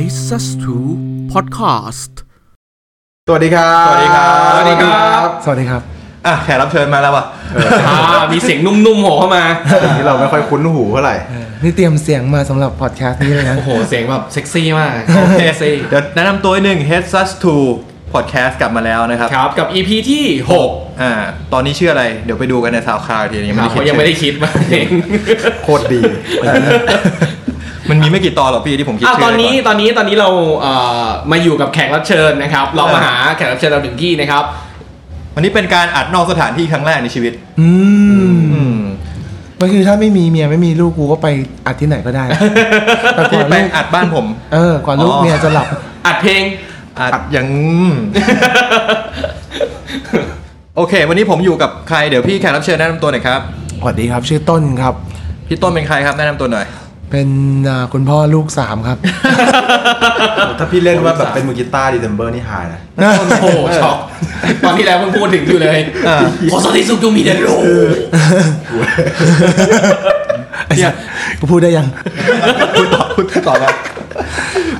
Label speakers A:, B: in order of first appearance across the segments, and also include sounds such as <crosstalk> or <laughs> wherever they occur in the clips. A: Asus 2 Podcast
B: สวัสดีครับ
C: สวัสดีครับ
B: สวัสดีครับ
D: สวัสดีครับ
C: อ่ะแขกรับเชิญมาแล้วว่ะ
A: อ่า มีเสียงนุ่มๆโหเข้ามา
B: สิ่งที่เราไม่ค่อยคุ้นหูเท่าไหร่
D: นี่เตรียมเสียงมาสำหรับพอดแคสต์นี้เลยนะ
E: โอ้โห เสียงแบบเซ็กซี่มาก
C: โอเค
E: เซ็กซี่
C: เดี๋ยวแนะนำตัวอีกหนึ่ง Head Sus 2 Podcast กลับมาแล้วนะครับ
E: ครับ กับ EP ที่
C: อ่าตอนนี้ชื่ออะไรเดี๋ยวไปดูกันในซาวคลาวทีนี้
E: 6ครับเขายังไม่ได้คิดมาเอง
B: โคตรดี
C: <laughs> มันมีไม่กี่ตอนหรอกพี่ที่ผมคิด
E: อ่ะ
C: ชื่อ
E: ตอนนี้
C: ไว้ก่
E: ตอนนี้ตอนนี้เราเอ่อมาอยู่กับแขกรับเชิญนะครับ เรามาหาแขกรับเชิญเราถึงที่นะครับ
C: วันนี้เป็นการอัดนอกสถานที่ครั้งแรกในชีวิต
D: อืม
C: อืม
D: ก็คือถ้าไม่มีเมียไม่มีลูกกูก็ไปอัดที่ไหนก็ได้ แต่ก
C: ที่
D: ว่า
C: <laughs> ไป
D: ลูก
C: อัดบ้านผม
D: เออ กว่าลูก
C: อ๋อ
D: เมียจะหลับ
E: อัดเพลง
C: อัดอย่าง โอเค วันนี้ผมอยู่กับใครเดี๋ยวพี่แขกรับเชิญแนะนำตัวหน่อยครับ
D: สวัสดีครับ ชื่อต้นครับ
C: พี่ต้นเป็นใครครับแนะนำตัวหน่อย
D: เป็นอ่าคุณพ่อลูกสามครับ
B: ถ้าพี่เล่นว่าแบบเป็นมือกีตาร์ดีเซมเบอร์นี่หายนะ <laughs>
E: โอ้โหช็อกตอนที่แล้วเพิ่งพูดถึงอยู่เลย
C: อ่า
E: ขอสติสุขดูมีเดนโล
D: ไอ้สัสกูพูดได้ยัง
C: พูดต่อพูดต่อนะ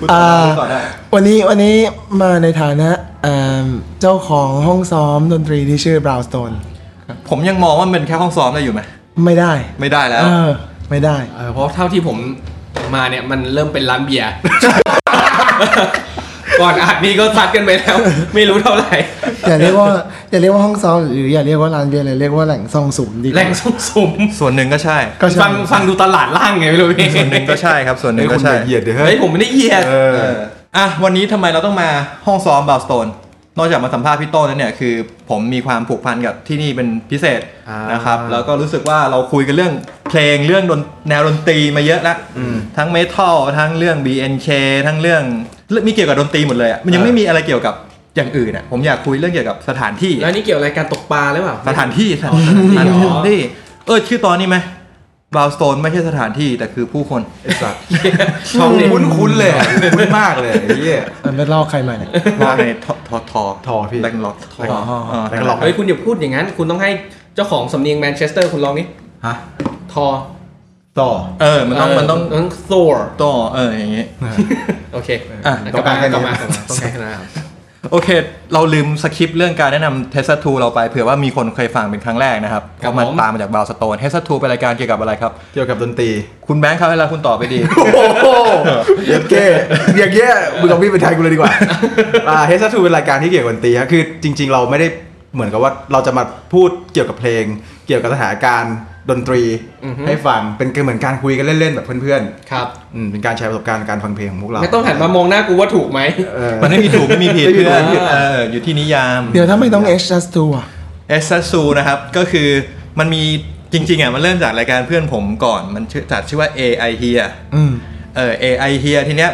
C: พูดต่อนะ
D: อ่า
C: พูดต่อนะ
D: วันนี้วันนี้มาในฐานะอ่าเจ้าของห้องซ้อมดนตรีที่ชื่อบราวสโตน
C: ผมยังมองว่ามันแค่ห้องซ้อมได้อยู่ไหม
D: ไม่ได้
C: ไม่ได้แล้ว
D: เออไม่ได้
E: เออเพราะเท่าที่ผมมาเนี่ยมันเริ่มเป็นร้านเบียร์ <laughs> ก่อนอัดนี่ก็ซัดกันไปแล้ว ไม่รู้เท่าไหร่
D: อย่าเรียกว่าอย่าเรียกว่าห้องซ้อมหรืออย่าเรียกว่าร้านเบียร์เลยเรียกว่าแหล่งซ่องสุมดีกว่า
E: แรงสุ่มสุม
C: ส่วนหนึ่งก็ใช่
D: ก็ใช่
E: ฟังฟังดูตลาดล่างไงไม่รู้พี่
C: ส่วนหนึ่งก็ใช่ครับ ส่วนหนึ่งก็ใช่
B: เฮ้ยคุณเหยียดดิ
E: เฮ้ยผมไม่ได้เหยียด
B: เออ
C: เอออ่ะวันนี้ทำไมเราต้องมาห้องซ้อมบาสโตน นอกจากมาสัมภาษณ์พี่โต้นแล้วเนี่ยคือ ผมมีความผูกพันกับที่นี่เป็นพิเศษนะครับ แล้วก็รู้สึกว่าเราคุยกันเรื่องเพลงเรื่องดนแนวดนตรีมาเยอะละทั้งเมทัลทั้งเรื่อง BNK ทั้งเรื่องมีเกี่ยวกับดนตรีหมดเลยอ่ะมันยังไม่มีอะไรเกี่ยวกับอย่างอื่นอ่ะผมอยากคุยเรื่องเกี่ยวกับสถานที่
E: แล้วนี่เกี่ยวอะไรการตกปลาหรือเปล่า
C: สถานที่สถานที่สถานที่เออชื่อตอนนี้ไหมบาวสโตนไม่ใช่สถานที่แต่คือผู้คน
B: ไอ้
C: <laughs>
B: สัตว์
E: ช่องเด็ก
B: คุ้นคุ้นๆเลยอะคุ้นมากเลยไอ้เหี้ย
D: มันไม่ลอกใครมาเนี่ย
C: ว่าในทอทอทอ
B: ทอพี่
C: แบงล็อก
B: ทอ
C: เ
B: แบงค์ล็อก
E: เฮ้ยคุณอย่าพูดอย่างนั้น คุณต้องให้เจ้าของสำเนียงแมนเชสเตอร์คุณลองนี่
B: ฮะ
E: ทอ
B: ต่อ
C: เออมันต้องมันต้อง
E: เต้องโซร์
C: ต่อเอออย่างงี้
E: โอเค
C: อ่ะ
E: กลับมา
B: ต้องการแค่นี้
E: กลับมาต้องการแค่นั้นครับ
C: โอเค เราลืมสคริปต์เรื่องการแนะนำเทสทูเราไปเผื่อว่ามีคนเคยฟังเป็นครั้งแรกนะครับก็มาตามมาจากบาวสโตนเทสทูเป็นรายการเกี่ยวกับอะไรครับ
B: เกี่ยวกับดนตรี
C: คุณแบงค์เขาให้เราคุณต่อไป
B: <laughs>
C: ดี
B: โอ้โหเย็ดเก้อย่างเงี้ยมึงเอาพี่ไปแทนกูเลยดีกว่า อ่าเฮสทูเป็นรายการที่เกี่ยวกับดนตรีครับคือจริง ๆ เราไม่ได้เหมือนกับว่าเราจะมาพูดเกี่ยวกับเพลง เกี่ยวกับสถานการณ์ดนตรีให้ฟังเป็นเหมือนการคุยกันเล่นๆแบบเพื่อน
E: ครับ
B: ๆอืมเป็นการแชร์ประสบการณ์การฟังเพลงของพวกเรา
E: ไม่ต้องหันมามองหน้ากูว่าถูกไหม
B: เออ
C: มันไม่มีถูกไม่มีผิด
B: ไม่มี
C: เพื่อน
B: ถูกไม่มีผิด
C: เอออยู่ที่นิยาม
D: เดี๋ยวถ้าไม่ต้อง H just two อ่ะ
C: เอสซูนะครับก็คือมันมีจริงๆอ่ะมันเริ่มจากรายการเพื่อนผมก่อนมันชื่อจัดชื่อว่า AI Here
D: อืม
C: เออ AI Here ทีเนี้ย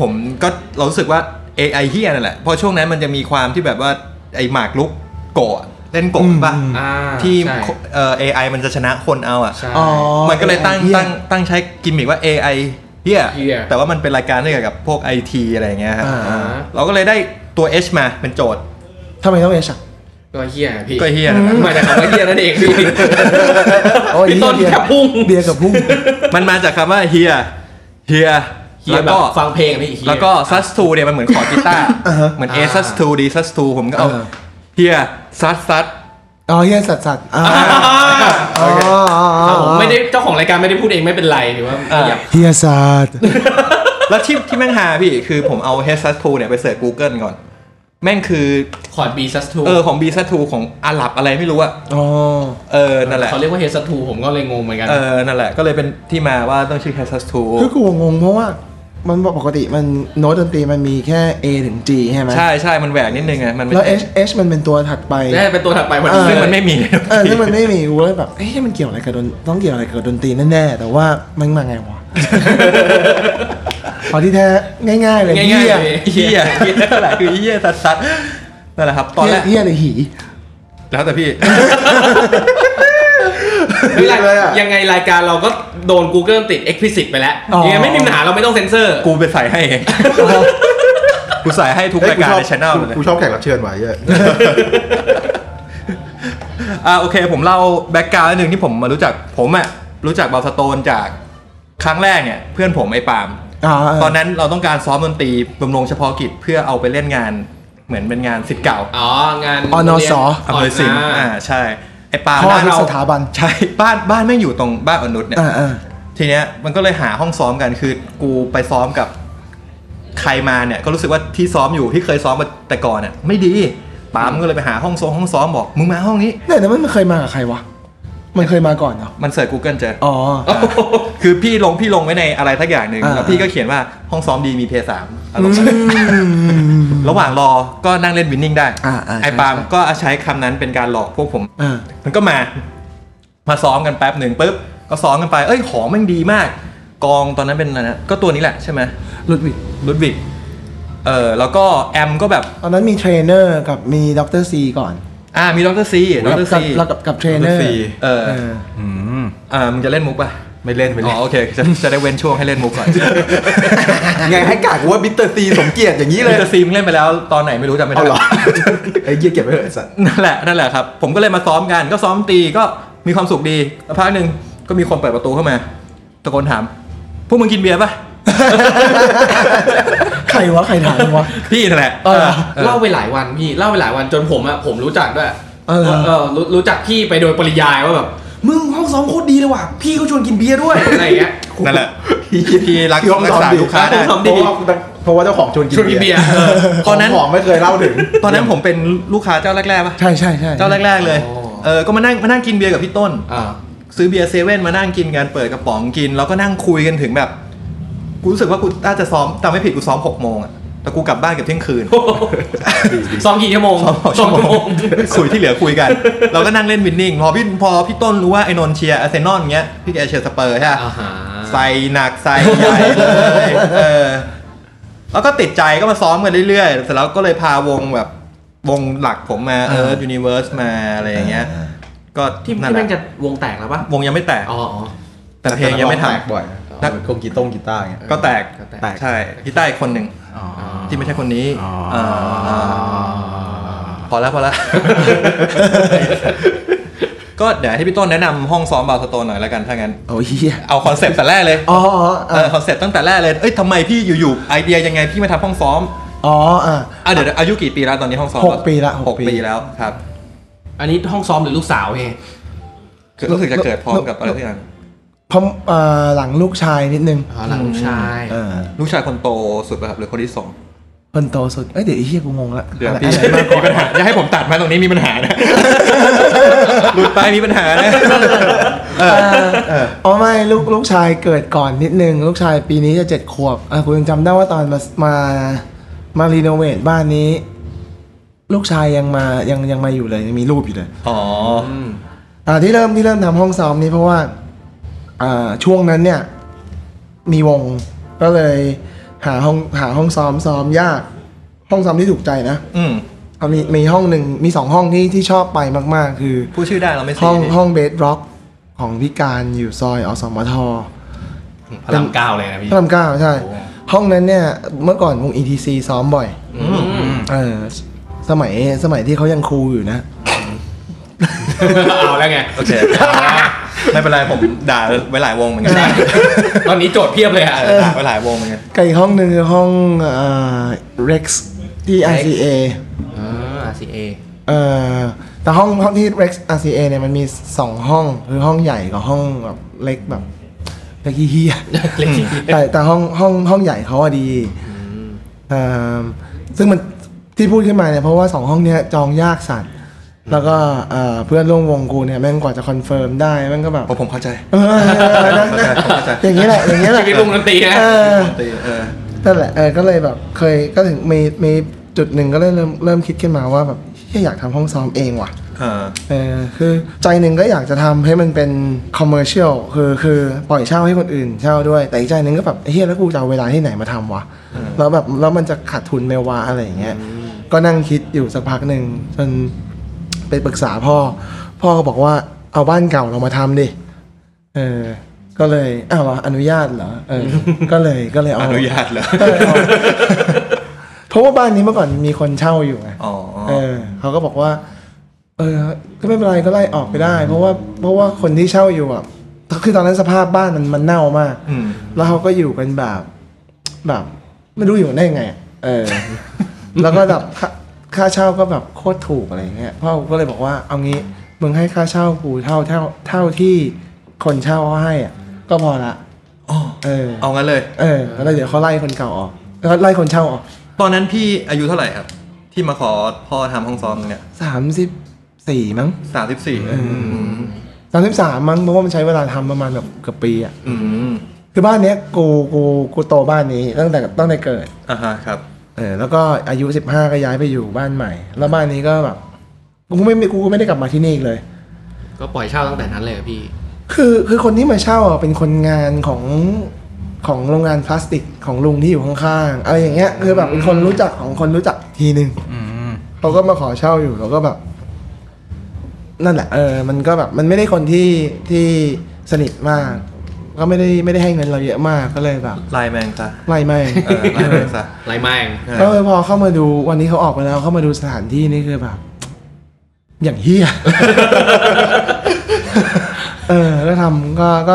C: ผมก็เรารู้สึกว่า AI Here นั่นแหละเพราะช่วงนั้นมันจะมีความที่แบบว่าไอ้หมากลุกโกะเล่นโกะป่ะ
D: อืม
E: อ่า
C: ที่
E: ใช่
C: เอ่อ AI มันจะชนะคนเอาอ่ะ
E: ใช่
D: อ๋อ
C: มันก็เลยตั้ง
D: หี้
C: ตั้งตั้งใช้กิมมิกว่า AI เฮีย
E: Here
C: แต่ว่ามันเป็นรายการเกี่ยวกับพวก IT อะไรอย่างเงี้ยครับ
D: อ่า
E: อ่า
C: เราก็เลยได้ตัว H มาเป็นโจทย์
D: ทำไมต้อง H อ่ะ
E: ก็เฮียพี่
C: ก็เฮียนะครับ
E: มาจากคำว่าเฮียนั่นเองพี่
D: โอ้ย
E: พี่ต้น
D: เบียร์
E: แค่พุ่ง
D: เบียร์กับพุ่ง
C: มันมาจากคำว่าเฮียเฮีย
E: เฮีย
C: แล้ว
E: แบบ
C: ก็
E: ฟังเพลงอะพี่เฮีย
C: แล้วก็ซัสทูเนี่ยมันเหมือนขอกีตาร์เหมือนเอ
E: อ่า
C: ซัสทูดีซัสทูผมก็เอา
D: เออ
C: เฮียซัสซัส
D: อ๋อเฮียสัตว์สัตว์อ๋ออ๋ออ๋ออ๋
E: ครับผ
D: อ
E: มไม่ได้เจ้าของรายการไม่ได้พูดเองไม่เป็นไรหรือว่าเหยียบ
D: เฮียสัตว์
C: แล้วที่ที่แม่งหาพี่คือผมเอาเฮซัสทูเนี่ยไปเสิร์ช Google ก่อน แม่งคือ
E: คอร์ด B sus 2
C: เออของบีซัสทูของอาหรับอะไรไม่รู้อะ
D: อ๋อ
C: เออนั่นแหละ
E: เขาเรียกว่า Head sus 2ผมก็เลยงงเหมือนกัน
C: เออนั่นแหละก็เลยเป็นที่มาว่าต้องชื่อเฮซัสทู
D: คือกูงงเพราะว่า มันปกติมันโน้ตดนตรีมันมีแค่ A ถึง G ใช่ไหม
C: ใช่ใช่มันแหวกนิดนึงไงมันไม่
D: แล้ว H H มันเป็นตัวถัดไป
E: ได้เป็นตัวถัดไปวัน
D: เอ
E: นี้
D: อ
C: ซึ่งมันไม่มีเลย
D: เออซึ่งมันไม่มีกูเลยแบบ เอ๊ะมันเกี่ยวอะไรกับดนต้องเกี่ยวอะไรกับดนตรีแน่ๆ แต่ว่ามันมาไงวะ พอที่แท้ง่ายๆเลย
E: ง่าย
D: เหี้ย
E: ๆ
C: เฮี
E: เฮี
C: ย
E: ย
C: นั่นแหละคือเฮียซัสซัสนั่นแหละครับตอนแรก
D: เหี้ยเหี้ยหรือหี
C: แล้วแต่พี่
E: ไม่เป็นไร
B: เลยอะ
E: ยังไงรายการเราก็โดน Google ติด explicit ไปแล้ว
D: อ๋อ
E: ยังไงไม่มีปัญหาเราไม่ต้องเซ็นเซอร์
C: กูไปใส่ให้เอง กูใส่ให้ทุก
B: เฮ้ย
C: รายการ
B: ชอบ
C: ในช anel เลย
B: กูชอบแขกรับเชิญว่ะเหี้ยอะ
C: อ่าโอเค ผมเล่าแบ็กกราวด์หนึ่งที่ผมมารู้จักผมอะรู้จักบาสโตนจากครั้งแรกเนี่ย เพื่อนผมไอ้ปาล์ม
D: อ่าเออ
C: ตอนนั้นเราต้องการซ้อมดนตรีบำรงเฉพาะกิจเพื่อเอาไปเล่นงานเหมือนเป็นงานสิทธิ์เก่า
F: อ๋อ งาน
D: อนอส
F: อ
C: อำเภ
F: เภ
C: อ
F: อ
C: สิ
F: สิ
C: ง
F: ง
C: ห์
F: ห์
C: อ่า
F: อ่า
C: ใช่ไอ้ปาล์ม
D: พ่อ
C: บ้าน
D: ทุก
C: เรา
D: สถาบัน
C: ใช่บ้านบ้านไม่งอยู่ตรงบ้านอนุษเนี่ย
D: อ่าอ่า
C: ทีเนี้ยมันก็เลยหาห้องซ้อมกันคือกูไปซ้อมกับใครมาเนี่ย ก็รู้สึกว่าที่ซ้อมอยู่ที่เคยซ้อมมาแต่ก่อนเนี่ยไม่ดีปามก็เลยไปหาห้องซ้อมห้องซ้อมบอกมึงมาห้องนี้
D: เนี่ยแต่มันเคยมากับใครวะ มันเคยมาก่อนเหรอ
C: มันเสิร์ช Google เจออ
D: อ๋อ
C: คือพี่ลงพี่ลงไว้ในอะไรทักอย่างหนึ่ง
D: อ่า
C: แล้วพี่ก็เขียนว่าห้องซ้อมดีมีเพย์สามอารมณ์ระหว่างรอก็นั่งเล่นวินนิ่งได้
D: อ่าอ่าใช่
C: ไอ้ปาม
D: ใช่
C: ก็ใช้คำนั้นเป็นการหลอกพวกผม
D: <laughs> อ่า
C: มันก็มา มาซ้อมกันแป๊บหนึ่งปุ๊บ ก็ซ้อมกันไป เอ้ย ของแมันดีมาก กองตอนนั้นเป็นอะไรนะ ก็ตัวนี้แหละใช่ไหม
D: ลุดวิก
C: ลุดวิก เออ แล้วก็แอมก็แบบ
D: ตอนนั้นมีเทรนเนอร์กับมีด็อกเตอร์ซีก่อน
C: อ่า มีดรซีด
D: กับ
C: ร
D: กั
C: ซี
D: แล้วกับกับเทรนเนอร์
B: Dr. C
C: เออ
D: เออ
B: อืม
C: อ่า มึงจะเล่นมุกป่ะ
B: ไม่เล่นไม่
C: อ๋
B: เล่
C: อ
B: น
C: โอเค จะจะได้เว้นช่วงให้เล่นมุกก่อน
B: ไงให้กากว่าบิตเตอร์ซีสมเกียรติอย่างนี้เลย
C: ดรซีมึงเล่นไปแล้ว ตอนไหนไม่รู้จำไม่
B: เอา
C: ได้
B: เหรอ ไอ้เหี้ยเก็บไว้เถอะไอ้สัตว์
C: <laughs> นั่นแหละนั่นแหละครับ ผมก็เลยมาซ้อมกันก็ซ้อมตีก็มีความสุขดีสักพักหนึ่งก็มีคนเปิดประตูเข้ามาตะโกนถาม พวกมึงกินเบียร์ปะ
D: ใครวะ ใครถาม
C: <laughs>
D: วะ
C: พี่นั่นแหละ
D: เออ
F: เล่าไปหลายวันพี่เล่าไปหลายวันจนผมอะผมรู้จักด้วย
D: เออ
F: เออรู้รู้จักพี่ไปโดยปริยายว่าแบบมึงห้องซ้อมโคตรดีเลยว่ะพี่ก็ชวนกินเบียร์ด้วยอะไรอย่างเงี้ย
C: นั่นแหละ พี่รัก
B: พี่ห้อง
C: รักษา
B: ซ้อมดิ
C: ลูกค้าได้
F: ห้องซ้อม
B: เพราะว่าเพราะว่าเจ้าของชวนกิน
F: ชวนกินเบียร์เออ
C: ตอนนั้น
B: ของไม่เคยเล่าถึง
C: ตอนนั้นผมเป็นลูกค้าเจ้าแรกๆป่ะ
D: ใช่ใช่ใช่
C: เจ้าแรกๆเลย
F: อ๋อ
C: เออ ก็มานั่งมานั่งกินเบียร์กับพี่ต้น
E: <laughs>
F: อ่า
C: ซื้อเบียร์เซเว่นมานั่งกินกันเปิดกระป๋องกิน แล้วก็นั่งคุยกันถึงแบบ กูรู้สึกว่ากูน่าจะซ้อมจำไม่ผิดกูซ้อมหกโมงอะแต่กูกลับบ้านเกับเที่ยงคืน
F: ซ้อมกี่ชั่วโมง
C: สอง
F: ส
C: ชั่
F: อ
C: ว
F: งชั่
C: โม
F: วโม
C: ง
F: ง
C: คุยที่เหลือคุยกัน เราก็นั่งเล่นวินนิ่งพอพี่พอพี่ต้นรู้ว่าไอ้นนท์เชียร์อาร์เซนอลเงี้ยพี่แกเชียร์สเปอร์ใช่ปะ
F: อ่าฮะ
C: ใส่หนักใส่ใหญ่เลยเออแล้วก็ติดใจก็มาซ้อมกันเรื่อยๆเสร็จแล้วก็เลยพาวงแบบวงหลักผมมาเออยูนิเวอร์สมาอะไรอย่างเงี้ย ก็
F: ที่
C: นั่
F: ที่
C: นแห
F: แม่
C: ละ
F: งจะวงแตกแล้วปะ
C: วงยังไม่แตก
F: อ๋ออ๋อ
C: แต่เพลงยังไม่ท
B: แตกบ่อย
C: นั
B: นั
C: ก
B: กคงกีตงกีตาร์อย่างเงี้ย
C: ำก็แตก
F: ก็แตก
C: ใช่พี่ใต้อีกคนหนึ่งที่ไม่ใช่คนนี้
B: อ๋ออ่
C: าพอแล้วพอแล้ว ก็เดี๋ยวให้พี่ต้นแนะนำห้องซ้อมบาสโตนหน่อยแล้วกันถ้างั้น
D: โอ้ยเหี้ย
C: เอาคอนเซปต์แต่แรกเลย
D: อ๋ออ๋อ
C: เอ
D: อ่ะ
C: อคอนเซปต์ตั้งแต่แรกเลย เอ้ยทำไมพี่อยู่ๆไอเดียยังไงพี่มาทำห้องซ้อม
D: อ๋ออ่ะ
C: อ่ะเดี๋ยวอายุกี่ปีแล้วตอนนี้ห้องซ้อม
D: หกปีละห
C: ห
D: ก
C: ก
D: ปี
C: ปีแล้วครับ
F: อันนี้ห้องซ้อมหรือลูกสาวเอง
C: คือรู้สึกจะเกิดพร้อมกับอะไรทุกอย่าง
D: พร้อมเอ่อหลังลูกชายนิดนึง
F: อ๋อหลังลูกชาย
D: เออ
C: ลูกชายคนโตสุดป่ะครับหรือคนที่สอง
D: คนโตสุดเอ้ยเดี๋ยวไอ้เฮียกูงงละ
C: เดี๋ยว
D: อะไร
C: พี่
D: อะไรมากก
C: มี
D: ว่า
C: ปั
E: <laughs>
C: ญหาอย่าให้ผมตัดมาตรงนี้มีปัญหานะ หลุดไปมีปัญหานะเออเออ
D: อ๋อไม่ลูกลูกชายเกิดก่อนนิดนึง ลูกชายปีนี้จะเจ็ดขวบอ่ะกูยังจำได้ว่าตอนมามามารีโนเวทบ้านนี้ ลูกชายยังมายังยังมาอยู่เลยยังมีรูปอยู่เลย
C: อ๋อ
D: อ่าที่เริ่มที่เริ่มทำห้องซ้อมนี้เพราะว่าอ่าช่วงนั้นเนี่ย มีวงก็เลยหาห้องหาห้องซ้อมซ้อมยาก ห้องซ้อมที่ถูกใจนะ
C: อืม
D: เอามีมีห้องหนึ่งมีสองห้องที่ที่ชอบไปมาก ๆ คือ
C: ผู้ชื่อได้เราไม่ซี
D: ห้อง
C: นี่
D: ห้องเบสร็อกของพิการอยู่ซอยอสมท
F: พลังเก้าเลยนะพี่
D: พระรามเก้าใช่
F: โอ้
D: ห้องนั้นเนี่ยเมื่อก่อนวง ETC ซ้อมบ่อย
F: อืม
D: เออสมัยสมัยที่เขายังครูอยู่นะ
F: เอาแล้วไง
C: โอเค <laughs> ไม่เป็นไรผมด่าไว้หลายวงเหมือนกัน
F: ตอนนี้โจทย์เพียบเลยอะ
C: เออด่าไว้หลายวงเหมือนกัน
D: กับอีกห้องหนึ่งคือห้องเอ่อ Rex ที่ RCA
F: อ่า RCA
D: เอ่อแต่ห้องห้องที่ Rex RCA เนี่ยมันมี 2 ห้องคือห้องใหญ่กับห้องแบบเล็กแบบเล็กเฮีย
F: เล็กที่
D: ๆแต่แต่ห้องห้องห้องใหญ่เขาอะดีเอิ่มซึ่งมันที่พูดขึ้นมาเนี่ยเพราะว่า 2 ห้องเนี้ยจองยากสัตว์แล้วก็เอ่อเพื่อนร่วมวงกูเนี่ยแม่งกว่าจะคอนเฟิร์มได้แม่งก็แบบ
C: ผมผมเข้าใจ
D: เออนะนะอย่างนี้แหละอย่างนี้แหละ
F: ชีวิตลุงดนตรีนะ
D: เออ
C: เออ
D: นั่นแหละเออก็เลยแบบเคยก็ถึงมีมีจุดหนึ่งก็เลยเริ่มเริ่มคิดขึ้นมาว่าแบบเฮ้ยอยากทำห้องซ้อมเองว่ะ
C: เออ
D: เออคือใจหนึ่งก็อยากจะทำให้มันเป็นคอมเมอร์เชียลคือคือปล่อยเช่าให้คนอื่นเช่าด้วย แต่อีกใจหนึ่งก็แบบเฮ้ยแล้วกูจะเอาเวลาที่ไหนมาทำวะแล้วแบบแล้วมันจะขาดทุนไหมวะอะไรอย่างเงี้ยก็นั่งคิดอยู่สักพักหนึ่งจนไปปรึกษาพ่อ พ่อก็บอกว่าเอาบ้านเก่าเรามาทำดิเออก็เลยอ้าวเหรออนุญาตเหรอเออก็เลยก็เลยเอา
C: อนุญาตเหรอ
D: เออเอาเพราะว่าบ้านนี้เมื่อก่อนมีคนเช่าอยู่ไง
C: อ๋อ
D: เออเขาก็บอกว่า เออ ก็ไม่เป็นไรก็ไล่ออกไปได้ เพราะว่าเพราะว่าคนที่เช่าอยู่อ่ะ คือตอนนั้นสภาพบ้านมันมันเน่ามาก
C: อืม
D: แล้วเขาก็อยู่กันแบบ แบบไม่รู้อยู่ได้ยังไงอะเออ แล้วก็แบบค่าค่าเช่าก็แบบโคตรถูกอะไรอย่างเงี้ยพ่อก็เลยบอกว่าเอางี้มึงให้ค่าเช่ากูเท่าเท่าเท่าที่คนเช่าเขาให้อ่ะก็พอละ
C: อ๋อ
D: เออ
C: เอางั้นเลย
D: เออแล้วเดี๋ยวเขาไล่คนเก่าออกแล้วไล่คนเช่าออก
C: ตอนนั้นพี่อายุเท่าไหร่ครับ ที่มาขอพ่อทำห้องซ้อมเนี่ย
D: สามสิบสี่มั้ง
C: สามสิบสี่
D: สามสิบสามมั้งเพราะว่ามันใช้เวลาทำประมาณแบบเกือบปีอ่ะ
C: อืม
D: คือบ้านเนี้ยกูกูกูโตบ้านนี้ตั้งแต่ตั้งแต่เกิด
C: อ่าฮะครับ
D: เออแล้วก็อายุสิบห้าก็ย้ายไปอยู่บ้านใหม่ แล้วบ้านนี้ก็แบบกูไม่กูก็ไม่ได้กลับมาที่นี่อีกเลย
F: ก็ปล่อยเช่าตั้งแต่นั้นเลยอะพี่
D: คือคือคนที่มาเช่าอ่ะเป็นคนงานของของโรงงานพลาสติกของลุงที่อยู่ข้างๆอะไรอย่างเงี้ยคือแบบเป็นคนรู้จักของคนรู้จักทีนึง
B: อืม
D: เขาก็มาขอเช่าอยู่เราก็แบบ นั่นแหละ เออ มันก็แบบ มันไม่ได้คนที่ที่สนิทมาก ก็ไม่ได้ไม่ได้ให้เงินเราเยอะมากก็เลยแบบ
C: ไลน์แมนซะ
D: ไล่ไม่
C: เออไลน์แมนซะ
F: ไรแม่ง
C: เอ
D: ก็
C: อ
D: เลยพอเข้ามาดูวันนี้เขาออกไปแล้ว เข้ามาดูสถานที่นี่คือแบบ อย่างเฮีย <laughs> เออก็ทำก็ก็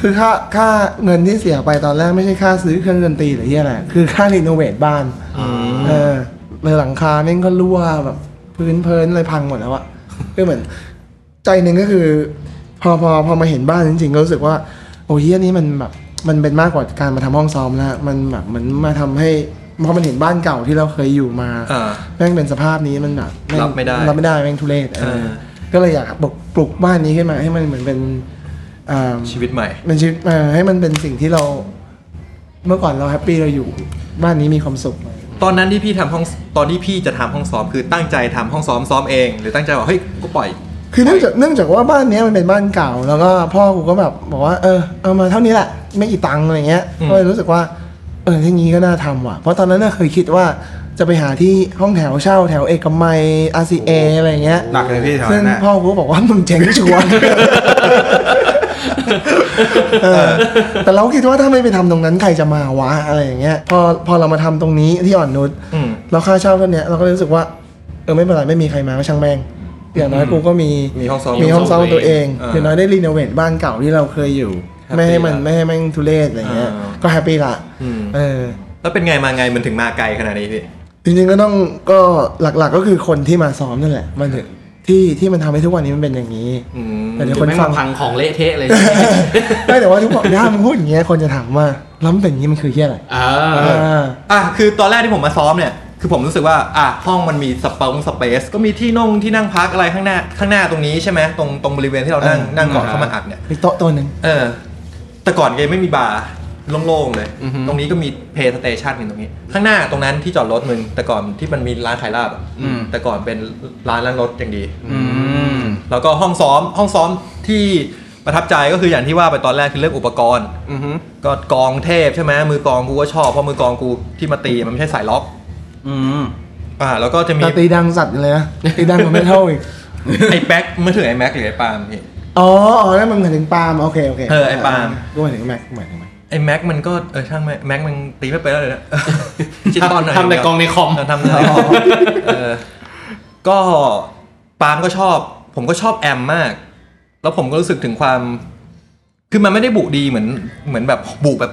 D: คือค่าค่าเงินที่เสียไปตอนแรกไม่ใช่ค่าซื้อเครื่องดนตรีหรือเฮียอะไรคือค่ารีโนเวทบ้าน
C: อืม
D: เออเลยหลังคาแม่งก็รั่วแบบพื้นเพลินอะไรพังหมดแล้วอะก็เหมือน ใจหนึ่งก็คือ พอพอพอมาเห็นบ้านจริงๆก็รู้สึกว่า โอ้เฮียนี่มันแบบมันเป็นมากกว่าการมาทำห้องซ้อมแล้วมันแบบมันมาทำให้พอมันเห็นบ้านเก่าที่เราเคยอยู่มา
C: อ่า
D: แม่งเป็นสภาพนี้มันแบบแง
C: รับไม่ได้
D: รับไม่ได้แม่งทุเรศเออ
C: เออ
D: ก็เลยอยากปลุกปลุกบ้านนี้ขึ้นมาให้มันเหมือนเป็นอ่า
C: ชีวิตใหม่
D: มันชีวิตเอ่อให้มันเป็นสิ่งที่เรา เมื่อก่อนเราแฮปปี้เราอยู่บ้านนี้มีความสุข
C: ตอนนั้นที่พี่ทำห้องตอนที่พี่จะทำห้องซ้อมคือตั้งใจทำห้องซ้อมซ้อมเองหรือตั้งใจว่าเฮ้ยก็ปล่อย
D: คือเนื่องจากเนื่องจากว่าบ้านเนี้ยมันเป็นบ้านเก่า แล้วก็พ่อกูก็แบบบอกว่าเออเอามาเท่านี้แหละไม่กี่ตังค์อะไรเงี้ย
C: อืม
D: ก็เลยรู้สึกว่าเออที่างนี้ก็น่าทำว่ะ เพราะตอนนั้นน่ะเคยคิดว่าจะไปหาที่ห้องแถวเช่าแถวเอกมัย RCA อะไรเงี้ย
B: หนักเลยพี่แถว
D: ซึ่
B: นั้
D: ง
B: นนะ
D: พ่อกูก็บอกว่ามึงเจ๋งชัวร์ เออแต่เราก็คิดว่าถ้าไม่ไปทำตรงนั้นใครจะมาวะอะไรอย่างเงี้ยพอพอเรามาทำตรงนี้ที่อ่อนนุช
C: อืม
D: เราค่าเช่าเท่าเนี้ยเราก็เลยรู้สึกว่าเออไม่เป็นไรไม่มีใครมาก็ช่างแม่งอย่างน้อยกูก็มี
C: มีห้องซ้อม
D: มีห้องซ้อมของตัวเอง
C: เออ
D: อย่างน้อยได้รีโนเวทบ้านเก่าที่เราเคยอยู่
C: แฮปปี้
D: ไม่ให้มัน
C: ละ
D: ไม่ให้แม่งทุเรศอะไรเงี้ย
C: อ่า
D: ก็แฮปปี้ละ
C: อืม
D: เออ
C: แล้วเป็นไงมาไงมันถึงมาไกลขนาดนี้พี่
D: จริงๆก็ต้องก็หลักๆก็คือคนที่มาซ้อมนั่นแหละ มันถึงที่ที่มันทำให้ทุกวันนี้มันเป็นอย่างนี้
C: อืม
D: แต่เดี๋ยว
F: ค
D: คน น
F: ฟั
D: ฟั
F: ง
D: ง
F: พังของเละเทะเลย
D: ได้แต่ว่าทุกคนถ้ามันพูดอย่างเงี้ยคนจะถามว่าแล้วมันเป็นอย่างนี้มันคือเฮี้ยอะไร
F: เออ
D: อ่า
C: อ่ะคือตอนแรกที่ผมมาซ้อมเนี่ย คือผมรู้สึกว่าอ่ะห้องมันมีสเปงสเปซก็มีที่นั่งที่นั่งพักอะไรข้างหน้าข้างหน้าตรงนี้ใช่ไหมตรงตรงบริเวณที่เรานั่ง
D: เออ
C: นั่งก่อน
F: อ่า
C: เข้ามาอัดเนี่ย
D: มีโต๊ะตัวหนึ่ง
C: เออ แต่ก่อนแกไม่มีบาร์โล่งๆเลย
F: อือฮึ
C: ตรงนี้ก็มีเพย์สเตชันอยู่ตรงนี้ ข้างหน้าตรงนั้นที่จอดรถมึงแต่ก่อนที่มันมีร้านขายลาบอะ
B: อืม
C: แต่ก่อนเป็นร้านล้างรถอย่างดี
B: อืม
C: แล้วก็ห้องซ้อมห้องซ้อมที่ประทับใจก็คืออย่างที่ว่าไปตอนแรกคือเรื่องอุปกรณ์
B: อือฮึ
C: ก็กลองเทพใช่ไหมมือกลองกูก็ชอบเพราะมือกลองกูที่มาตีมันไม่ใช่สายล็อก
B: อืม
C: อ่าแล้วก็จะมี
D: แต่ตีดังสัตว์เลยนะตีดังกว่าไม่เท่าอีก
C: ไอ้แบ็ก <laughs> ไม่ถึงไอ้แม็กหรือไอ้ปาล์มพี่
D: อ๋ออ๋อนั่นมันเหมือนถึงปาล์มโอเค โอเค
C: เออไอ้ปาล์ม
D: ก็เหมือนถึงแม็กเหมือนถึงแม็ก
C: ไอ้แม็กมันก็เออช่างแม็กแม็กมันตีไม่ไปนแล้วเลย
F: <laughs>
C: นะ จิตตอนไหน
F: ทำแต่กองในคอม
C: เทำแต่ในกลอง
F: <laughs>
C: เออก็ปาล์มก็ชอบ ผมก็ชอบแอมมาก แล้วผมก็รู้สึกถึงความคือมันไม่ได้บุดีเหมือนเหมือนแบบบุแบบ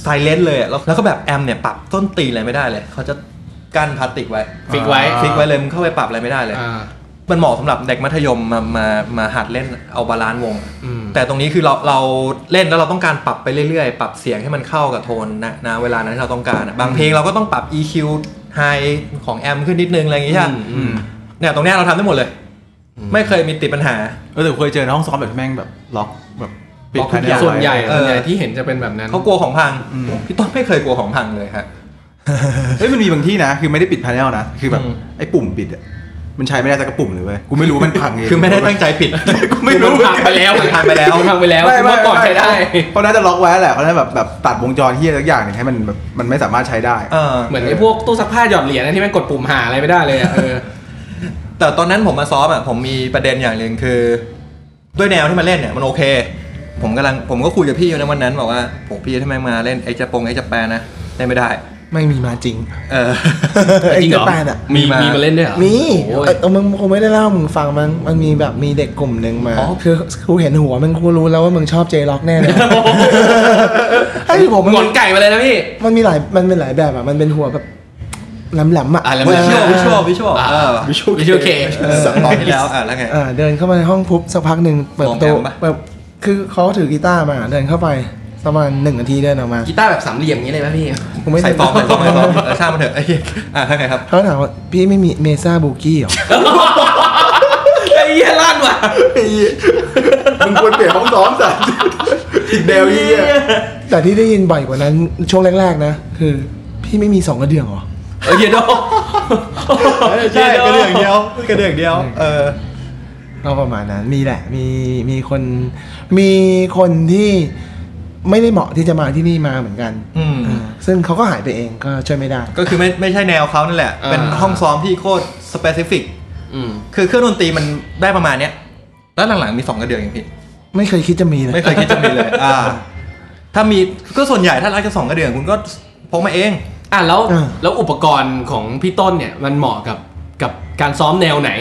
C: ไซเลนต์เลยอะแล้วแล้วก็แบบแอมเนี่ยปรับต้นตีนอะไรไม่ได้เลยเขาจะกั้นพลาสติกไว้
F: ฟิกไว้
B: อ่า
C: ฟิกไว้เลยมึงเข้าไปปรับอะไรไม่ได้เลย
F: อ่า
C: มันเหมาะสำหรับเด็กมัธยมมามามาหัดเล่นเอาบาลานซ์วง
F: อืม
C: แต่ตรงนี้คือเราเราเล่นแล้วเราต้องการปรับไปเรื่อยๆ ปรับเสียงให้มันเข้ากับโทนนะนะเวลานั้นที่เราต้องการอะบางเพลงเราก็ต้องปรับ EQ high ของแอมขึ้นนิดนึงอะไรอย่างงี้ใช่ปะ
B: อืม
C: เนี่ยตรงเนี้ยเราทำได้หมดเลย ไม่เคยมีติดปัญหา
B: เออแต่เคยเจอในห้องซ้อมแบบแม่งแบบล็อกแบบปิด
C: ล็อกทุ
B: ภา
C: กอ
B: ยใน
C: ย่าง
F: ส่วนใหญ่
C: เออ
F: ส่วนใหญ่ที่เห็นจะเป็นแบบนั้น
C: เขากลัวของพังพี่ต้นไม่เคยกลัวของพังเลยฮะ
B: เอ้ยมันมีบางที่นะ คือไม่ได้ปิดพาเนลนะ คือแบบ
C: อืม
B: ไอ้ปุ่มปิดอ่ะ มันใช้ไม่ได้สักกระปุ่มเลยเว้ย กูไม่รู้มันพังเอง
C: คือไม่ได้ตั้งใจปิด
B: กูไม่รู้
F: พังไปแล้ว
C: พังไปแล้ว
F: พังไปแล้ว
B: ไม่ไม่
F: เมื่อก่อน
B: ม่
F: ใช้ได้
B: เพราะน่าจะล็อกไว้แหละเพราะน่าจะแบบแบบตัดวงจรที่อะไรสักอย่างหนึ่งให้มันแบบมันไม่สามารถใช้ได้
C: เออ
F: เหมือนไอ้พวกตู้ซักผ้าหยอดเหรียญนะที่แม่งกดปุ่มหาอะไรไม่ได้เลยอะเออ
C: แต่ตอนนั้นผมมาซ้อมอ่ะผมมีประเด็นอย่างหนึ่งคือ ด้วยแนวที่มาเล่นเนี่ยมันโอเค ผมกำลังผมก็คุยกับพี่อยู่ในะวันนั้นบอกว่าผมพี่ทำไมมาเล่นไอ้จะปงไอ้จะแปลนะเล่นไม่ได้
D: ไม่มีมาจริง
C: เออ
D: ไอ้
F: จริงเหร
D: เจ้า
F: อ
D: แปนอ่ะ
F: มี
C: มีมามี
F: มีมาเล่นด้วยเหรอ
D: มี
F: โอ้ย
D: เอ้ยเออมึงคงไม่ได้เล่ามึงฟังมันมันมีแบบมีเด็กกลุ่มหนึ่งมา
C: อ๋อ <laughs>
D: คือกูเห็นหัวมึงกูรู้แล้วว่ามึงชอบเจล็อกแน่เลย ไอ้ อ้ยผม
E: หง
D: มั
E: อนนไก่มาเลยนะพี่
D: มันมีหลายมันเป็นหลายแบบอ่ะมันเป็นหัวแบบแหลมๆอ่ะ
E: อ่ะแหลมๆ
C: วิชวลวิชวลวิชวล
E: อ่า
C: เออ
E: วิชวลเค
C: เออตอนที่แล้วอ่ะแล้วไง
D: อ่าเดินเข้ามาในห้องปุ๊บสักพักหนึ่งเปิดประตู
C: มองแหลมปะ
D: เปิดคือเขาถือกีตาร์มาเดินเข้าไปประมาณหนึ่งนาทีเดินออกมา
E: กีตาร์แบบสามเหลี่ยมอย่างนี้เลยป่ะพี่
D: ผมไม่
C: ใส่ฟองใส่ฟองใส่ฟองเออช่างมันเถอะไอ้เหี้ยอ่ะแล้วไงครับ
D: เขาถามว่าพี่ไม่มีเมซ่าบูกี้หรอ
E: ไอ้เหี้ยลั่นว่ะ
B: มึงควรเปลี่ยนห้องซ้อมสัตว์อีกเดวยี่
D: แต่ที่ได้ยินบ่อยกว่านั้นช่วงแรกๆนะ คือ พี่ไม่มีสองกระเดื่องเหรอ
E: เออเหี้ยโด
C: ใช่กระเดื่องเดียวกระเดื่องเดียวเออ
D: ก็ประมาณนั้นมีแหละมีมีคนมีคนที่ไม่ได้เหมาะที่จะมาที่นี่มาเหมือนกัน
C: อืม
D: เซึ่งเขาก็หายไปเองก็ช่วยไม่ได้
C: ก็คือไม่ไม่ใช่แนวเขานั่นแหละ เป็นห้องซ้อมที่โคตรสเปซิฟิก
E: อืม
C: คือเครื่องดนตรีมันได้ประมาณเนี้ย แล้วหลังๆมีสองกระเดื่องอย่างพี่
D: ไม่เคยคิดจะมีเลย
C: ไม่เคยคิดจะมีเลย อ่า ถ้ามีก็ส่วนใหญ่ถ้ารักจะสองกระเดื่องคุณก็พกมาเอง
E: อ่ะแล้วแล้วอุปกรณ์ของพี่ต้นเนี่ยมันเหมาะกับกับการซ้อมแนวไหน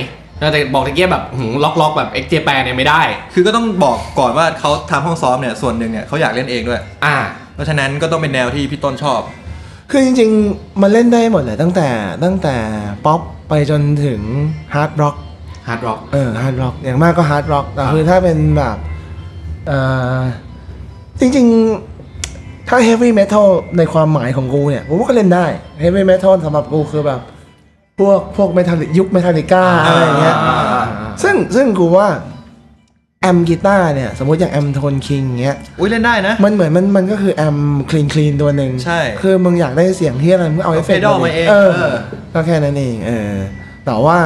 E: น่าจะบอกตะเกียบแบบหืมล็อกล็อกแบบเอ็กเจแปนเนี่ยไม่ได้
C: คือก็ต้องบอกก่อนว่าเขาทำห้องซ้อมเนี่ยส่วนหนึ่งเนี่ยเขาอยากเล่นเองด้วย
E: อ่า
C: เพราะฉะนั้นก็ต้องเป็นแนวที่พี่ต้นชอบ
D: คือจริงๆ มันเล่นได้หมดเลยตั้งแต่ตั้งแต่ป๊อปไปจนถึงฮาร์ดร็อก
E: ฮาร์ดร็อก
D: เออฮาร์ดร็อกอย่างมากก็ฮาร์ดร็อกแต่คือถ้าเป็นแบบเอ่อจริงๆ ถ้าเฮฟวี่เมทัลในความหมายของกูเนี่ยผมว่าก็เล่นได้เฮฟวี่เมทัลสำหรับกูคือแบบ พวกพวกเมทัลยุคเมทัลลิก้าอะไรอย่างเงี้ย ซึ่งซึ่งกูว่า แอมกีตาร์เนี่ย สมมติอย่างแอมโทนคิงเงี้ย
C: อุ้ยเล่นได้นะ
D: มันเหมือนมันมันก็คือแอมคลีนคลีนตัวหนึ่ง
C: ใช่
D: คือมึงอยากได้เสียงที่อะไรมึงก็เอาเอฟเฟกต์
C: เอา pedal มาเอง
D: เออ
C: เออ
D: ก็แค่นั้นเองเออแต่ว่า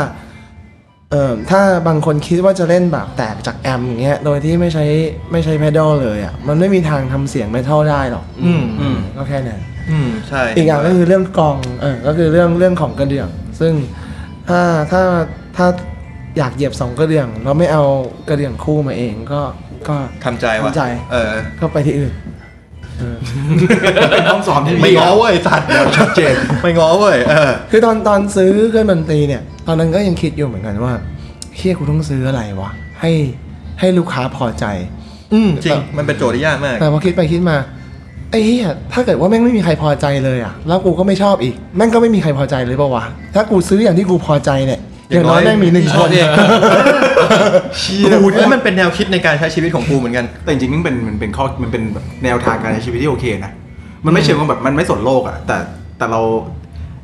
D: เออถ้าบางคนคิดว่าจะเล่นแบบแตกจากแอมอย่างเงี้ยโดยที่ไม่ใช้ไม่ใช้เพดอลเลยอ่ะมันไม่มีทางทำเสียงเมทัลได้หรอก
C: อืมอืม
D: ก็แค่นั้น
C: อืมใช่
D: อีกอย่างก็คือเรื่องกองเออก็คือเรื่องเรื่องของกระเดื่อง ซึ่งถ้าถ้าถ้าอยากเหยียบสองกระเดื่อง เราไม่เอากระเดื่องคู่มาเองก็ก็
C: ทำใจว่ะ
D: ทำใจ
C: เออ
D: ก็ไปที่อื่น
B: เป็นห้องซ้อมที่
C: ไม่
B: ดี
C: ง้อเว้ยสัตว์เดี๋ยวชัดเจนไม่ง้อเว้ยเออ
D: คือตอนตอนซื้อเครื่องดนตรีเนี่ย ตอนนั้นก็ยังคิดอยู่เหมือนกันว่าเฮียกูต้องซื้ออะไรวะให้ให้ลูกค้าพอใจ
C: อืมจริงมันเป็นโจทย์ที่ยากมาก
D: แต่พอคิดไปคิดมาไอ้เฮียถ้าเกิดว่าแม่งไม่มีใครพอใจเลยอ่ะ แล้วกูก็ไม่ชอบอีก แม่งก็ไม่มีใครพอใจเลยเปล่าวะถ้ากูซื้ออย่างที่กูพอใจเนี่ยอย่างน้อยแม่งมีหนึ่งคน
C: เอง
B: เชี่ย
C: กูแล้วมันเป็นแนวคิดในการใช้ชีวิตของกูเหมือนกัน
B: แต่จริงๆมันเป็นมันเป็นข้อมันเป็นแบบแนวทางการใช้ชีวิตที่โอเคนะมันไม่เชิงว่าแบบมันไม่สนโลกอะแต่แต่เรา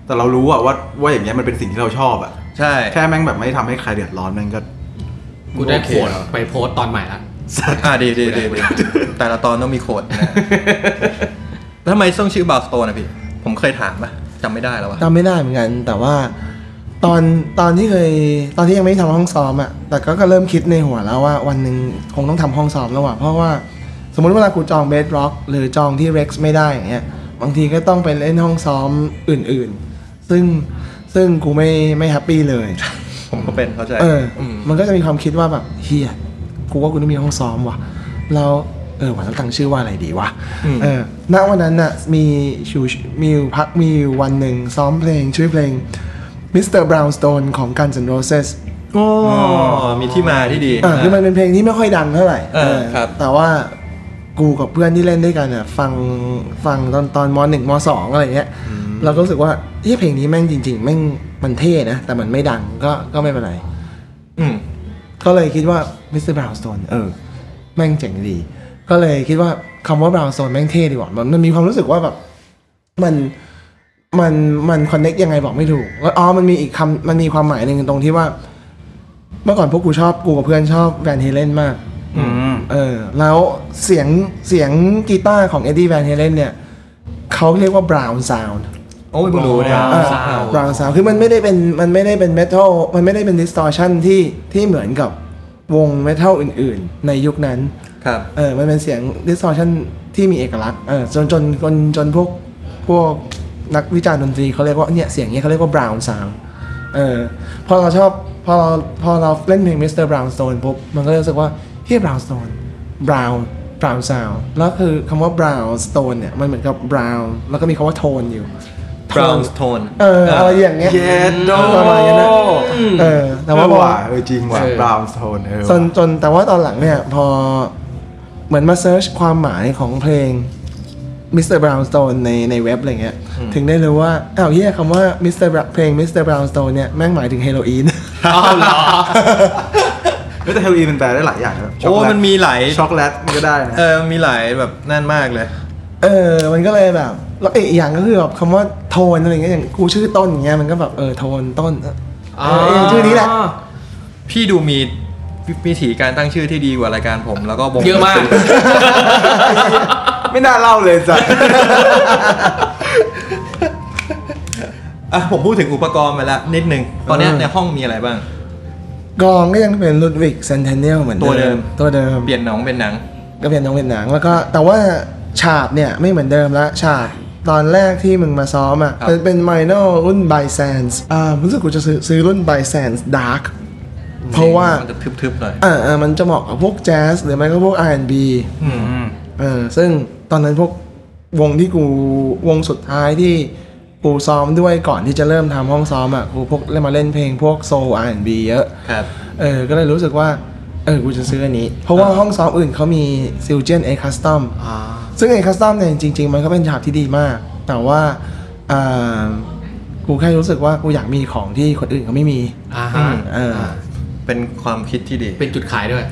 B: แต่เรารู้อะว่าว่าอย่างเงี้ยมันเป็นสิ่งที่เราชอบอะ
C: ใช่
B: แค่แม่งแบบไม่ทำให้ใครเดือดร้อนแม่งก็
E: กูได้
B: โอ
E: โค
B: เค
E: ดไปโพสต์ตอนใหม่ละ
D: <laughs>
C: อ่าดีดีดีดีแต่ละตอนต้องมีโคดนะแล้วทำไมต้องชื่อบาสโตนะพี่ ผมเคยถามปะจำไม่ได้แล้ววะ
D: จำไม่ได้เหมือนกัน แต่ว่าตอนตอนที่เคยตอนที่ยังไม่ทำห้องซ้อมอะ่ะแต่ก็ก็เริ่มคิดในหัวแล้วว่าวันหนึ่งคงต้องทำห้องซ้อมแล้วอะเพราะว่าสมมุติเวลากูจองเบสร็อกหรือจองที่เร็กซ์ไม่ได้อย่างเงี้ยบางทีก็ต้องไปเล่นห้องซ้อมอื่นๆ ซึ่งซึ่งกูไม่ไม่แฮปปี้เลย
C: ผมก็เป็นเข้าใจ
D: เออ
C: ม
D: มันก็จะมีความคิดว่าแบบเฮียกูว่ากูต้องมีห้องซ้อมว่ะ แล้วเออวันนั้นตั้งชื่อว่าอะไรดีวะ เออ ณ วันนั้นน่ะ มีชูมีอยู่พักมีอยู่วันหนึ่งซ้อมเพลงชื่อเพลง Mr. Brownstone ของ Guns N' Roses
C: โอ้มีที่มาที่ดี
D: อ่าคือมันเป็นเพลงที่ไม่ค่อยดังเท่าไหร่
C: เออครับ
D: แต่ว่ากูกับเพื่อนที่เล่นด้วยกันอ่ะฟังฟังตอนตอนมหนึ่งมสองอะไรเงี้ย เราก็รู้สึกว่าเฮ้ยเพลงนี้แม่งจริง ๆ แม่งมันเท่นะ แต่มันไม่ดังก็ก็ไม่เป็นไร
C: อืม
D: ก็เลยคิดว่ามิสเตอร์บราวน์สโตนเออ แม่งเจ๋งดี ก็เลยคิดว่าคำว่าบราวน์สโตนแม่งเท่ดีกว่ามันมันมีความรู้สึกว่าแบบมันมันมันคอนเน็กยังไงบอกไม่ถูกแล้วอ๋อมันมีอีกคำมันมีความหมายหนึ่งตรงที่ว่า เมื่อก่อนพวกกูชอบกูกับเพื่อนชอบแวนเฮเลนมาก
B: อืม
D: เออ แล้วเสียงเสียงกีตาร์ของเอ็ดดี้แวนเฮเลนเนี่ยเขาเรียกว่าบราวน์ซาวด์
C: โอ้ยมึงรู้เนี่ย
E: Brown
D: อ่า
E: Sound
D: บราวน์ซาวด์คือมันไม่ได้เป็นมันไม่ได้เป็นเมทัลมันไม่ได้เป็นดิสตอร์ชันที่ที่เหมือนกับวงเมทัลอื่นๆ ในยุคนั้น
C: ครับ
D: เออ มันเป็นเสียงดิสตอร์ชันที่มีเอกลักษณ์ เออ จนจนจนจนพวกพวกนักวิจารณ์ดนตรีเขาเรียกว่าเนี่ยเสียงเนี้ยเขาเรียกว่าบราวน์ซาวด์เออ พอเราชอบพอเราพอเราเล่นเพลงมิสเตอร์บราวน์สโตนปุ๊บ มันก็เลยรู้สึกว่าเฮียบราวน์สโตนบราวน์บราวน์ซาวด์แล้วคือคำว่าบราวน์สโตนเนี่ยมันเหมือนกับบราวน์แล้วก็มีคำว่าโทนอยู่
C: brown tone
D: เอออะไรอย่างเงี้ย
B: เย็ดโด
D: ประมาณอย่างนั้นนะเออ แต่
B: แต่ว่า
D: ว่าพอ
B: ว่าเออจริงว่ะ
E: เออ
B: บราวน์โทนเออ
D: จนจนแต่ว่าตอนหลังเนี่ย พอเหมือนมาเซิร์ชความหมายของเพลง มิสเตอร์บราวน์สโตนในในเว็บอะไรเงี้ยถึงได้เลยว่าอ้าวเฮียคำว่ามิสเตอร์เพลงมิสเตอร์บราวน์สโตนเนี่ยแม่งหมายถึงเฮโรอีน
E: อ้าวเหรอ
B: เฮ้ยแต่เฮโรอีนมันแปลได้หลายอย่างนะช็ก
C: โอ้
B: โกแลต
C: มันมีหลาย
B: ช็อกโกแลตมันก็ได้นะ
C: เออมีหลายแบบนั่นมากเลย
D: <laughs> เออ มันก็เลยแบบแล้วเอกอย่างก็คือแบบคำว่าโทนอะไรเงี้ยอย่างกูชื่อต้นอย่างเงี้ยมันก็แบบเออโทนต้นเออเอออย่างชื่อนี้แหละ
C: พี่ดูมีวิธีการตั้งชื่อที่ดีกว่ารายการผมแล้วก็วง
E: เยอะมาก
B: ไม่น่าเล่าเลยจ้ะ
C: อ่ะผมพูดถึงอุปกรณ์ไปแล้วนิดนึงตอนเนี้ย
D: เออ
C: ในห้องมีอะไรบ้าง
D: กองก็ยังเป็นลุดวิกเซนเทนเนียลเหมือน
C: ตัวเดิม
D: ตัวเดิม
C: เปลี่ยนหนองเป็นหนัง
D: ก็เปลี่ยนน้องเป็นหนัง แล้วก็แต่ว่าฉาบเนี่ยไม่เหมือนเดิมละฉาบตอนแรกที่มึงมาซ้อมอ่ะ
C: ครับ
D: เป็นเป็นไมโนรุ่นไบแซนส์อ่ารู้สึกกูจะซื้อซื้อรุ่นไบแซนส์ดาร์กเพราะว่า
C: นจะทึบๆหน่อย
D: เออเออมันจะเหมาะกับพวกแจ๊สหรือไม่ก็พวก R&B เออซึ่งตอนนั้นพวกวงที่กูวงสุดท้ายที่กูซ้อมด้วยก่อนที่จะเริ่มทำห้องซ้อมอ่ะกูพวกเล่นมาเล่นเพลงพวกโซ R&B เยอะ
C: ครับ
D: เออ ก็เลยรู้สึกว่า เออ กูจะซื้ออันนี้ เพราะว่าห้องซ้อมอื่นเขามีซิลเจนเอคัสตอมซึ่งเอคัสตอมเนี่ยจริง ๆ มันก็เป็นฉากที่ดีมาก แต่ว่าอ่ากูแค่รู้สึกว่ากูอยากมีของที่คนอื่นเขาไม่มี
E: อ่าฮะ
D: เออ
C: เป็นความคิดที่ดี
E: เป็นจุดขายด้วย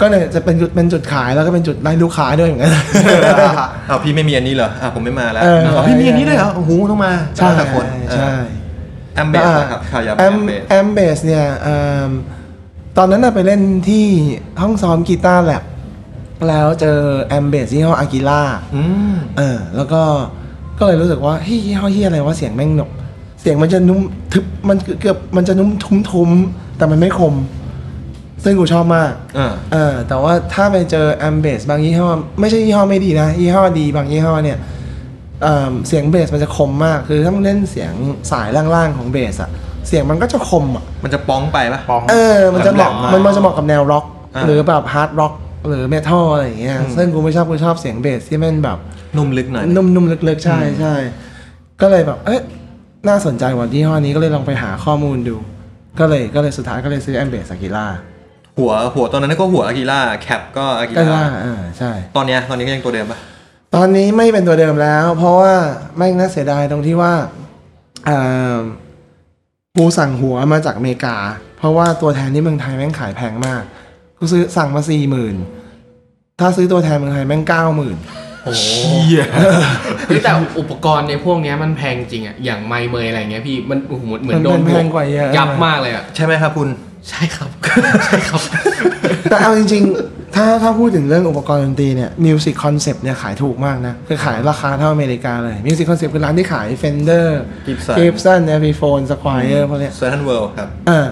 D: ก็เนี่ยจะเป็นจุดเป็นจุดขายแล้วก็เป็นจุดไล่ลูกค้าด้วยเหมือนกัน
C: เอาพี่ไม่มีอันนี้เหรออ่ะผมไม่มาแล้ว
D: เออ
C: เอาพี่มีอันนี้ด้วยเหรอโอ้โหต้องมา
D: ใช่
C: แต่คน
D: ใช่
C: แอมเบสนะครับข่าวยา
D: แอม
C: เบส
D: แอมเบสเนี่ยเอิ่มตอนนั้นน่ะไปเล่นที่ห้องซ้อมกีตาร์แลบแล้วเจอแอมเบสที่ห้องอากิล่า
C: อืม
D: เออแล้วก็ก็เลยรู้สึกว่าเฮ้ยยี่ห้อเฮียอะไรวะเสียงแม่งหนก เสียงมันจะนุ่มทึบมันเกือบมันจะนุ่มทุ้มทุ้มๆแต่มันไม่คม ซึ่งกูชอบมาก
C: เออ
D: เออแต่ว่าถ้าไปเจอแอมเบสบางยี่ห้อ ไม่ใช่ยี่ห้อไม่ดีนะ ยี่ห้อดีบางยี่ห้อเนี่ยเอิ่มเสียงเบสมันจะคมมาก คือถ้ามันเล่นเสียงสายล่างๆของเบสอะเสียงมันก็จะคมอะ
C: มันจะป้องไปปะ
D: เออ มันจะเหมาะ
B: แหลมๆมาก
D: มันมันจะเหมาะกับแนวร็อก
C: อ่า
D: หรือแบบฮาร์ดร็อก หรือเมทัลอะไรอย่างเงี้ยซึ่งกูไม่ชอบกูชอบเสียงเบสที่มันแบบ
C: นุ่มลึกหน่อย
D: นุ่มๆลึกๆ ใช่ใช่ ก็เลยแบบ เอ๊ะน่าสนใจว่ะยี่ห้อนี้ก็เลยลองไปหาข้อมูลดู ก็เลยก็เลยสุดท้ายก็เลยซื้อแอมเบสอากิล่า
C: หัวหัวตอนนั้นก็หัวอากิล่าแคปก็อากิ
D: ก็
C: ล่า
D: ล่าอ่าใช่
C: ตอนเนี้ยตอนนี้ก็ยังตัวเดิมปะ
D: ตอนนี้ไม่เป็นตัวเดิมแล้ว เพราะว่าไม่งน่าเสียดายตรงที่ว่าอ่ากูสั่งหัวมาจากอเมริกา เพราะว่าตัวแทนที่เมืองไทยแม่งขายแพงมาก กูซื้อสั่งมาสี่หมื่นถ้าซื้อตัวแทนเมืองไทยแม่งเก้าหมื่น
E: เฮ้ยแต่อุปกรณ์ในพวกเนี้ยมันแพงจริงอะอย่างไมค์เมยอะไรเงี้ยพี่มันโอ้โหเหมือนโดน
D: แพงกว่าเยอะ
E: ยับมากเลยอะ
C: ใช่ไหมครับคุณ
E: ใช่ครับ ใช่ครับ
D: แต่เอาจริงๆ ถ้าถ้าพูดถึงเรื่องอุปกรณ์ดนตรีเนี่ยมิวสิกคอนเซปต์เนี่ยขายถูกมากนะ คือขายราคาเท่าอเมริกาเลยมิวสิกคอนเซปต์คือร้านที่ขาย Fender
C: Gibson
D: Gibson e p i p h o n e Squire พวกเนี้ย
C: เซอร์ทันเวิลด์ครับ
D: เออ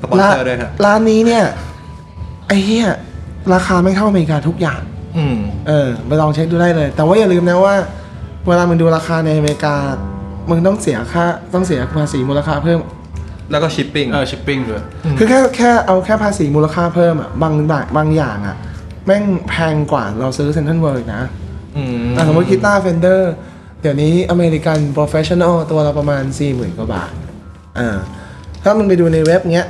C: สปอนเซอร์ด้วยครับ
D: ร้านนี้เนี่ยไอ้เหี้ยราคาไม่งเท่าอเมริกาทุกอย่าง
C: อืม
D: เออไปลองเช็คดูได้เลย แต่ว่าอย่าลืมนะว่า เวลามึงดูราคาในอเมริกา มึงต้องเสียค่าต้องเสียภาษีมูลค่าเพิ่ม
C: แล้วก็ชิปปิ้ง
B: เออชิปปิ้งด้วย
D: คือแค่แค่เอาแค่ภาษีมูลค่าเพิ่มอ่ะบางบางบางอย่างอ่ะ แม่งแพงกว่าเราซื้อเซนทรัลเวิร์กนะ
C: อืม
D: แต่สมมติกีตาร์เฟนเดอร์เดี๋ยวนี้อเมริกันโปรเฟชชั่นอลตัวละประมาณ 4 0,000กว่าบาทอ่าถ้ามึงไปดูในเว็บเงี้ย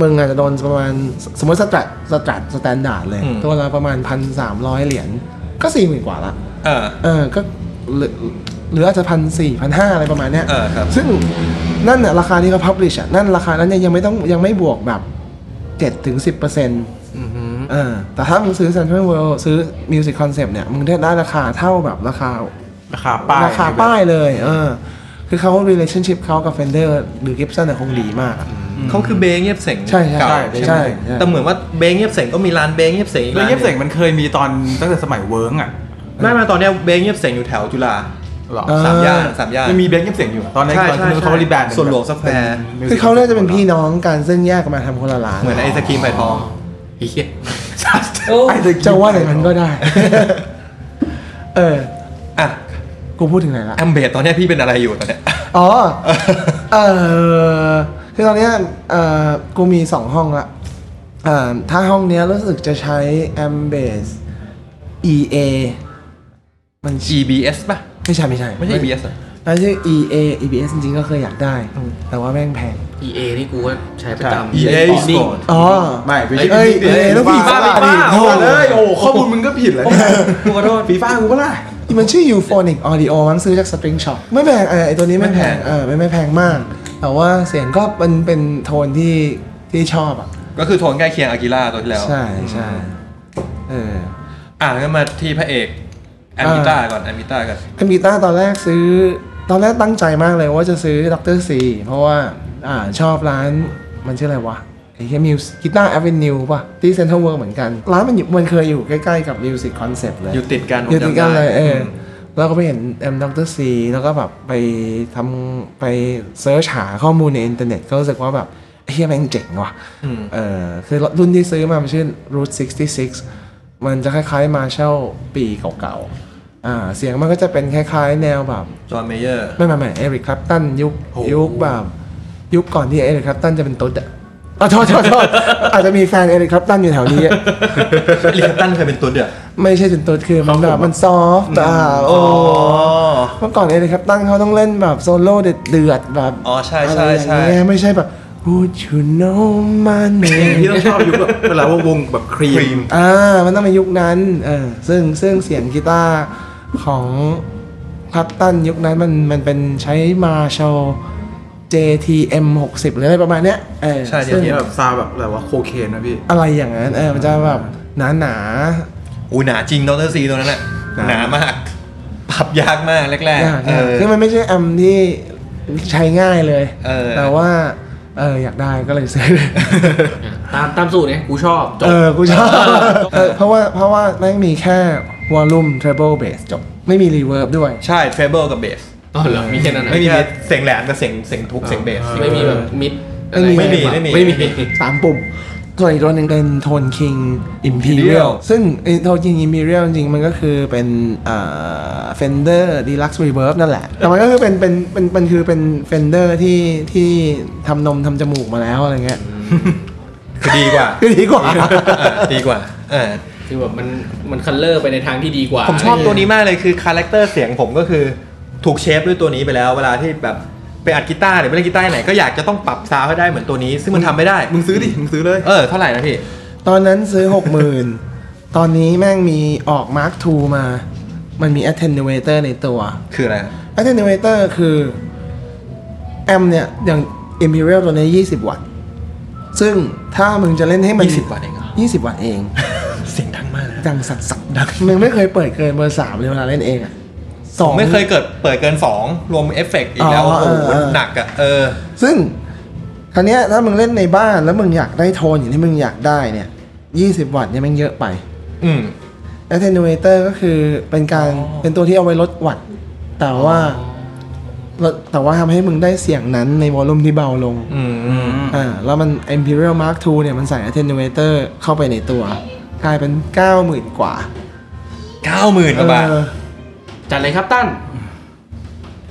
D: มึงอาจจะโดนประมาณสสมมติสแตรทสแตรทสแตนดาร์ดเลย
C: อืม
D: ตัวละประมาณพันสามร้อยเหรียญก็สี่หมื่นกว่าละ
C: เออ
D: เออก็หรือหรืออาจจะพันสี่พันห้าอะไรประมาณเนี้ย
C: เออครับ
D: ซึ่งนั่นน่ะราคาที่เขาพับลิชอ่ะ นั่นราคานั้นเนี่ยยังไม่ต้องยังไม่บวกแบบเจ็ดถึงสิบเปอร์เซ็นต์เออแต่ถ้ามึงซื้อ Central World ซื้อ Music Concept เนี่ย มึงได้ราคาเท่าแบบราคา
B: ราคาป้าย
D: ราคาป้ายเลยเออคือเขา relationship เขากับ Fender หรือ Gibson เนี่ยคงดีมากอะ
C: เขาคือเบงเงียบเสง
D: ใช่ใช่
C: เก่า
D: ใช่
C: ไหม
D: ใช่
C: แต่เหมือนว่าเบงเงียบเสงก็มีร้านเบงเงียบเสงอีก
B: แล้ว
C: ร้าน
B: เย็บเสงมันเคยมีตอนตั้งแต่สมัยเวิร์กอ่ะ
C: ไม่ไม่ตอนเนี้ยเบงเงียบเสงอยู่แถวจุฬา
B: หรอ
D: เออ
C: สามย่านสามย่าน
B: ยังมีเบงเย็บเสงอยู่ ตอนนั้น
C: ใช่
B: ตอน
C: ใช่
B: ที่เขา
C: ใช่
B: รีแบรนด์เป็
C: ส่วนหลวง Square
B: ป็
D: คือเขาน่าจะเป็นพี่น้องกันซึ่งแยกกันมาทำคนละร้าน
C: เหมือนไอศครีมไผ่ทอง
E: เฮีย
D: จะว่าไหนมันก็ได้ เออ
C: อ่ะ
D: กูพูดถึงไหนละ
C: แอมเบดตอนเนี้ยพี่เป็นอะไรอยู่ตอนเนี้ย
D: อ๋อ เออคือตอนเนี้ยเออกูมีสองห้องละเอ่อถ้าห้องเนี้ยรู้สึกจะใช้ a m b a s EA มัน
C: EBS ป่ะ
D: ไม่ใช่ไม่ใช่
C: ไม่ใช่ EBS เหรอ
D: แล้วชื่อ EA EBS จริงๆก็เคยอยากได้ แต่ว่าแม่งแพง
E: EA นี่กูก็ใช้ประจำ
C: EA
E: Bonding
C: Sport
D: อ๋อ
B: ไม่ไม่ใช่
D: เอ้ย
B: ผิด
D: เอ้ยแล้ว
B: บ้
D: ผิดบ้า
B: บ้
D: บ้า
B: ผิด
D: โอ้โห
B: เลยโอ้โหข้อมูลมึงก็ผิดเลย
E: กูขอโทษ
B: ฟีฟ่ากูก็ล่ะ
D: มันชื่อ Euphonic Audio มันซื้อจาก Spring Shop ไม่แพงเออไอตัวนี้ไม่แพงเออไม่ไม่แพงมาก แต่ว่าเสียงก็มันเป็นโทนที่ที่ชอบอ่ะ
C: ก็คือโทนใกล้เคียงอากิล่าตัวที่แล้ว
D: ใช่ใช่เออ
C: อ่ะงั้นมาที่พระเอกแอมบิต้าก่อนแอมบิต้าก่อน
D: แอมกีตาร์ตอนแรกซื้อตอนแรกตั้งใจมากเลยว่าจะซื้อดรซีเพราะว่าอ่าชอบร้านมันชื่ออะไรวะไอ้แค่มิวกีตาร์แอเวนิวป่ะ ที่เซ็นทรัลเวิร์เหมือนกัน ร้านมันอยู่มันเคยอยู่ใกล้ๆกับมิวสิกคอนเซ็ปต์เลย
C: อยู่ติดกันผม
D: อยู่ติดกัน
C: จำไ
D: เลยเออแล้วก็ไปเห็นแอมดรซีแล้วก็แบบไปทำไปเซิร์ชหาข้อมูลในอินเทอร์เน็ตก็รู้สึกว่าแบบเฮียแม่งเจ๋งว่ะ
C: อืม
D: เออคือรุ่นที่ซื้อมามันชื่อ Root 66 มันจะคล้ายๆ Marshall ปีเก่าๆอ่าเสียงมันก็จะเป็นคล้ายๆ แนวแบบ
C: จอห์นเมเยอร์
D: ไม่ไม่ไม่เอริกคลัปตันยุคยุคแบบยุคก่อนที่เอริกคลัปตันจะเป็นตุ๊ดอะอ่ะโทษโทษโทษอาจจะมีแฟนเอริกคลัปตันอยู่แถวนี้อะ
C: ลิงตันเคยเป็นตัวเดือด
D: ไม่ใช่เป็นตุ๊ดคือมันแบบมันซอฟต์อ่ะโอ้เมื่อก่อนเอริกคลัปตันเขาต้องเล่นแบบโซโล่เดือดๆแบบ
C: อ๋อใช่ใช่
D: อะไรอย่าง
C: ใช่
D: เงี้ยไม่ใช่แบบ Would you know my
B: เพลง
D: name
B: ที่ต้องชอบยุคแบบเวลาวงๆแบบครี
C: ครี
B: ม
C: ม
D: อ่ามันต้องเป็นยุคนั้นเออซึ่งซึ่งเสียงกีตาร์ของคลัปตันยุคนั้นมันมันเป็นใช้มาช l JTM 60 หรืออะไรประมาณเนี้ยเออ
C: ใช่
D: ซึ่ง
C: JTM
B: แบบซาวด์แบบอะไรวะโคเคนนะพี่
D: อะไรอย่างนั้นเออมันจะแบบหนาหนา
C: อูหนาจริงดรซีตัวนั้นน่ะหนามาก ปรับยากมากแรก
D: ๆยาก
C: ๆเออ
D: ๆคือมันไม่ใช่แอมที่ใช้ง่ายเลย
C: เออ
D: แต่ว่าเอออยากได้ก็เลยซื้อ
E: ตามตามสูตรเนี่ยกูชอบจบ
D: เออ กูช <laughs> อบเออเพราะว่าเพราะว่าแม่งมีแค่วอลลุ่มเทรเบิลเบสจบ ไม่มีรีเวิร์บด้วย
C: ใช่เทรเบิลกับเบส
E: อ๋อเหรอ มีแค่นั้นนะ
C: ไม่มีเสียงแหลมกับเสียงเสียงทุกเสียงเบส
E: ไม่มีแบบมิด
D: ไม่มี
C: ไม่มี
E: ไม่มี
D: สามปุ่มส่วนอีกตัวหนึ่งเป็นโทนคิงอิมพีเรีย
C: Imperial
D: ลซึ่งโทนคิงอิมพีเรียลจริงๆ มันก็คือเป็นเฟนเดอร์ดีลักซ์รีเวิร์นั่นแหละ แต่มันก็คือเป็นเป็นเป็นมันคือเป็นเฟนเดอร์ที่ที่ทำนมทำจมูกมาแล้วอะไรเงี้ย
C: คือดีกว่า
D: คือดีกว่า
C: เออดีกว่าเออ
E: คือแบบมันมันคันเลอร์ไปในทางที่ดีกว่า
C: ผมชอบตัวนี้มากเลยคือคาแรคเตอร์เสียงผมก็คือถูกเชฟด้วยตัวนี้ไปแล้ว เวลาที่แบบไปอัดกีตาร์หรือไปเล่นกีตาร์ไหนก็อยากจะต้องปรับซาวด์ให้ได้เหมือนตัวนี้ ซึ่งมันทำไม่ได้
B: มึงซื้อดิ มึงซื้อเลย
C: เออเท่าไหร่นะพี่
D: ตอนนั้นซื้อหกหมื่นตอนนี้แม่งมีออกมาร์คทูมา มันมี attenuator ในตัว
C: คืออะไร
D: attenuator คือแอมเนี่ย อย่าง imperial ตัวเนี้ย20 วัตต์ ซึ่งถ้ามึงจะเล่นให้มัน
C: 20วัตต์เองเหรอ
D: 20 วัตต์เอง
C: <laughs> เสียงดังมากนะ
D: ดังสัตสัดังมึงไม่เคยเปิดเกินเบอร์สามเลยเวลาเล่นเองอะส
C: ผ
D: อง
C: มไม่เคยเกิดเปิดเกิน 2 รวมเอฟเฟกอีกแล้ว
D: อ๋
C: โอ้
D: อ
C: โห
D: เออ
C: หนักอ่ะเออ
D: ซึ่งคราวเนี้ยถ้ามึงเล่นในบ้านแล้วมึงอยากได้โทนอย่างที่มึงอยากได้เนี่ย 20 วัตต์เนี่ยแม่งเยอะไป
C: อืม
D: attenuator ก็คือเป็นการเป็นตัวที่เอาไว้ลดวัตต์แต่ว่าลดแต่ว่าทำให้มึงได้เสียงนั้นในวอลลุ่มที่เบาลง
C: อืม
D: อ่าแล้วมัน Imperial Mark II เนี่ยมันใส่ attenuator เข้าไปในตัวกลายเป็น 90,000 กว่า
C: เก้าหมื่นกว่าบาท
D: เออ
E: จัดเลยครับตั้น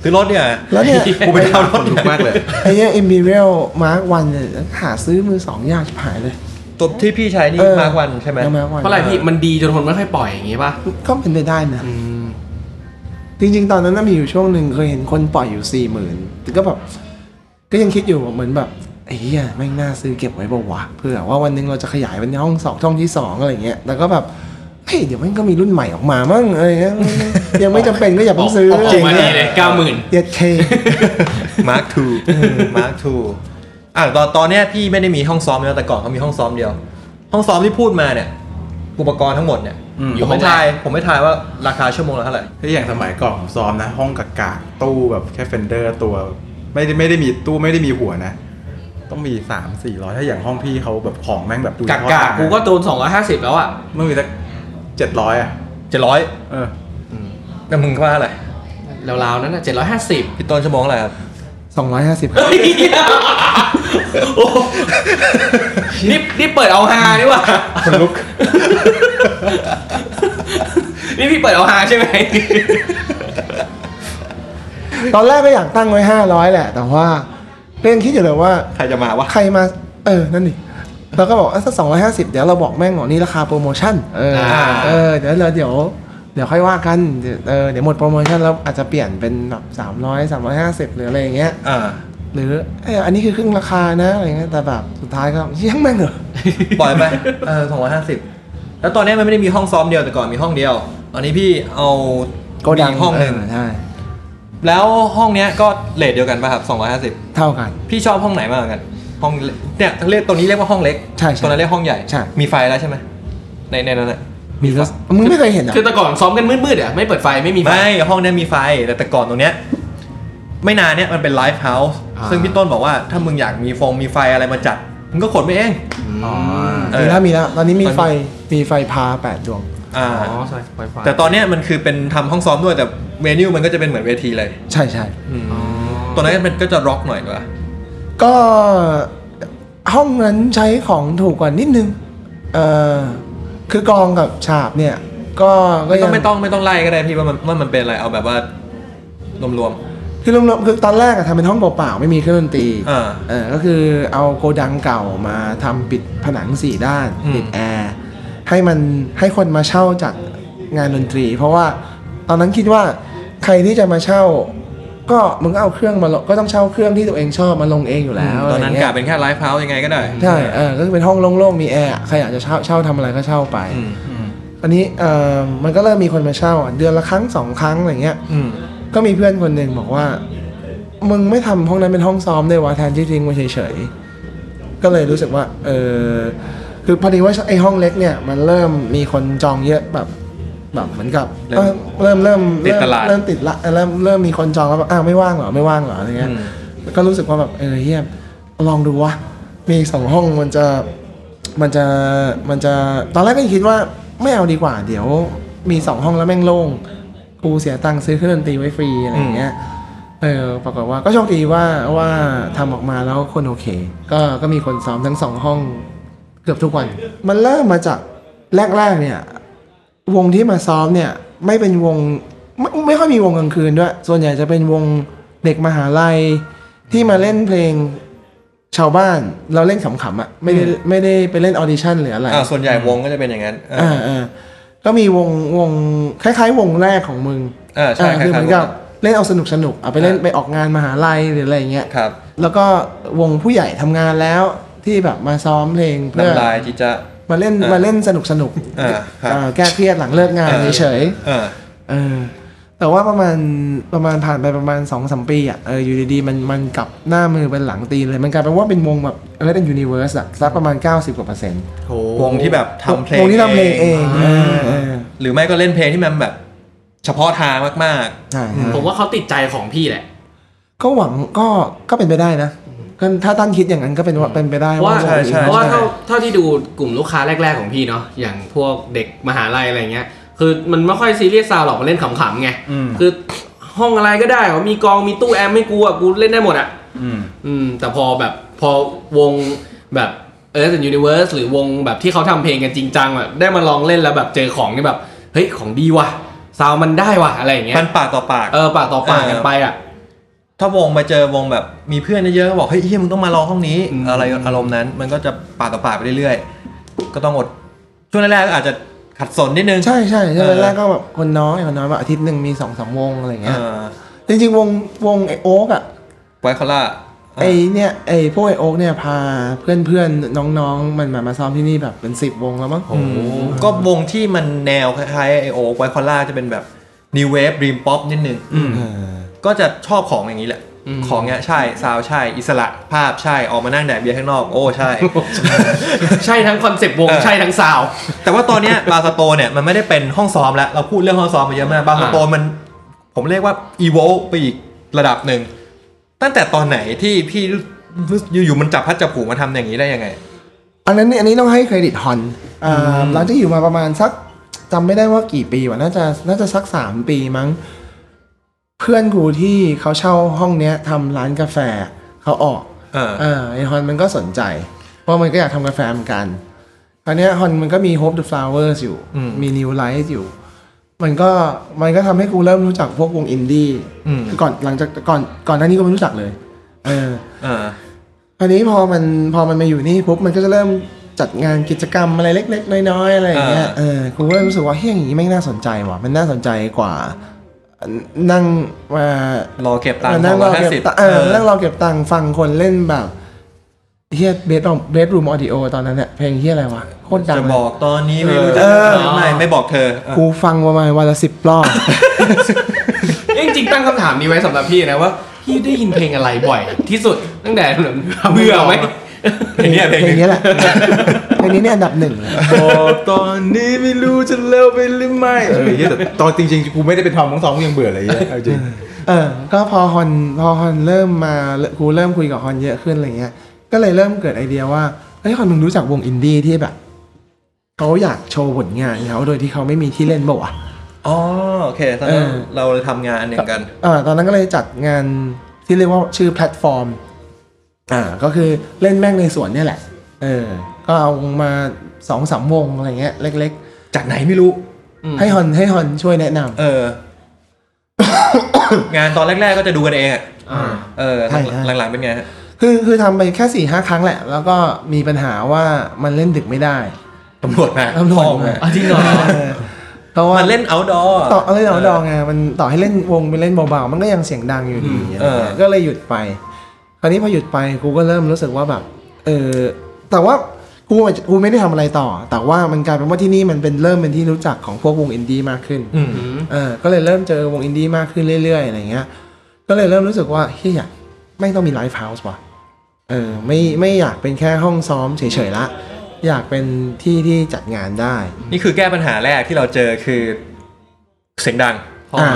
C: ซื้อรถเนี่ย
D: แล้วเนี่ย
C: กูไปดาวน์รถ
B: ถูกมากเลย
D: ไอ้เนี่ย Imperial Mark 1เนี่ยหาซื้อมือสองยากชิบหายเลย
C: ตัวที่พี่ใช้นี่มาร์กวันใช่ไหม
D: มาร์กวัน
E: เพราะอะไรพี่ มันดีจนคนไม่ค่อยปล่อยอย่างงี้ป่ะ
D: ก็เป็นไปได้นะ
E: อืม
D: จริงๆ ตอนนั้นน่ะมีอยู่ช่วงหนึ่งเคยเห็นคนปล่อยอยู่สี่หมื่นก็แบบ ก็ยังคิดอยู่เหมือนแบบไอ้เหี้ยไม่งน่าซื้อเก็บไว้บ่าวะเผื่อว่าวันหนึงเราจะขยายเป็นห้องสองช่องที่สองอะไรเงี้ยแต่ก็แบบเฮ้ยเดี๋ยวมันก็มีรุ่นใหม่ออกมามั้งอะไรเงี้ยยังไม่จำเป็นก็อย่าเพิ่งซื้อ
E: ออกออกมาดีเลยเก้าหมื่น
D: เย็ดเค
C: <laughs> มาร์กทูมาร์กทูอ่ะตอนตอนเนี้ยพี่ไม่ได้มีห้องซ้อมแล้วแต่ก่อนเขามีห้องซ้อมเดียว ห้องซ้อมที่พูดมาเนี่ย อุปกรณ์ทั้งหมดเนี่ย
B: อืม
C: ผมไม่ทาย ผมไม่ทายว่าราคาชั่วโมงละเท่าไหร่
B: ถ้าอย่างสมัยก่อนผมซ้อมนะ ห้องกากาตู้แบบแค่เฟนเดอร์ตัว ไม่ได้ไม่ได้มีตู้ไม่ได้มีหัวนะ ต้องมีสามสี่ร้อยถ้าอย่างห้องพี่เขาแบบของแม่งแบบดู
E: กากากูก็โดนสองร้อยห้าสิบแล้วอ่ะ
B: เมื่อมีสักเจ็ดร้อยอ่ะ
C: เจ็ดร้อย
B: เออ
C: แต่มึงว่าอะไร
E: ราวๆนั้นอ่ะเจ็ดร้อยห้าสิบ
C: พี่ต้นชั่วโมงเท่าไหร่ครับ
D: <laughs> สองร้อยห้าสิบ
E: นี่นี่เปิดเอาฮานี่หว่า
B: คนลุก
E: นี่พี่เปิดเอาฮาใช่ไหม
D: ตอนแรกก็อยากตั้งไว้ห้าร้อยแหละ แต่ว่าก็ยังคิดอยู่เลยว่า
C: ใครจะมาวะ
D: ใครมา เออ นั่นดิเราก็บอกอ่ะสักสองร้อยห้าสิบเดี๋ยวเราบอกแม่งหรอกนี่ราคาโปรโมชั่น เออ
E: อ่า
D: เออ เดี๋ยวเราเดี๋ยว เดี๋ยวค่อยว่ากัน เดี๋ยวเออ เดี๋ยวหมดโปรโมชั่นแล้วอาจจะเปลี่ยนเป็นแบบสามร้อยสามร้อยห้าสิบหรืออะไรอย่างเงี้ย
C: อ่า
D: หรือเอออันนี้คือครึ่งราคานะอะไรเงี้ย แต่แบบสุดท้ายก็เชี่ยงแม่งเหรอ
C: ปล่อยไป เออสองร้อยห้าสิบแล้วตอนนี้มันไม่ได้มีห้องซ้อมเดียวแต่ก่อนมีห้องเดียว ตอนนี้พี่เอา
D: ก็ดัง
C: มีห้องหนึ่ง
D: เใช่
C: แล้วห้องเนี้ยก็เลทเดียวกันป่ะครับ250
D: เท่ากัน
C: พี่ชอบห้องไหนมากกว่ากัน ห้องเล็กเนี่ยเรียกตรงนี้เรียกว่าห้องเล็ก
D: ใช่ใช่
C: ตรงนั้นเรียกห้องใหญ่
D: ใช่
C: มีไฟแล้วใช่ไหมในในนั้นอะ
D: มีแล้วมึงไม่เคยเห็นเหรอ่ะ
E: คือแต่ก่อนซ้อมกันมืดๆอ่ะไม่เปิดไฟไม่มีไฟ
C: ไม่ห้องเนี้ยมีไฟแต่แต่ก่อนตรงเนี้ยไม่นานเนี้ยมันเป็นไลฟ์เฮาส์
E: อ่า
C: ซึ่งพี่ต้นบอกว่าถ้ามึงอยากมีฟงมีไฟอะไรมาจัดมึงก็ขนไปเอง
B: อ๋อ
C: เอ
D: มี
C: อ
D: แล้วมีแล้วตอนนี้มี
C: มัน
D: ไฟมีไฟพาแปดดวง
C: อ่า
E: อ๋อใช่ไฟฟ้า
C: แต่ตอนเนี้ยมันคือเป็นทำห้องซ้อมด้วยแต่เมนูมันก็จะเป็นเหมือนเวทีเลย
D: ใช่ใช่
E: อ๋อ
C: ตอนนั้นมันก็จะร็อกหน่อยกว่า
D: ก็ห้องนั้นใช้ของถูกกว่านิดนึงเออคือกองกับฉาบเนี่ย ก็ก็
C: ไม่ต้อ
D: ยั
C: ง
D: ง
C: ไม่ต้องไม่ต้องไล่ก็ได้พี่ว่ามันว่ามันเป็นอะไรเอาแบบว่ารวม
D: คือรวมๆคือตอนแรกอะทำเป็นห้องเปล่าๆไม่มีเครื่องดนตรี
C: อ่า
D: เออก็คือเอาโกดังเก่ามาทำปิดผนังสี่ด้าน
C: อืม
D: ปิดแอร์ให้มันให้คนมาเช่าจัดงานดนตรี เพราะว่าตอนนั้นคิดว่าใครที่จะมาเช่า ก็มึงก็เอาเครื่องมาลงก็ต้องเช่าเครื่องที่ตัวเองชอบมาลงเองอยู่
C: ๆ
D: แล้ว
C: ตอนนั้นะกะ
D: ไรเงี้ย
C: เป็นแค่ไลฟ์เฮาส์ยังไงก็ได้
D: ใช่เออก็คือเป็นห้องโล่งๆ มีแอร์ ใครอยากจะเช่าเช่าทำอะไรก็เช่าไป
C: อืม
D: อันนี้เออมันก็เริ่มมีคนมาเช่าอ่ะเดือนละครั้งสองครั้งอะไรเงี้ย
C: อืม
D: ก็มีเพื่อนคนหนึ่งบอกว่า มึงไม่ทำห้องนั้นเป็นห้องซ้อมเลยวะแทนที่ทิ้งไว้เฉยๆ ก็เลยรู้สึกว่า เออคือพอดีว่าไอ้ห้องเล็กเนี่ย มันเริ่มมีคนจองเยอะแบบ แบบเหมือนกับ
C: เริ่ม
D: เริ่มเริ่ม
C: ติด
D: เริ่ม
C: ตลาด
D: เริ่มติดละเริ่มเริ่มมีคนจองแล้วแบบอ้าวไม่ว่างเหรอไม่ว่างเหรออะไรเงี้ย
C: อืม
D: ก็รู้สึกว่าแบบเออเฮียลองดูวะมีสองห้องมันจะมันจะมันจะตอนแรกก็ยังคิดว่าไม่เอาดีกว่า เดี๋ยวมีสองห้องแล้วแม่งโล่งกูเสียตังค์ซื้อเครื่องดนตรีไว้ฟรีอะไรอย่างเงี้ย เออปรากฏว่าก็โชคดีว่าว่าทำออกมาแล้วคนโอเค ก็ก็มีคนซ้อมทั้งสองห้องเกือบทุกวัน มันเริ่มมาจากแรกๆเนี่ย วงที่มาซ้อมเนี่ย ไม่เป็นวงไม่ไม่ค่อยมีวงกลางคืนด้วย ส่วนใหญ่จะเป็นวงเด็กมหาลัยที่มาเล่นเพลงชาวบ้านเราเล่นขำๆอ่ะไม่ได้ไม่ได้ไปเล่นออดิชั่นหรืออะไร
C: อ่าส่วนใหญ่วงก็จะเป็นอย่างนั้นเออ
D: อ่าอ่าก็มีวงวงคล้าย ๆ วงแรกของมึง
C: เออใช่คล้ายๆ
D: คือเหมือนกับ
C: วงแร
D: เล่นเอาสนุกสนุกๆเอาไปเล่น
C: อ่า
D: ไปออกงานมหาลัยหรืออะไรอย่างเงี้ย
C: ครับ
D: แล้วก็วงผู้ใหญ่ทำงานแล้วที่แบบมาซ้อมเพลงเพื่อ
C: น้ำลายที่จะ
D: มาเล่น
C: อ่าม
D: มาเล่นสนุกสนุกๆ
C: อ่าครับ
D: อ่าแก้เครียดหลังเลิกงานเฉยๆ
C: เออ
D: เออแต่ว่าประมาณประมาณผ่านไปประมาณสองสมปีอ่ะเอออยู่ดีๆมันมันกลับหน้ามือเป็นหลังตีนเลย มันกลายเป็นว่าเป็นวงแบบเ e ด d อนยูนิเวอร์สอ่ะสักประมาณ 90กว่าเปอร์เซ็นต์
B: โห
C: วงที่แบบทำเพลง
D: วงที่ทำเพลงเองเออเออ
C: หรือไม่ก็เล่นเพลงที่มันแบบ เฉพาะทางมาก
D: ใช่
E: ผมว่าเขาติดใจของพี่แหละ
D: ก็หวังก็ก็เป็นไปได้นะก็ถ้าตั้นคิดอย่างนั้นก็เป็นว่าเป็นไปได้
E: เพราะว่า
D: ว่า
C: ใช่ใช่
E: เพราะว่าเท่าเท่าที่ดูกลุ่มลูกค้าแรก ๆของพี่เนาะอย่างพวกเด็กมหาลัยอะไรเงี้ย คือมันไม่ค่อยซีเรียสซาวหรอกมันเล่นขำๆไง
B: อืม
E: คือห้องอะไรก็ได้ว่ามีกองมีตู้แอมไม่กลัวกูเล่นได้หมดอ่ะ
B: อืม
E: อืมแต่พอแบบพอวงแบบเออ t h ยูนิเว r ร์สหรือวงแบบที่เขาทำเพลงกันจริงจังแบบได้มาลองเล่นแล้วแบบเจอของนี่แบบ เฮ้ย ของดีว่ะซาวมันได้ว่ะ อะไรอย่างเงี้
C: ๆ มั
E: ย
C: นปากต่อปาก
E: เออปากต่อปากกันไปอ่ะ
C: ถ้าวงมาเจอวงแบบมีเพื่อนเยอะๆก็บอกเฮ้ยเฮียมึงต้องมาลองห้องนี้
E: อืม
C: อะไรอารมณ์นั้น มันก็จะปากต่อปากไปเรื่อยๆ ก็ต้องอด ช่วงแรกๆก็อาจจะขัดสนนิดนึง
D: ใช่ใช่ใช่
C: เออ
D: แรกๆก็แบบคนน้อยคนน้อยแบบอาทิตย์หนึ่งมีสองสามวงอะไรอย่าง
C: เอ
D: เงี้ย
C: อ
D: จริงๆวงวงโอ๊กอ่ะ
C: ไว้คอล่า
D: ไอเนี่ยไอพวกไอโอ๊กเนี่ยพาเพื่อนเพื่อนๆน้องๆ มันมามาซ้อมที่นี่แบบเป็นสิบวงแล้วมั้ง
C: ก็วงที่มันแนวคล้ายๆไอโอไวคอล่าจะเป็นแบบนิวเวฟรีมป๊อปนิดนึงก็จะชอบของอย่างนี้แหละ ของเนี้ยใช่ซาวใช่ อิสระภาพใช่ออกมานั่งแดดเบียร์ข้างนอก โอ้ ใช่
E: ใช่ทั้งคอนเซปต์วง
C: เออ
E: ใช่ทั้งซาว
C: แต่ว่าตอนเนี้ยบาสโตเนี่ย มันไม่ได้เป็นห้องซ้อมแล้ว เราพูดเรื่องห้องซ้อมมาเยอะมากบาสโตมัน ผมเรียกว่าอีโวไปอีกระดับหนึ่ง ตั้งแต่ตอนไหนที่พี่รู้อยู่ๆมันจับพัดจับผูมาทำอย่างนี้ได้ยังไง
D: อันนั้นเนี่ยอันนี้ต้องให้เครดิตฮอนอ่าหลังจากอยู่มาประมาณสักจำไม่ได้ว่ากี่ปีวะน่าจะน่าจะสักสามปีมั้ง เพื่อนกูที่เขาเช่าห้องเนี้ยทำร้านกาแฟเขาออก
C: เออ
D: เออไอฮอนมันก็สนใจ เพราะมันก็อยากทำกาแฟเหมือนกันคราวเนี้ยฮอนมันก็มี Hope the Flowers อยู่
C: อืม
D: มี New Light อยู่ มันก็มันก็ทำให้กูเริ่มรู้จักพวกวงอินดี้
C: อืม
D: คือก่อนหลังจากก่อนก่อนหน้านี้ก็ไม่รู้จักเลย เออ
C: เออ
D: คราวนี้พอมันพอมันมาอยู่นี่ปุ๊บมันก็จะเริ่มจัดงานกิจกรรมอะไรเล็ก ๆ น้อยๆอะไรอย่างเงี้ย
C: อ่า
D: เออกูก็รู้สึกว่าเฮ้ยอย่างงี้ไม่งน่าสนใจว่ะ มันน่าสนใจกว่า นั่งมา
C: รอเก็บตังค์
D: เออ
C: ส
D: นั่
C: อง ง
D: ร
C: ร้อ
D: อย
C: ห้า
D: เก็บ
C: สิบ
D: ตังค์เออนั่งรอเก็บตังค์ฟังคนเล่นแบบ เฮียเบสออมเบสรูมออดิโอตอนนั้นเนี่ยเพลงเฮียอะไรวะโคตรดัง
C: จะ
D: เลย
C: บอกตอนนี้ไม่รู้จะ
B: เออ
C: ทำไมไม่บอกเธอเออ
D: กูฟังประมาณวันละสิบรอบ
E: เอ้ยจริงๆตั้งคำถามนี้ไว้สำหรับพี่นะว่าพี่ได้ยินเพลงอะไรบ่อย ที่สุดตั้งแต่เบื่อไหม
C: เพลงเนี้ยเพลง
D: เพลง
C: เนี้
D: นี้
C: ย
D: แหละ <laughs> เพลงนี้เนี่ยอันดับหนึ่งเลย
B: บอกตอนนี้ไม่รู้จะเร็วไปหรือไม่เออเหี้ยแต่ตอนจริงๆกูไม่ได้เป็นทอมของสองกูยังเบื่อเลยเหี้ยเอาจริง
D: เออ ก็พอฮอนพอฮอนเริ่มมากูเริ่มคุยกับฮอนเยอะขึ้นอะไรเงี้ย ก็เลยเริ่มเกิดไอเดียว่าเฮ้ยฮอนมึงรู้จักวงอินดี้ที่แบบเขาอยากโชว์ผลงานเขาโดยที่เขาไม่มีที่เล่นบอกว่าวะ
C: อ๋อโอเคตอนนั้น
D: เออ
C: เราเลยทำงานอันหนึ่งกัน
D: เออตอนนั้นก็เลยจัดงานที่เรียกว่าชื่อแพลตฟอร์ม อ่า ก็คือเล่นแม่งในสวนเนี่ยแหละ เออ ก็เอามาสองสามวงอะไรเงี้ย เล็ก
C: จากไหนไม่รู้
D: ๆ ให้ฮอนให้ฮอนช่วยแนะนำ
C: เออ งานตอนแรก ๆ ก็จะดูกันเองอ่ะเออ
D: ใช่ใช่
C: หลังๆเป็นไงฮะ
D: คือคือทำไปแค่สี่ห้าครั้งแหละ แล้วก็มีปัญหาว่ามันเล่นดึกไม่ได้
C: ตำรวจมา
D: ตำรวจ
C: พ่อ
D: มา
C: มา
E: จริงเหรอ
D: เออเพราะว่า
C: มันเล่น outdoor
D: ต่อเล่นเอาดองไงมันต่อให้เล่นวงไปเล่นเบาๆ มันก็ยังเสียงดังอยู่ดี
C: เออ
D: ก็เลยหยุดไป คราวนี้พอหยุดไปกูก็เริ่มรู้สึกว่าแบบ เออแต่ว่ากูอาจกูไม่ได้ทำอะไรต่อ แต่ว่ามันกลายเป็นว่าที่นี่มันเป็นเริ่มเป็นที่รู้จักของพวกวงอินดี้มากขึ้น
C: อืม
D: เออก็เลยเริ่มเจอวงอินดี้มากขึ้นเรื่อยๆอะไรเงี้ย ก็เลยเริ่มรู้สึกว่าเฮียไม่งต้องมีไลฟ์เฮาส์ว่ะ เออไม่ไม่อยากเป็นแค่ห้องซ้อมเฉยๆละ อยากเป็นที่ที่จัดงานได้
C: นี่คือแก้ปัญหาแรกที่เราเจอคือ เสียงดัง
E: เข้ามา
D: อ่า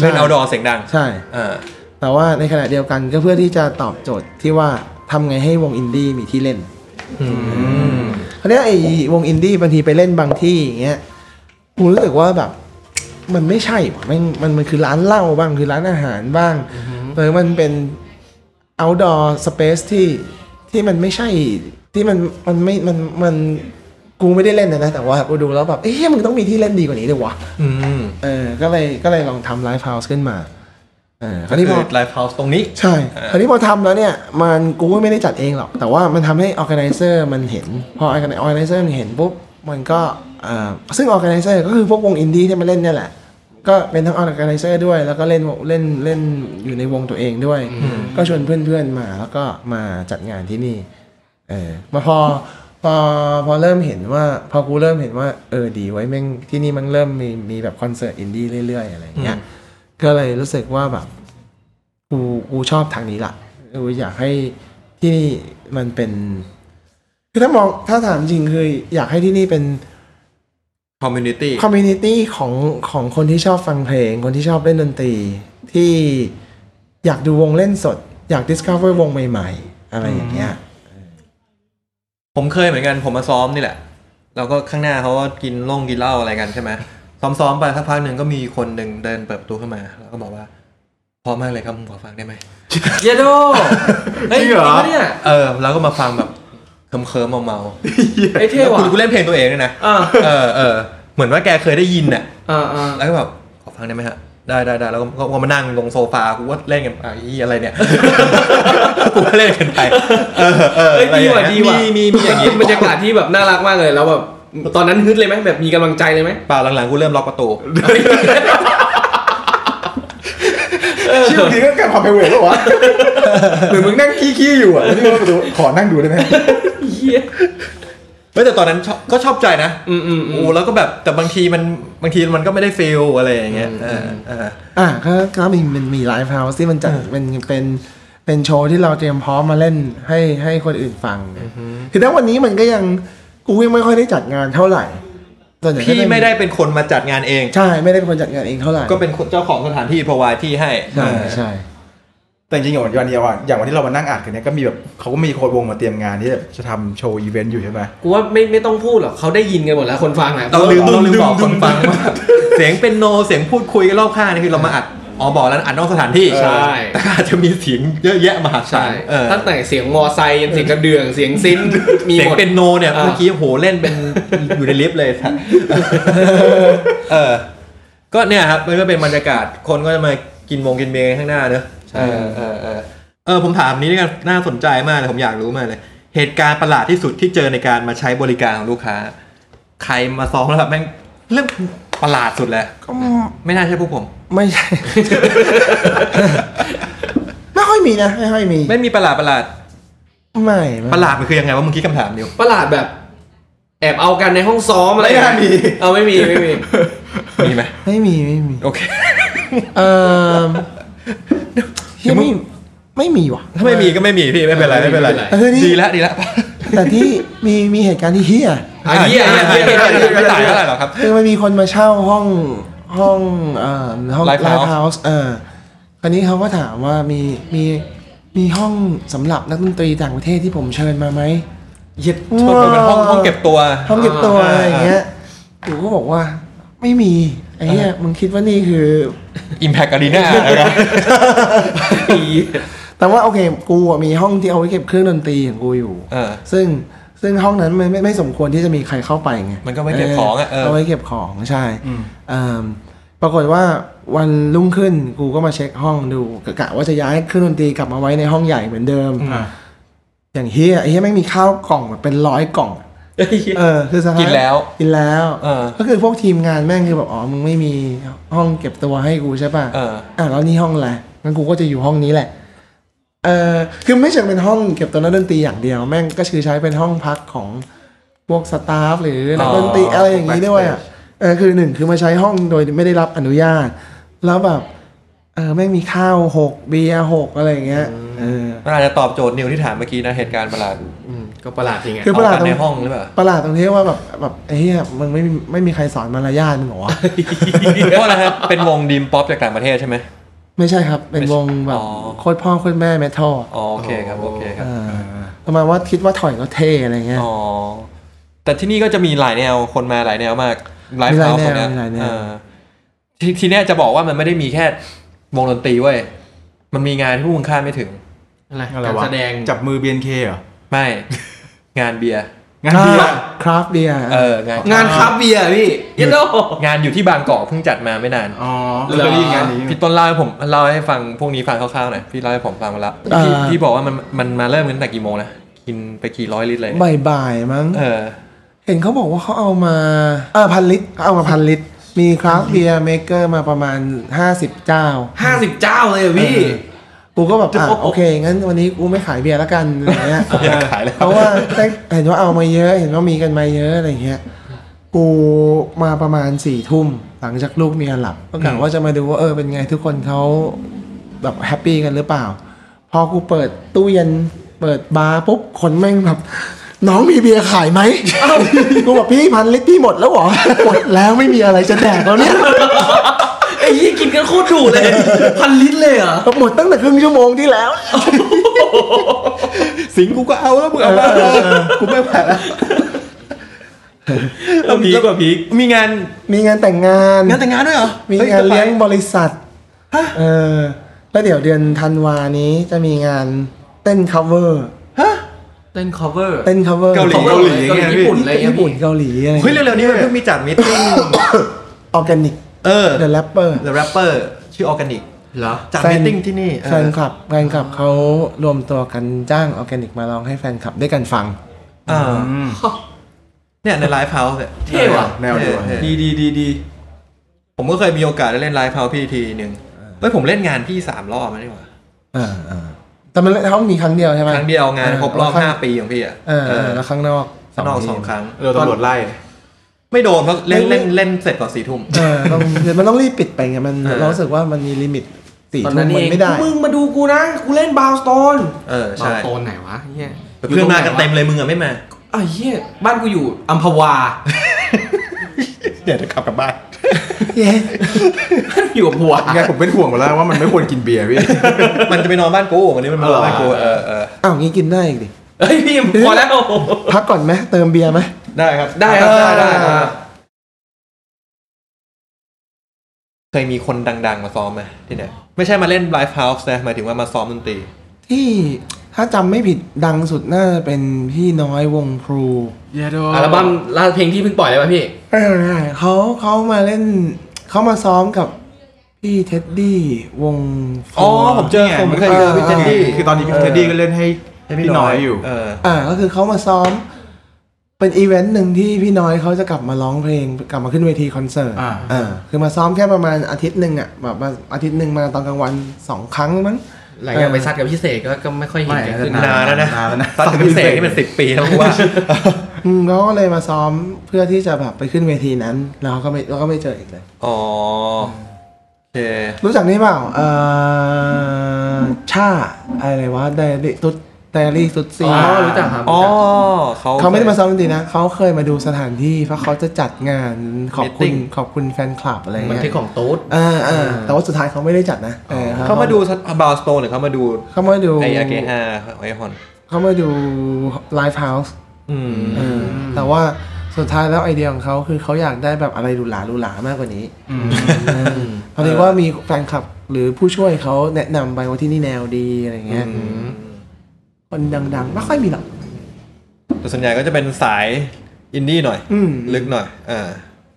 C: เล่น
D: ใช่
C: outdoor เสียงดัง
D: ใช่
C: เออ
D: แต่ว่าในขณะเดียวกันก็เพื่อที่จะตอบโจทย์ที่ว่าทำไงให้วงอินดี้มีที่เล่นคราวเนี้ยไอ้วงอินดี้บางทีไปเล่นบางที่อย่างเงี้ยกูรู้สึกว่าแบบ มันไม่ใช่ว่ะแมันมันมันคือร้านเหล้าบ้างคือร้านอาหารบ้างหรือมันเป็น outdoor space ที่ที่มันไม่ใช่ที่มันมันไม่มันมันกูไม่ได้เล่นนะนะแต่ว่ากูดูแล้วแบบเอ้ยมึงต้องมีที่เล่นดีกว่านี้ด้วยวะ
C: อืม
D: เออก็เลยก็เลยลองทำไลฟ์เฮาส์ขึ้นมาเออค
C: ก็
D: ราว
C: คื
D: นี้พอ
C: อไลฟ์เฮาส์ตรงนี้
D: ใช่
C: อ่า
D: คราวนี้พอทำแล้วเนี่ย มันกูก็ไม่ได้จัดเองหรอก แต่ว่ามันทำให้ organizer มันเห็น พอ organizer มันเห็นปุ๊บ มันก็เอ่อซึ่ง organizer ก็คือพวกวงอินดี้ที่มาเล่นเนี่ยแหละ ก็เป็นทั้ง organizer ด้วย แล้วก็เล่นวงเล่นเล่นอยู่ในวงตัวเองด้วย ก็ชวนเพื่อนๆมา แล้วก็มาจัดงานที่นี่ เออ มาพอ พอ พอเริ่มเห็นว่า พอกูเริ่มเห็นว่า เออ ดีไว้ยแม่งที่นี่มันเริ่มมีมีแบบคอนเสิร์ตอินดี้เรื่อยๆ อะไรอย่างเงี้ย ก็เลยรู้สึกว่าแบบ กูกูชอบทางนี้ละกูอยากให้ที่นี่มันเป็นคือถ้ามองถ้าถามจริงคืออยากให้ที่นี่เป็น
C: คอมมูนิตี้
D: คอมมูนิตี้ของของคนที่ชอบฟังเพลง คนที่ชอบเล่นดนตรี ที่อยากดูวงเล่นสด อยาก discover วงใหม่ๆ อะไรอย่างเงี้ย
C: ผมเคยเหมือนกันผมมาซ้อมนี่แหละ แล้วก็ข้างหน้าเขาก็กินล่งกินเหล้าอะไรกันใช่ไหมซ้อมๆไปสักพักหนึ่งก็มีคนหนึ่งเดินเปิดประตูเข้ามา แล้วก็บอกว่าพร้อมมากเลยครับผมขอฟังได้ไหม
E: เยโดเฮ้ย
B: จริ
E: จ
B: ง
E: ริง
B: เหรอ
E: ปะเนี่ย
C: เออแล้วก็มาฟังแบบเคิมๆเมาๆ
E: ไอ้ยเท่
C: แล้ว
E: ว่ะ
C: กูเล่นเพลงตัวเองด้วยนะ
E: อ่า
C: เออเออเหมือนว่าแกเคยได้ยินน่ะ
E: อ่าอ่า
C: แล้วก็แบบขอฟังได้ไหมฮะ ได้ได้ได้แล้วก็ก็ก็มานั่งลงโซฟากูว่าเล่นกันอ่ะอีอะไร
E: <laughs>
C: เนี่ย กูก็เล่นกันไปเออเออ
E: เฮ้ย
C: อะไร
E: ดี
C: อย่าง
E: ว่ะดี
C: เงี้ยมีมีมี
E: ว่ะ
C: อย่าง
E: นี้
C: งี้
E: <laughs> บรรยากาศที่แบบน่ารักมากเลยแล้วแบบตอนนั้นฮึดเลยไหมแบบมีกำลังใจเลยไหม
C: เปล่าหลังๆกูเริ่มล็อกประตู
B: ชื่อบางทีก็การความเพลเวทแล้ววะเหมือนมึงนั่งขี้ๆอยู่อ่ะแล้วนี่มึงก็ดูขอนั่งดูได้ไหม
E: เหี้ย
C: เฮ้ยแต่ตอนนั้นชอบก็ชอบใจนะ
E: อืมอืมอืม
C: โอ้แล้วก็แบบแต่บางทีมันบางทีมันก็ไม่ได้ฟิลอะไรอย่างเงี้ยเออเออ
D: อ่ะก็ก็มีมันมีไลฟ์เฮาส์ที่มันจัดเป็นเป็นเป็นโชว์ที่เราเตรียมพร้อมมาเล่นให้ให้คนอื่นฟังคือถ้าวันนี้มันก็ยังกูยังไม่ค่อยได้จัดงานเท่าไหร่ส่วนใหญ่ก็
C: พี่
D: จะ
C: ไม่ได้เป็นคนมาจัดงานเอง
D: ใช่ไม่ได้เป็นคนจัดงานเองเท่าไหร่
C: ก็เป็นคนเจ้าของสถานที่พวายที่ให้
D: ใช่
C: เออ
D: ใช่
B: แต่จริงๆอย่างวันเดียวอะอย่างวันที่เรามานั่งอัดกันเนี่ยก็มีแบบเขาก็มีโค้ดวงมาเตรียมงานที่แบบจะทำโชว์อีเวนต์อยู่ใช่ไหม
E: กูว่าไม่ไม่ต้องพูดหรอกเขาได้ยินกันหมดแล้วคนฟังอ่ะ
C: เราลืมเราลืมบอกคนฟังว่าเสียงเป็นโนเสียงพูดคุยกันรอบข้างนี่คือเรามาอัดอ๋อบอกแล้วนะอัดนอกสถานที่
E: ใช่
C: แต่อาจจะมีเสียงเยอะแยะมหาศา
E: ใช่
C: ลเออ
E: ตั้งแต่เสียงมอไซค์ยันเสียงกระเดื่องเสียง <laughs> ซินมี
C: เสียง
E: หมด
C: เป็นโนเนี่ย
E: เออ
C: เมื่อกี้โหเล่นเป็น <laughs> อยู่ในลิฟต์เลยสัสเออ ก็เนี่ยครับมันก็เป็นบรรยากาศคนก็จะมากินวงกินเบียร์ข้างหน้าเนอะเออเออเออเออผมถามนี้ด้วยกันน่าสนใจมากเลยผมอยากรู้มากเลย เหตุการณ์ประหลาดที่สุดที่เจอในการมาใช้บริการของลูกค้า ใครมาซ้อมแล้วแบบแม่งเรื่องประหลาดสุดเลยไม่น่าใช่พวกผม <laughs>
D: ไม่ใช่ <laughs> ไม่ค่อยมีนะ ไม่ค่อยมี
C: ไม่มีประหลาดประหลาด
D: ไม่ไม่
C: ประหลาดมันคือยังไงว่ามึงคิดคำถามเดียว
E: ประหลาดแบบ แอบเอากันในห้องซ้อมอะไร
B: ไม่น่ามี
E: เอาไม่มีไม่มี
C: มีไหม
D: ไม่มีไม่มี
C: โอเค
D: เออเฮียนี่ไม่มีว่ะ
C: ถ้าไม่มีก็ไม่มีพี่ไม่เป็นไรไม่เป็นไร
D: เออนี่
C: ดีแล้วดีแล้ว
D: แต่ที่มีมีเหตุการณ์ที่เฮีย
E: อ่ะเหี้ยเหี้ยเหี้ย
C: ไม่ตายไม่ตายเท่าไหร่หรอกครับ
D: คือมันมีคนมาเช่าห้องห้องเอ่อห้อง
C: Live House
D: เฮาส์เออคราวนี้เขาก็ถามว่ามีมีมีห้องสำหรับนักดนตรีต่างประเทศที่ผมเชิญมาไหม
C: เย็ดชนเป็นห้องห้องเก็บตัว
D: ห้องเก็บตัวอะไรอย่างเงี้ยกูก็บอกว่า ไม่มี ไอ้เนี้ยมึงคิดว่านี่คือ
C: Impact Arena อะไรนะ
D: แต่ว่าโอเค กูอะมีห้องที่เอาไว้เก็บเครื่องดนตรีของกูอยู่
C: เออ
D: ซึ่งซึ่งห้องนั้นมันไม่ไม่สมควรที่จะมีใครเข้าไปไง
C: มันก็ไว้เก็บของอะเออ
D: เอาไว้เก็บของใช่เอิ่มปรากฏว่าวันรุ่งขึ้นกูก็มาเช็คห้องดูกะกะว่าจะย้ายเครื่องดนตรีกลับมาไว้ในห้องใหญ่เหมือนเดิม อย่างเฮียไอ้เฮียแม่งมีข้าวกล่องแบบเป็นร้อยกล่อง เออคือสภาพ
C: กินแล้ว
D: กินแล้ว
C: เออ
D: ก็คือพวกทีมงานแม่งคือแบบอ๋อมึงไม่มีห้องเก็บตัวให้กูใช่ป่ะ
C: เออ
D: อ่ะแล้วนี่ห้องอะไรงั้นกูก็จะอยู่ห้องนี้แหละเออคือไม่ใช่เป็นห้องเก็บตัวนักดนตรีอย่างเดียว แม่งก็คือใช้เป็นห้องพักของพวกสตาฟหรือนักดนตรีอะไรอย่างนี้ด้วยอ่ะเออคือหนึ่งคือมาใช้ห้องโดยไม่ได้รับอนุญาต แล้วแบบเออแม่งมีข้าวหกเบียร์หกอะไรอย่างเงี้ยเออ
C: มันอาจจะตอบโจทย์นิวที่ถามเมื่อกี้นะเหตุการณ์ประหลาด
E: อืมก็ประหลาดจริงอ่ะ
D: คือประหลาด
C: เกัน
D: ตรง
C: ในห้องหรือเปล่า
D: ประหลาดตรงที่ว่าแบบแบบไอ้เหี้ยมึงไม่มีไม่มีใครสอนมารยาทมึงเหรอ
C: <laughs>
D: วะ
C: เพราะอะไรฮะเป็นวงดีมป๊อปจากต่างประเทศใช่ไหม
D: ไม่ใช่ครับ เป็นวงแบบ
C: อ๋อ
D: โคตรพ่อโคตรแม่เมทัล
C: อ๋อโอเคครับโอเคครับ
D: อ่าประมาณว่าคิดว่าถอยก็เท่อะไรเงี้ย
C: อ๋อแต่ที่นี่ก็จะมีหลายแนวคนมาหลายแนวมากไลฟ์
D: มีหลาย
C: เฮาส์
D: แนว
C: ตรงเนี้ย
D: มีหลายแนว
C: เออทีทีเนี้ยจะบอกว่ามันไม่ได้มีแค่วงดนตรีเว้ยมันมีงานที่พวกมึงคาดไม่ถึง
E: อะไร
B: อะไร
E: การ
B: วะ
E: แสดง
B: จับมือ BNK เหรอ
C: ไม่ งานเบียร์
B: งานเบียร์
D: คราฟเบียร์
C: เอองาน
E: งานคราฟเบียร์พี่เยโด
C: งานอยู่ที่บางกอกเพิ่งจัดมาไม่นาน
B: อ๋อเคยได้ยินงานนี้
C: พี่ต้นเล่าให้ผมเล่าให้ฟังพวกนี้ฟังคร่าวๆหน่อยพี่เล่าให้ผมฟังมาละพี่พี่บอกว่ามันมันมาเริ่มกันตั้งแต่กี่โมงนะกินไปกี่ร้อยลิตรเลย
D: บ่ายบ่ายๆมั้ง
C: เออ
D: เห็นเขาบอกว่าเขาเอามาเออพันลิตรเอามาพันลิตร มีคราฟเบียร์เมเกอร์มาประมาณ 50 เจ้า
E: ห้าสิบเจ้าเลยอะพี่
D: กูก็แบบอ่ะโอเค งั้นวันนี้กูไม่ขายเบียร์แล้วกันอะไรเงี้ย
C: อยากขายแล้ว
D: เพราะ <laughs> ว่าได้เห็นว่าเอามาเยอะ เห็นว่ามีกันมาเยอะอะไรเงี้ย กูมาประมาณสี่ทุ่มหลังจากลูกเมียหลับก็กะว่าจะมาดูว่าเออเป็นไงทุกคนเขาแบบแฮปปี้กันหรือเปล่า พอกูเปิดตู้เย็นเปิดบาร์ปุ๊บคนแม่งแบบ น้องมีเบียร์ขายไหม <laughs> กูบอกพี่พันลิตรพี่หมดแล้วเหรอ หมดแล้วไม่มีอะไรจะแดกแล้วเนี่ย <laughs>
E: ไอ้ยี่กินกันโคตรถูกเลย พันลิตรเลยเหรอ
D: หมดตั้งแต่ครึ่งชั่วโมงที่แล้ว
C: สิงกูก็เอาแล้วมึงเอา
D: <laughs>
C: แล้วกูไม่ผ่านแล้ว
B: แล้วพีกกว่าพีก
C: มีงาน
D: มีงานแต่งงาน
C: งานแต่งงานด้วยเหรอ
D: มีงานเลี้ยงบริษัท เออ แล้วเดี๋ยวเดือนธันวานี้จะมีงานเต้น cover
E: เต้น cover
D: เต้น cover
B: เกาหลี
D: ของ
B: เกาหลี
E: ญี่ปุ่นอะไร
D: ญี่
E: เงี้ย
D: ปุ่นเกาหลีอะไร
C: เฮ้ยเร็วๆนี้มันเพิ่งมีจัดมิทติ้ง
D: ออร์แกนิก
C: เออ
D: The Rapper
C: The Rapper ชื่อออร์แกนิก
E: เหรอ
C: จัด
D: แฟ
C: มิทติ้งที่นี่เอ
D: แฟ
C: อน
D: คลับแฟนคลับเขารวมตัวกันจ้างออร์แกนิกมาร้องให้แฟนคลับด้วยกันฟัง
C: เออเนี่ยในไลฟ์เฮาส์เนี่ย
E: เท่ว่ะ
B: แนวเดียว
C: ท่
B: ดีดีดีดี
C: ผมก็เคยมีโอกาสได้เล่นไลฟ์เฮาส์พี่ทีหนึ่งเฮ้ยผมเล่นงานพี่สามรอบนะนี่หว่า
D: อ่าอ่าแต่มันเขามีครั้งเดียวใช่ไหม
C: ครั้งเดียวงานครบรอบ
D: แล้ว
C: ห้าปีของพี่อ่ะ
D: เออเออแล้วข้างนอก
C: สนอกสอง
D: ที
C: ครั้ง
B: โดนตำรวจไล่
C: ไม่โดนเพราะเล่นเล่นเล่นเสร็จก่อนสี่ทุ่ม
D: เออต้อง <laughs> เดี๋ยวมันต้องรีบปิดไปไงมัน
C: เออ
D: เรารู้สึกว่ามันมีลิมิตสี่
E: ตอน
D: ทุ่
E: นั้
D: ม
E: น
D: มั
E: เอน ง
D: ไม่ได้
E: กูมึงมาดูกูนะ กูเล่นบาวสโตน
C: เออบ
E: าว
C: ใช่
E: สโตนไหนวะเฮีย
C: เพื่อนมากันเต็มเลยมึงอ่ะไม่มา
E: ไอ้เฮียบ้านกูอยู่อัมพวา
C: เดี๋ยวจะขับกลับ
B: <laughs>
C: บ้าน
E: <laughs> อยู่อัมพวา
B: ไงผมเป็นห่วงหมดแล้วว่ามันไม่ควรกินเบียร์พี่
C: มันจะไปนอนบ้านกูวันนี้มันมานอนบ้านกูเออเออ
D: <laughs> อ้าวงี้กินได้อีกดิ
E: เฮ้ยพี่พอแล้ว
D: พักก่อนไหมเติมเบียร์ไหม
C: ได้ครับ
E: ได้ครับได้ได้
C: เคยมีคนดัง ๆ มาซ้อมไหมที่ไหนไม่ใช่มาเล่นไลฟ์เฮาส์นะหมายถึงว่ามาซ้อมดนตรี
D: ที่ถ้าจำไม่ผิดดังสุดน่าจะเป็นพี่น้อยวงพลู
E: อัลบั้มล่าสุดเพลงที่เพิ่งปล่อยเลยป่ะพี่
D: เออเขาเขามาเล่น เขามาซ้อมกับพี่เท็ดดี้วง Floor
C: อ๋อผมเจอผมเคยเจอพี่เจนดี้
B: คือตอนนี้พี่เทดดี้ก็เล่นให้พี่น้อยอยู่
C: เออ
D: อ่าก็คือเขามาซ้อม เป็นอีเวนต์หนึ่งที่พี่น้อยเขาจะกลับมาร้องเพลงกลับมาขึ้นเวทีคอนเสิร์ต
B: อ่า
D: เออคือมาซ้อมแค่ประมาณอาทิตย์หนึ่งอ่ะแบบมาอาทิตย์หนึ่งมาตอนกลางวันสองครั้งมั้ง
F: หลังจากไปซัดกับพี่เสกก็ก็ไม่ค่อยเห็นแกขึ้น
B: ไม่
C: นานแล้วนะ
B: นานแล้วนะ
C: ซัดกับพิเศษนี่เป็นสิบปีแล้วกูว่า
D: อืมแล้วก็เลยมาซ้อมเพื่อที่จะแบบไปขึ้นเวทีนั้น แล้วก็ไม่แล้วก็ไม่เจออีกเลย
C: อ๋อโอเค
D: รู้จักนี่เปล่าเอ่อชาอะไรวะไดอารี่ตุ๊ดไดอารี่ตุ๊ดซี
F: อ๋อรู้จักครับ
C: อ๋อ
F: รู้จัก
C: เขา
D: เขาไม่ได้มาซ้อมดนตรีนะเขาเคยมาดูสถานที่เพราะเขาจะจัดงานขอบคุณ
F: Meeting
D: ขอบคุณแฟนคลับอะไร
F: มัน
D: เงี้ย
F: ที่ของโต๊ด
D: เอ่าอ่าแต่ว่าสุดท้ายเขาไม่ได้จัดนะเออ
C: เขามาดูบาสโตนหรือเขามาดู
D: เขามาดู
C: ไออาเกฮาไอฮอน
D: เขามาดูไลฟ์เฮาส์
C: อืม
D: แต่ว่าสุดท้ายแล้วไอเดียของเขาคือเขาอยากได้แบบอะไรหรูหราหรูหรามากกว่านี้เออพอดีว่ามีแฟนคลับหรือผู้ช่วยเขาแนะนำไปว่าที่นี่แนวดีอะไรเงี้ย คนดังๆ ไม่ค่อยมีหรอก
C: แต่ส่วนใหญ่ก็จะเป็นสายอินดี้หน่อย
D: อืม
C: ลึกหน่อย อ่า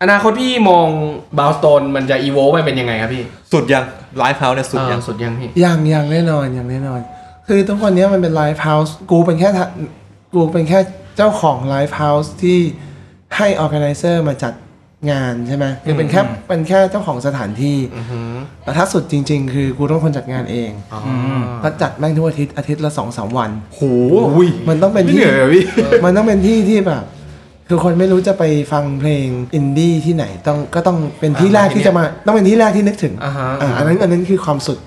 E: อนาคตพี่มองบาวสโตนมันจะอีโวไปเป็นยังไงครับพี่
C: สุดยังไลฟ์เฮาส์เนี่ยสุดยัง
E: เออสุดยังพี่
D: อย่างอย่างแน่นอนอย่างแน่นอน คือทุกวันนี้มันเป็นไลฟ์เฮาส์กูเป็นแค่ทะกูเป็นแค่เจ้าของไลฟ์เฮาส์ที่ให้ออแกไนเซอร์มาจัดงานใช่ไหมคือเป็นแค่เป็นแค่เจ้าของสถานที่แต่ถ้าสุดจริง ๆ คือกูต้องคนจัดงานเองก็จัดแม่งทุกอาทิตย์อาทิตย์ละสองสามวัน
B: โอ้ย
D: มันต้องเป็น
B: ไม่
D: ที่
B: เหนื่อยเหรอพี่
D: มันต้องเป็นที่ที่แบบ คือคนไม่รู้จะไปฟังเพลงอินดี้ที่ไหนต้องก็ต้องเป็นที่แรกที่จะมาต้องเป็นที่แรกที่นึกถึง
E: อ่าฮะ
D: อ่าอันนั้นอันนั้นคือความสุด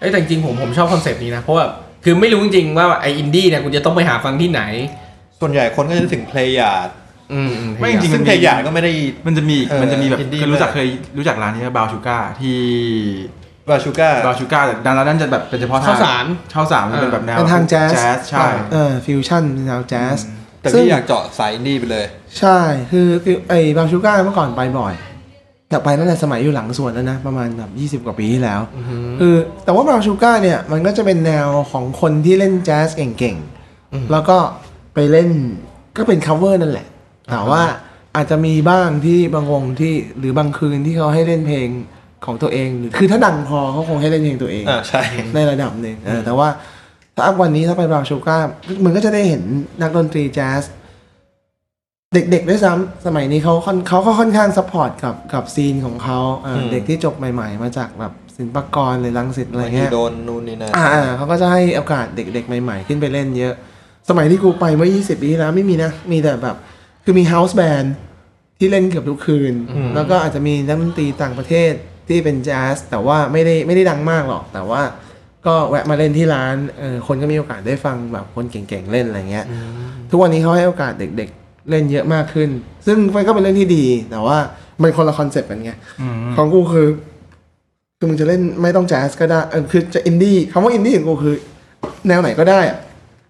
E: เอ้ยแต่จริงๆผมผมชอบคอนเซปต์นี้นะ เพราะว่าคือไม่รู้จริงๆว่าไออินดี้เนี่ยคุณจะต้องไปหาฟังที่ไหน
C: ส่วนใหญ่คนก็จะนึกถึงเพลยาร์ด
E: อืมอื
B: ไม่จริง
C: ซึ่งเพลยาร์ดก็ไม่ได้
B: มันจะมีอีก
C: เออ
B: มันจะมีแบบ
C: อินดี้
B: เคยรู้จักเคยรู้จักร้านนี้บาวชูก้าที่
C: บาชูก้า
B: บาวชูก้าแต่ร้านนั้นจะแบบเป็นเฉพาะทาง
E: ข้าวสาร
B: ข้าวสารมันเป็นแบบแนว
D: เป็นทางแจ๊ส
B: ใช่
D: เออฟิวชั่นแนวแจ๊ส
C: แต่
D: ซึ่ง
C: พี่อยากเจาะสายอินดี้ไปเลย
D: ใช่ คือคือไอ้บางชูก้าเมื่อก่อนไปบ่อย แต่ไปนั่นแหละสมัยอยู่หลังสวนแล้วนะ ประมาณแบบ20 กว่าปีที่แล้วคือแต่ว่าบางชูก้าเนี่ย มันก็จะเป็นแนวของคนที่เล่นแจ๊สเก่งๆ แล้วก็ไปเล่นก็เป็น cover นั่นแหละ แต่ว่าอาจจะมีบ้างที่บางวงที่หรือบางคืนที่เขาให้เล่นเพลงของตัวเองหรือคือถ้าดังพอเขาคงให้เล่นเพลงตัวเอง
C: อ่า ใช่
D: ในระดับหนึ่งเออแต่ว่าถ้าวันนี้ถ้าไปบราวน์ชูก้ามันก็จะได้เห็นนักดนตรีแจ๊สเด็กๆด้วยซ้ำสมัยนี้เขาค่อนเขาก็ค่อนข้างซัพพอร์ตกับกับซีนของเขาเออ
C: อืม
D: เด็กที่จบใหม่ๆ มาจากแบบศิลปากรหรือลังสิตอะไร
C: บางที
D: เงี้ย
C: โดนนู่นนี่นะ
D: อ่าอ่าเขาก็จะให้โอกาสเด็กๆ ใหม่ๆ ขึ้นไปเล่นเยอะ สมัยที่กูไปเมื่อ 20 ปีที่แล้วไม่มีนะ มีแต่แบบ คือมีเฮาส์แบนด์ที่เล่นเกือบทุกคืน แล้วก็อาจจะมีนักดนตรีต่างประเทศที่เป็นแจ๊สแต่ว่าไม่ได้ไม่ได้ดังมากหรอก แต่ว่าก็แวะมาเล่นที่ร้านเออคนก็มีโอกาสได้ฟังแบบคนเก่งๆเล่นอะไรเงี้ย ทุกวันนี้เขาให้โอกาสเด็กๆเล่นเยอะมากขึ้น ซึ่งมันก็เป็นเรื่องที่ดี แต่ว่ามันคนละคอนเซปต์กันไงของกูคือคือมึงจะเล่นไม่ต้องแจ๊สก็ได้เออคือจะอินดี้คำว่าอินดี้ของกูคือ แนวไหนก็ได้อะ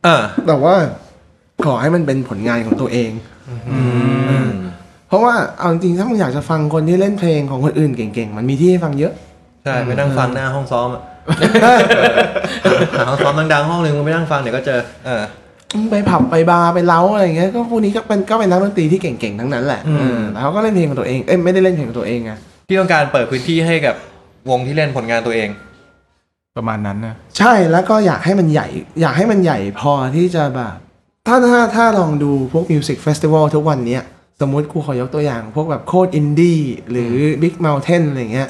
C: อ่า
D: แต่ว่าขอให้มันเป็นผลงานของตัวเอง เพราะว่าเอาจริงๆถ้ามึงอยากจะฟังคนที่เล่นเพลงของคนอื่นเก่งๆ มันมีที่ให้ฟังเยอะ
C: ใช่ไปนั่งฟังหน้าห้องซ้อมอะ <laughs> หาห้องซ้อมดังๆห้องหนึ่งมึงไปนั่งฟังเดี๋ยวก็เจอเออ
D: ไปผับไปบาร์ไปเล้าอะไรอย่างเงี้ยก็พวกนี้ก็เป็นก็เป็นนักดนตรีที่เก่งๆทั้งนั้นแหละ
C: อืม
D: เออแล้วเขาก็เล่นเพลงของตัวเองเอ้ยไม่ได้เล่นเพลงของตัวเองไง
C: พี่ต้องการเปิดพื้นที่ให้กับวงที่เล่นผลงานตัวเอง
B: ประมาณนั้นนะ
D: ใช่แล้วก็อยากให้มันใหญ่ อยากให้มันใหญ่พอที่จะแบบ ถ้าถ้าถ้าลองดูพวกมิวสิกเฟสติวัลทุกวันเนี้ยสมมติกูขอยกตัวอย่าง พวกแบบโคดอินดี้หรือบิ๊กเมลเทนอะไรอย่างเงี้ย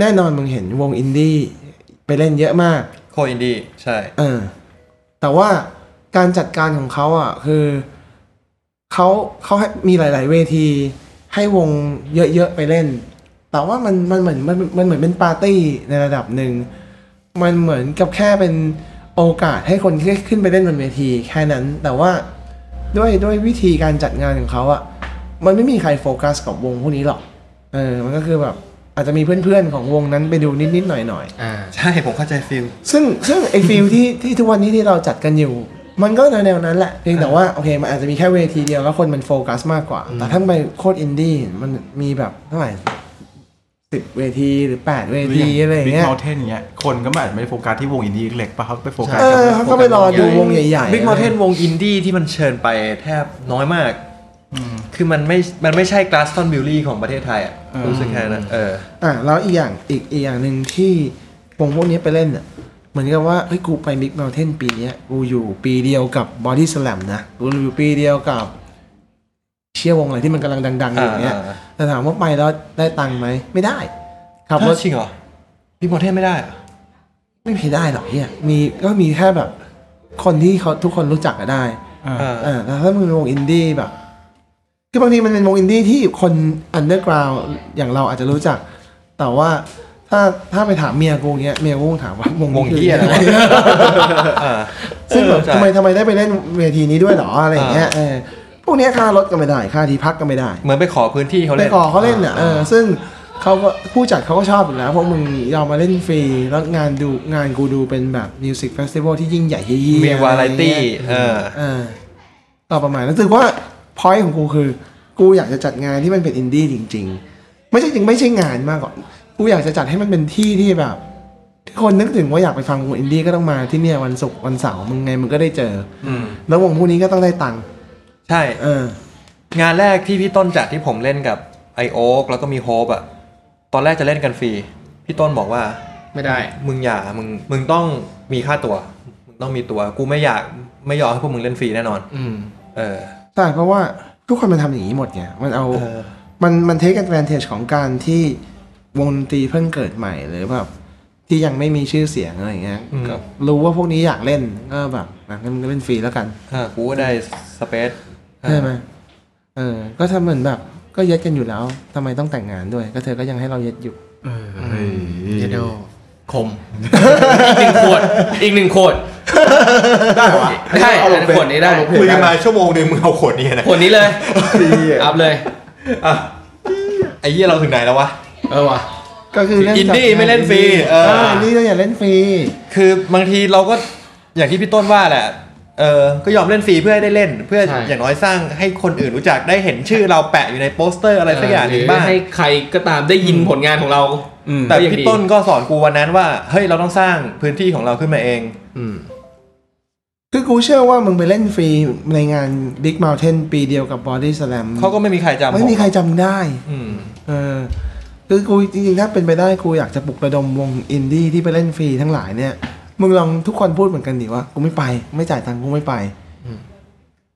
D: แน่นอนมึงเห็นวงอินดี้ไปเล่นเยอะมาก
C: โคอินดี้ใช่
D: เออแต่ว่าการจัดการของเขาอ่ะ คือเขาเขาให้มีหลาย ๆ เวที ให้วงเยอะ ๆ ไปเล่น แต่ว่ามันมันเหมือนมันมันเหมือนเป็นปาร์ตี้ในระดับหนึ่ง มันเหมือนกับแค่เป็นโอกาสให้คนที่ขึ้นไปเล่นบนเวทีแค่นั้น แต่ว่าด้วยด้วยวิธีการจัดงานของเขาอะมันไม่มีใครโฟกัสกับวงพวกนี้หรอก เออ มันก็คือแบบอาจจะมีเพื่อน ๆ ของวงนั้นไปดูนิด ๆ หน่อย ๆ
E: อ่า
C: ใช่ผมเข้าใจฟิล
D: ซึ่งซึ่งไอฟิลที่ที่ทุกวันนี้ที่เราจัดกันอยู่ มันก็แนวๆนั้นแหละเพียงแต่ว่าโอเคมันอาจจะมีแค่เวทีเดียวแล้วคนมันโฟกัสมากกว่า แต่ถ้าไปโคตรอินดี้มันมีแบบเท่าไหร่สิบเวทีหรือแปดเวทีอะไรอย่างเงี้ย
B: บิ๊กเมลเทนอย่างเงี้ย คนก็อาจจะไม่ได้โฟกัสที่วงอินดี้เล็กๆปะเขาไปโฟกัส
D: เอ
B: กับ
D: อเขาก็ไปรอดูวงใหญ่ๆ
C: บิ๊กมอเทนวงอินดี้ที่มันเชิญไปแทบน้อยมาก คือมันไม่ มันไม่ใช่กลาสตันบิลลี่ของประเทศไทยอ่ะ รู้สึกแค่นั้นเออ
D: อ่ะแล้วอีกอย่างอีกอีกอย่างหนึ่งที่วงพวกนี้ไปเล่นเนี่ยเหมือนกับว่าเฮ้ยกูไปบิ๊กเมลเทนปีเนี้ยกูอยู่ปีเดียวกับบอดี้สแลมนะกูอยู่ปีเดียวกับเชียร์วงอะไรที่มันกำลังดังๆอยู่เนี้ย
C: อ่า
D: แต่ถามว่าไปแล้วได้ตังค์ไหมไม่ได้ขับรถ
C: จริงเหรอบิ๊กมอเทนไม่ได้
D: ไม่มีใครได้หรอกเฮียมีก็มีแค่แบบ คนที่เขาทุกคนรู้จักก็ได้
C: เออ
D: เออแล้วถ้ามึงเป็นวงอินดี้แบบคือบางทีมันเป็นวงอินดี้ที่คนอันเดอร์กราวอย่างเราอาจจะรู้จัก แต่ว่าถ้าถ้าไปถามเมียกูเนี้ยเมียกูคงถามว่าวงนี้
C: วงเหี้ย
D: คือ
C: นะ เออ
D: ซึ่งแบบ
C: ใช่
D: ทำไมทำไมได้ไปเล่นเวทีนี้ด้วยเหรออะไรอย่างเงี้ยเออพวกเนี้ยค่ารถก็ไม่ได้ค่าที่พักก็ไม่ได้
C: เหมือนไปขอพื้นที่เขา
D: ไป
C: เล่น
D: ขอเขาเล่นอ่ะเออซึ่งเขาก็ผู้จัดเขาก็ชอบอยู่แล้วเพราะมึงยอมมาเล่นฟรี แล้วงานดูงานกูดูเป็นแบบมิวสิกเฟสติวัลที่ยิ่งใหญ่เฮียๆ
C: มีวาไรตี้เออ
D: เออต่อประมาณนั้นถือว่าพอยของกูคือ กูอยากจะจัดงานที่มันเป็นอินดี้จริง ๆ ไม่ใช่จริงไม่ใช่งานมากกว่ากูอยากจะจัดให้มันเป็นที่ที่แบบที่คนนึกถึงว่าอยากไปฟังวงอินดี้ก็ต้องมาที่เนี่ยวันศุกร์วันเสาร์มึงไงมึงก็ได้เจอ
C: อืม
D: แล้ววงพวกนี้ก็ต้องได้ตังค์
C: ใช่
D: เออ
C: งานแรกที่พี่ต้นจัดที่ผมเล่นกับไอโอ๊กแล้วก็มีโฮปอะตอนแรกจะเล่นกันฟรี พี่ต้นบอกว่า
E: ไม่ได้
C: มึงอย่ามึงมึงต้องมีค่าตัวมึงต้องมีตัว กูไม่อยากไม่ยอมให้พวกมึงเล่นฟรีแน่นอน
E: อืม
C: เออ
D: ใช่เพราะว่าทุกคนมันทำอย่างนี้หมดไง มันเอา
C: เออ
D: มันมันเทคแอนแวนเทจของการที่วงดนตรีเพิ่งเกิดใหม่หรือแบบที่ยังไม่มีชื่อเสียงอะไรอย่างเงี้ย
C: อืม
D: ก็รู้ว่าพวกนี้อยากเล่นก็แบบอ่ะงั้นมึงก็เล่นฟรีแล้วกัน
C: เออกูก็ได้สเปซ
D: ใช่ไหมเออ ก็ถ้าเหมือนแบบ ก็เย็ดกันอยู่แล้วทำไมต้องแต่งงานด้วย ก็เธอก็ยังให้เราเย็ดอยู่
E: เยโดคม อีกหนึ่งขวด อีกหนึ่งขวด
B: ได้วะ
E: ใช่อันนั้นขวดนี้ได้
B: เอาลงเพจ
G: คุยกันมาชั่วโมงหนึ่งมึงเอาขวดนี้นะ
E: ขวดนี้เลย
B: ดีอ่ะ
E: อัพเลย
C: อ่ะไอ้เหี้ยเราถึงไหนแล้ววะ
E: เออว่ะ
D: ก็คือเล่น
C: อินดี้
D: จังาน
C: ไม่เล่นฟรีเออ
D: นดี้ก็อย่าเล่นฟรี
C: คือบางทีเราก็อย่างที่พี่ต้นว่าแหละ เออ ก็ยอมเล่นฟรีเพื่อให้ได้เล่น เพื่อ
E: ใช่
C: อย่างน้อยสร้างให้คนอื่นรู้จักได้เห็นชื่อเราแปะอยู่ในโปสเตอร์อะไรสักอย่างหนึ่งบ้าง
E: หรืให้ใครก็ตามได้ยินผลงานของเรา
B: อืม
C: แต่
E: ก็ยัง
C: พี่
E: ดี
C: ต้นก็สอนกูวันนั้นว่า เฮ้ยเราต้องสร้างพื้นที่ของเราขึ้นมาเอง
E: อืม
D: คือกูเชื่อว่ามึงไปเล่นฟรีในงาน Big Mountain ปีเดียวกับ Body Slam
C: เขาก็ไม่มีใครจำ
D: ไม่มีใครจำได้
C: อืม
D: เออคือกูจริงๆ ถ้าเป็นไปได้กูอยากจะปลุกระดมวงอินดี้ที่ไปเล่นฟรีทั้งหลายเนี่ย มึงลองทุกคนพูดเหมือนกันดิว่า กูไม่ไป ไม่จ่ายตังค์กูไม่ไป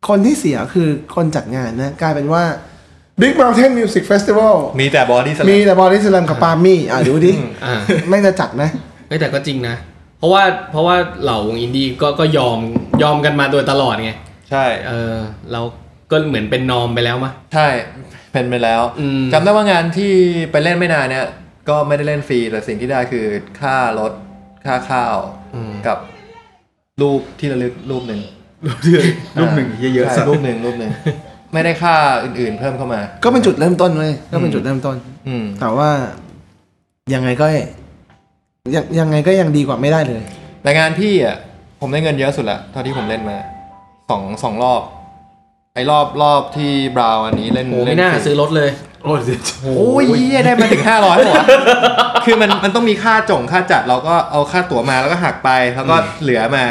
D: คนที่เสียคือคนจัดงานนะ กลายเป็นว่า Big Mountain Music Festival
C: มีแต่บอดี้ส
D: มี
C: แลม
D: แต่บอดี้สแลมกับปาล์มมี่อ่ะดูดิ
C: อืม
E: อ่า
D: แม่งจะจัดไหม
E: เฮ้ยแต่ก็จริงนะ เพราะว่าเพราะว่าเหล่าวงอินดี้ก็ก็ยอมยอมกันมาโดยตลอดไง
C: ใช่
E: เออเราก็เหมือนเป็นนอมไปแล้วมะ
C: ใช่เป็นไปแล้ว
E: อืม
C: จำได้ว่างานที่ไปเล่นไม่นานเนี่ย ก็ไม่ได้เล่นฟรีแต่สิ่งที่ได้คือค่ารถค่าข้าวกับรูปที่ระลึกรูปหนึ่ง
B: รูปหนึ่งเยอะๆ
C: ใช่
B: สัก
C: รูปหนึ่งรูปหนึ่งไม่ได้ค่าอื่นๆเพิ่มเข้ามา
D: ก็เป็นจุดเริ่มต้นเลยก็เป็นจุดเริ่มต้น
C: อืม
D: แต่ว่ายังไงก็ยังยังไงก็ยังดีกว่าไม่ได้เลย
C: แต่งานพี่อ่ะผมได้เงินเยอะสุดละเท่าที่ผมเล่นมาสองสองรอบ ไอ้รอบรอบที่บราวน์อันนี้เล่น
E: โอ้
C: เล่
E: ไม่น่า
C: ฟรี
E: ซื้อรถเลย
B: โอ้ยเดี๋ยว
C: โอ้ยเหี้ยได้มาถึง 500ร้อยหัวะคือมันมันต้องมีค่าจงค่าจัดเราก็เอาค่าตั๋วมาแล้วก็หักไปแล้วก็เหลือมา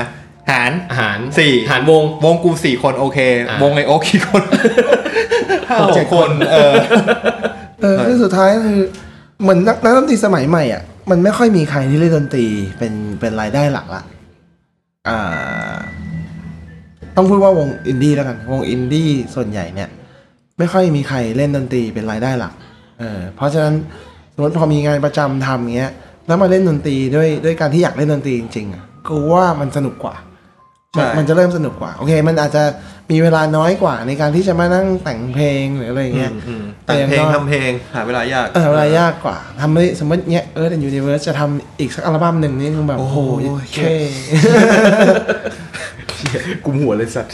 C: หาร
E: อาหาร
C: สี่
E: อาหารวง
C: วงกูสี่คนโอเค
E: อ่ะ
C: วงไอโอคกี่คนห้าห
D: เจ็ด
C: ก
D: ค
C: คน นเออ
D: เออ
C: เออ
D: คือสุดท้ายคือเหมือนนักนักดนตรีสมัยใหม่อ่ะมันไม่ค่อยมีใครที่เล่นดนตรีเป็นเป็นรายได้หลักละอ่าต้องพูดว่าวงอินดี้แล้วกัน วงอินดี้ส่วนใหญ่เนี่ย ไม่ค่อยมีใครเล่นดนตรีเป็นรายได้หลักเออเพราะฉะนั้นสมมติพอมีงานประจำทำเงี้ย แล้วมาเล่นดนตรีด้วยด้วยการที่อยากเล่นดนตรีจริงๆอ่ะกูว่ามันสนุกกว่า
C: ใช่
D: มันมันจะเริ่มสนุกกว่า โอเค มันอาจจะมีเวลาน้อยกว่าในการที่จะมานั่งแต่งเพลงหรืออะไรเงี้ย
C: อืมแต่งเพลงทำเพลงหาเวลายาก
D: เออเวลายากกว่าทำไม่สมมติเนี้ยเออแต่ยูนิเวิร์สจะทำอีกสักอัลบั้มหนึ่งนี่คือแบบ
C: โอ้
D: โอ้
C: โห
D: โหเค
B: กุมหัวเลยสัตว์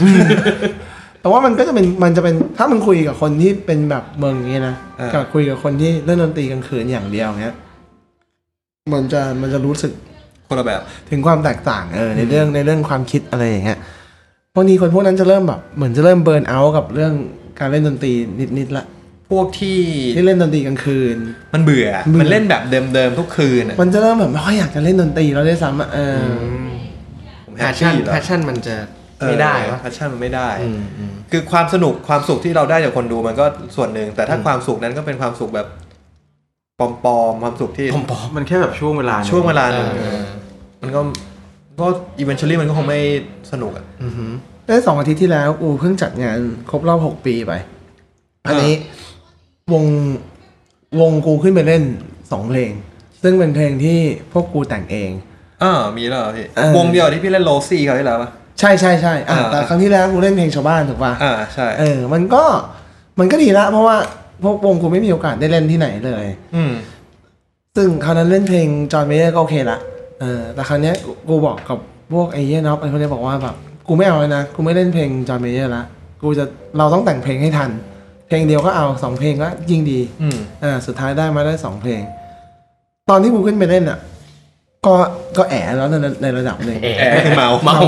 D: แต่ว่ามันก็จะเป็นมันจะเป็นถ้ามันคุยกับคนที่เป็นแบบเมืองอย่างเงี้ยนะ
C: เออ
D: กับคุยกับคนที่เล่นดนตรีกลางคืนอย่างเดียวเนี้ยมันจะมันจะรู้สึก
C: คนละแบบ
D: ถึงความแตกต่างเออในเรื่องในเรื่องความคิดอะไรอย่างเงี้ยพวกนี้คนพวกนั้นจะเริ่มแบบเหมือนจะเริ่มเบิร์นเอาท์กับเรื่องการเล่นดนตรีนิดๆละ
C: พวกที่
D: ที่เล่นดนตรีกลางคืน
C: มันเบื่อ
D: เบื่อ
C: มันเล่นแบบเดิมๆทุกคืนอะ
D: มันจะเริ่มแบบไม่ค่อยอยากจะเล่นดนตรีแล้วด้วยซ้ำอะเอออ
C: ผม
E: แพ
C: แฮ
E: ช
C: ป
E: ชั่น
C: ปี้อยู่แล้ว
E: แพชชั่นมันจะไม่ได้วะ
C: แพชชั่นมันไม่ได้ คือความสนุกความสุขที่เราได้จากคนดูมันก็ส่วนหนึ่ง แต่ถ้าความสุขนั้นก็เป็นความสุขแบบปลอมๆความสุขที่
B: มันแค่แบบช่วงเวลาหนึ่
C: ช่วงเวลาหนึ่ง
E: เออ
C: มันก็ก็อีเวนต์ลี่มันก็คงไม่สนุกอ่ะ
D: ได้สองอาทิตย์ที่แล้วอูเพิ่งจัดงานครบรอบหกปีไป อันนี้วงวงกูขึ้นไปเล่นสองเพลง ซึ่งเป็นเพลงที่พวกกูแต่งเอง
C: เ อ่ามีแล้วเหรอพี่
D: เออ
C: วงเดียวที่พี่เล่นโรซี่เขาวที่แล้วปะ
D: ใช่ใช่ใช่อ่ะ
C: อ่า
D: แต่ครั้งที่แล้วกูเล่นเพลงชาวบ้านถูกป่ะ
C: อ่าใช่
D: เออ มันก็มันก็ดีละเพราะว่าพวกวงกูไม่มีโอกาสได้เล่นที่ไหนเลย
C: อืม
D: ซึ่งคราวนั้นเล่นเพลงจอห์นเมเยอร์ก็โอเคละเออแต่คราวเนี้ยกูกูบอกกับพวกไอ้เหี้ยน็อปไอ้พวกเนี้ยบอกว่าแบบกูไม่เอาแล้วนะ กูไม่เล่นเพลงจอห์นเมเยอร์ละ กูจะเราต้องแต่งเพลงให้ทัน เพลงเดียวก็เอาสองเพลงก็ยิ่งดี
C: อืม
D: อ่าสุดท้ายได้มาได้สองเพลง ตอนที่กูขึ้นไปเล่นอ่ะ ก็ก็แอบแล้วในในระดับหนึ่ง
C: แอบเมา
E: เมา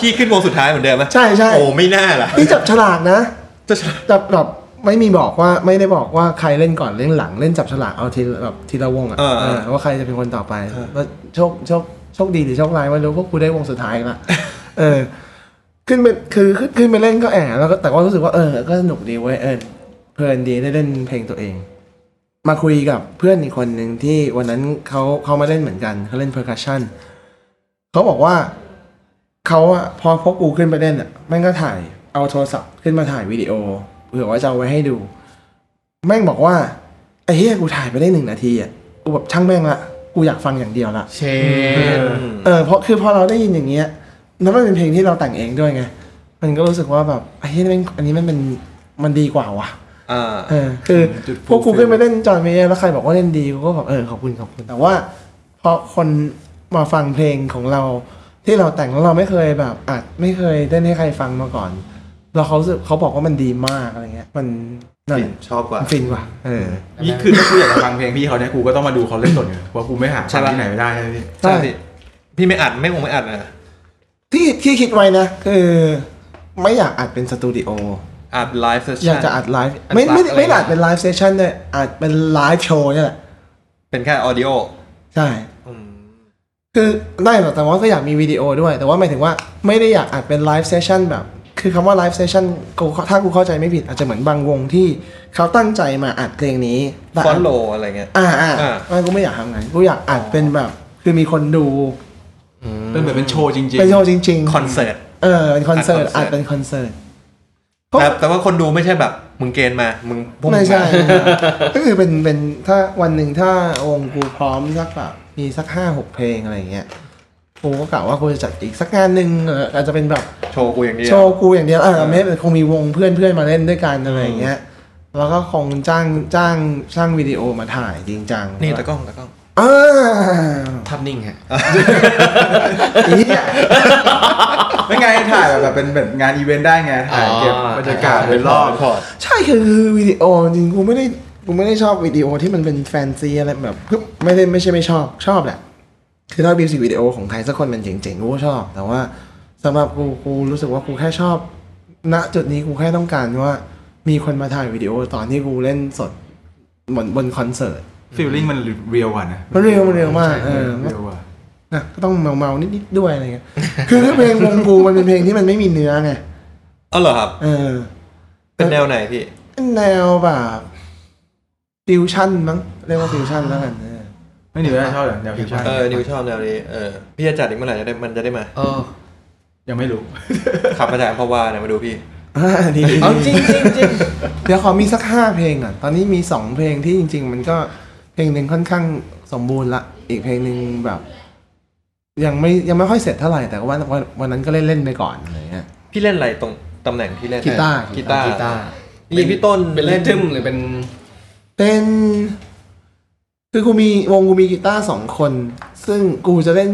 C: พี่ขึ้นวงสุดท้ายเหมือนเดิมไหม
D: ใช่ใช่
G: โอ้ไม่น่าล่ะ
D: นี่จับฉลากนะ
C: จะชนะ
D: จับแบบไม่มีบอกว่าไม่ได้บอกว่าใครเล่นก่อนเล่นหลังเล่นจับฉลากเอาทีแบบทีละวงอ่ะ
C: เออเออ
D: เออว่าใครจะเป็นคนต่อไปว่าโชคโชคโชคดีหรือโชคร้ายไม่รู้พวกกูได้วงสุดท้าย <laughs> ละเออ ขึ้นไปคือขึ้นขึ้นไปเล่นก็แอบแล้วก็แต่ก็รู้สึกว่าเออ ก็สนุกดีเว้ยเออเพลินดีได้เล่นเพลงตัวเอง มาคุยกับเพื่อนอีกคนหนึ่งที่วันนั้นเขาเขามาเล่นเหมือนกันเขาเล่น percussion เขาบอกว่าเขาอะพอพวกกูขึ้นไปเล่นอะแม่งก็ถ่ายเอาโทรศัพท์ขึ้นมาถ่ายวิดีโอเผื่อว่าจะเอาไว้ให้ดู แม่งบอกว่าไอ้เหี้ยกูถ่ายไปได้หนึ่งนาทีอะกูแบบช่างแม่งละกูอยากฟังอย่างเดียวละ
E: เชน
D: เออเพราะคือพอเราได้ยินอย่างเงี้ยแล้วมันเป็นเพลงที่เราแต่งเองด้วยไง มันก็รู้สึกว่าแบบไอ้ที่มันอันนี้มันเป็นมันดีกว่าว่ะ
C: อ่า
D: เออคือ
B: จุด
D: พวกกูขึ้นไปเล่นจอห์นเมเยอร์แล้วใครบอกว่าเล่นดีกูก็แบบเออขอบคุณขอบคุณแต่ว่าพอคนมาฟังเพลงของเรา ที่เราแต่งแล้วเราไม่เคยแบบอัดไม่เคยเล่นให้ใครฟังมาก่อน เราเขารู้สึกเขาบอกว่ามันดีมากอะไรเงี้ย มันนั่นแหละ
C: ชอบกว่า
D: มันฟินกว่าเออ
B: นี่คือถ้ากูอยากจะฟังเพลงพี่เขาเนี่ยกูก็ต้องมาดูเขาเล่นสดอยู่เพราะกูไม่หา
C: ใช่
B: ฟัง
C: ปะ
B: ที่ไหนไม่ได้ใช่ไหมพี่
D: ใช่
C: ใช่พี่พี่ไม่อัดไม่คงไม่อัดนะ
D: ที่ที่คิดไว้นะคือไม่อยากอัดเป็นสตูดิโอ
C: อัดไลฟ์เซส
D: อ
C: ชั่
D: ยาก
C: น
D: จะอัดไลฟ์
C: อัด
D: ไม่ไม่
C: ไลฟ์อะไร
D: ไม่ได้อัดเป็นไลฟ์เซสชันด้วยอัดเป็นไลฟ์โชว์เนี่ยแหละ
C: เป็นแค่ออดิโอ
D: ใช่คือได้หรอกแต่ว่าก็อยากมีวิดีโอด้วย แต่ว่าหมายถึงว่าไม่ได้อยากอัดเป็นไลฟ์เซสชันแบบ คือคำว่าไลฟ์เซสชันกูถ้ากูเข้าใจไม่ผิดอาจจะเหมือนบางวงที่เขาตั้งใจมาอัดเพลงนี้แต่
C: ฟอนโลอะไรเงี้ย
D: อ่าอ่า
C: อ่า
D: ไม่กูไม่อยากทำงั้นกูอยากอัดเป็นแบบ คือมีคนดู
B: เป็นเหมือนเป็นโชว์จริงๆ
D: เป็นโชว์จริง
C: คอนเสิร์ต
D: ๆเออเป็นคอนเสิร์ต
C: อั
D: อั
C: ด
D: ด
C: คอนเสิร์ต
D: เป็นคอนเสิร์ต ก็
C: แต่แต่ว่าคนดูไม่ใช่แบบ มึงเกณฑ์มา มึงพวกมึ
D: ไม่
C: ง
D: ใช่
C: มา
D: ไม่ใช่
C: <laughs>
D: ก็คือเป็นเป็นถ้าวันหนึ่งถ้าวงกูพร้อมสักแบบมีสักห้าหกเพลงอะไรอย่างเงี้ยกูก็กะว่ากูจะจัดอีกสักงานหนึ่งเอออาจจะเป็นแบบ
C: โชว์กูอย่างเดีย
D: โช
C: ว
D: ว์กูอย่างเดียวเออไม่คงมีวงเพื่อนเพื่อนมาเล่นด้วยกันอะไรอย่างเงี้ยแล้วก็คงจ้างจ้างช่างวิดีโอมาถ่ายจริงจัง
C: นี่ตะกล้องตะกล้อง
D: เออ
E: ทับนิ่งฮะ
D: อีเหี้ย
B: ไม่ไงถ่ายแบบเป็นแบบงานอีเวนต์ได้ไงถ่ายเก็บบรรยากาศโดยรอบ
D: ใช่คือคือวิดีโอจริงกูไม่ได้กูไม่ได้ชอบวิดีโอที่มันเป็นแฟนซีอะไรแบบไม่ได้ไม่ใช่ไม่ชอบชอบแหละ คือถ้ามิวสิกวิดีโอของไทยสักคนมันเจ๋งๆกูก็ชอบ แต่ว่าสำหรับกูกูรู้สึกว่ากูแค่ชอบ ณจุดนี้กูแค่ต้องการว่า มีคนมาถ่ายวิดีโอตอนที่กูเล่นสดบนบนคอนเสิร์ต
B: ฟีลลิ่งมันเรียลกว่านะ
D: มันเรียลมันเรียลมากเออ
B: เรียลกว่า
D: นะก็ต้องเมาๆนิดๆด้วยอะไรเงี้ย คือเพลงวงกูมันเป็นเพลงที่มันไม่มีเนื้อไง
C: เออเหรอครับ
D: เออ
C: เป็นแนวไหนพี่
D: แนวแบบฟิวชั่นมั้งเรียกว่าฟิวชั่นแล้วกันเออ
B: ไม่หนีไม่ได้ชอบเหรอแนวฟิวชั่น
C: เออ นิวชอบแนวนี้ เออ พี่จะจัดอีกเมื่อไหร่จะได้มันจะได้มา
E: เออ
B: ยังไม่รู้
C: ขับมาจากอัมพวาเนี่ยมาดูพี่
D: อ่าดีดี
E: เอาจริงจริงจริง
D: เดี๋ยวขอมีสักห้าเพลงอ่ะ ตอนนี้มีสองเพลงที่จริง ๆ มันก็เพลงหนึ่งค่อนข้างสมบูรณ์ละ อีกเพลงหนึ่งแบบ ยังไม่ยังไม่ค่อยเสร็จเท่าไหร่แต่ว่าวันวันนั้นก็เล่นเล่นๆไปก่อนอะไรเงี้ย
C: พี่เล่นอะไรตรงตำแหน่งที่เล่น
D: กีตาร์
C: กีตาร์
E: กีตาร์
C: จริงๆพี่ต้น
E: เป็นเล่นทึมหรือเป็น
D: เป็นคือกูมีวงกูมีกีตาร์สองคน ซึ่งกูจะเล่น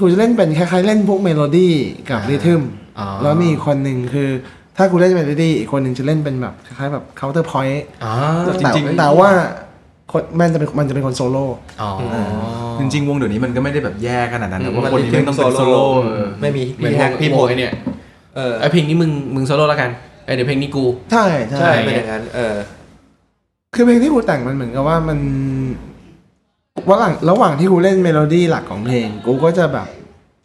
D: กูจะเล่นเป็นคล้ายๆเล่นพวกเมโลดี้กับริทึม
E: อ๋อ
D: แล้วมีอีกคนหนึ่งคือ ถ้ากูเล่นเมโลดี้อีกคนหนึ่งจะเล่นเป็นแบบคล้ายๆแบบเคาน์เตอร์พอยต์
E: อ๋อ
D: แต่
B: จริงๆ
D: แต่ว่าคนมันจะเป็นมันจะเป็นคนโซโล่
E: อ๋อ
B: จริงๆ วงเดี๋ยวนี้มันก็ไม่ได้แบบแย่ขนาดนั้น
C: อื
B: นะ
C: ม
B: ว่าคนนี้แม่งต้องเป็นโซโล่เออ
C: ไม่มี
E: เหมือน
C: พี่แฮก
E: พี่
C: พี่
E: โม
C: โม
E: ยเนี่ย
C: เออ
E: ไอเพลงนี้มึงมึงโซโล่แล้วกันเอ้ยเดี๋ยวเพลงนี้กู
D: ใช่
C: ใช่
D: ใช่
C: เป็นอย่างนั้น เออ
D: คือเพลงที่กูแต่งมันเหมือนกับว่ามันระหว่างระหว่างที่กูเล่นเมโลดี้หลักของเพลง กูก็จะแบบ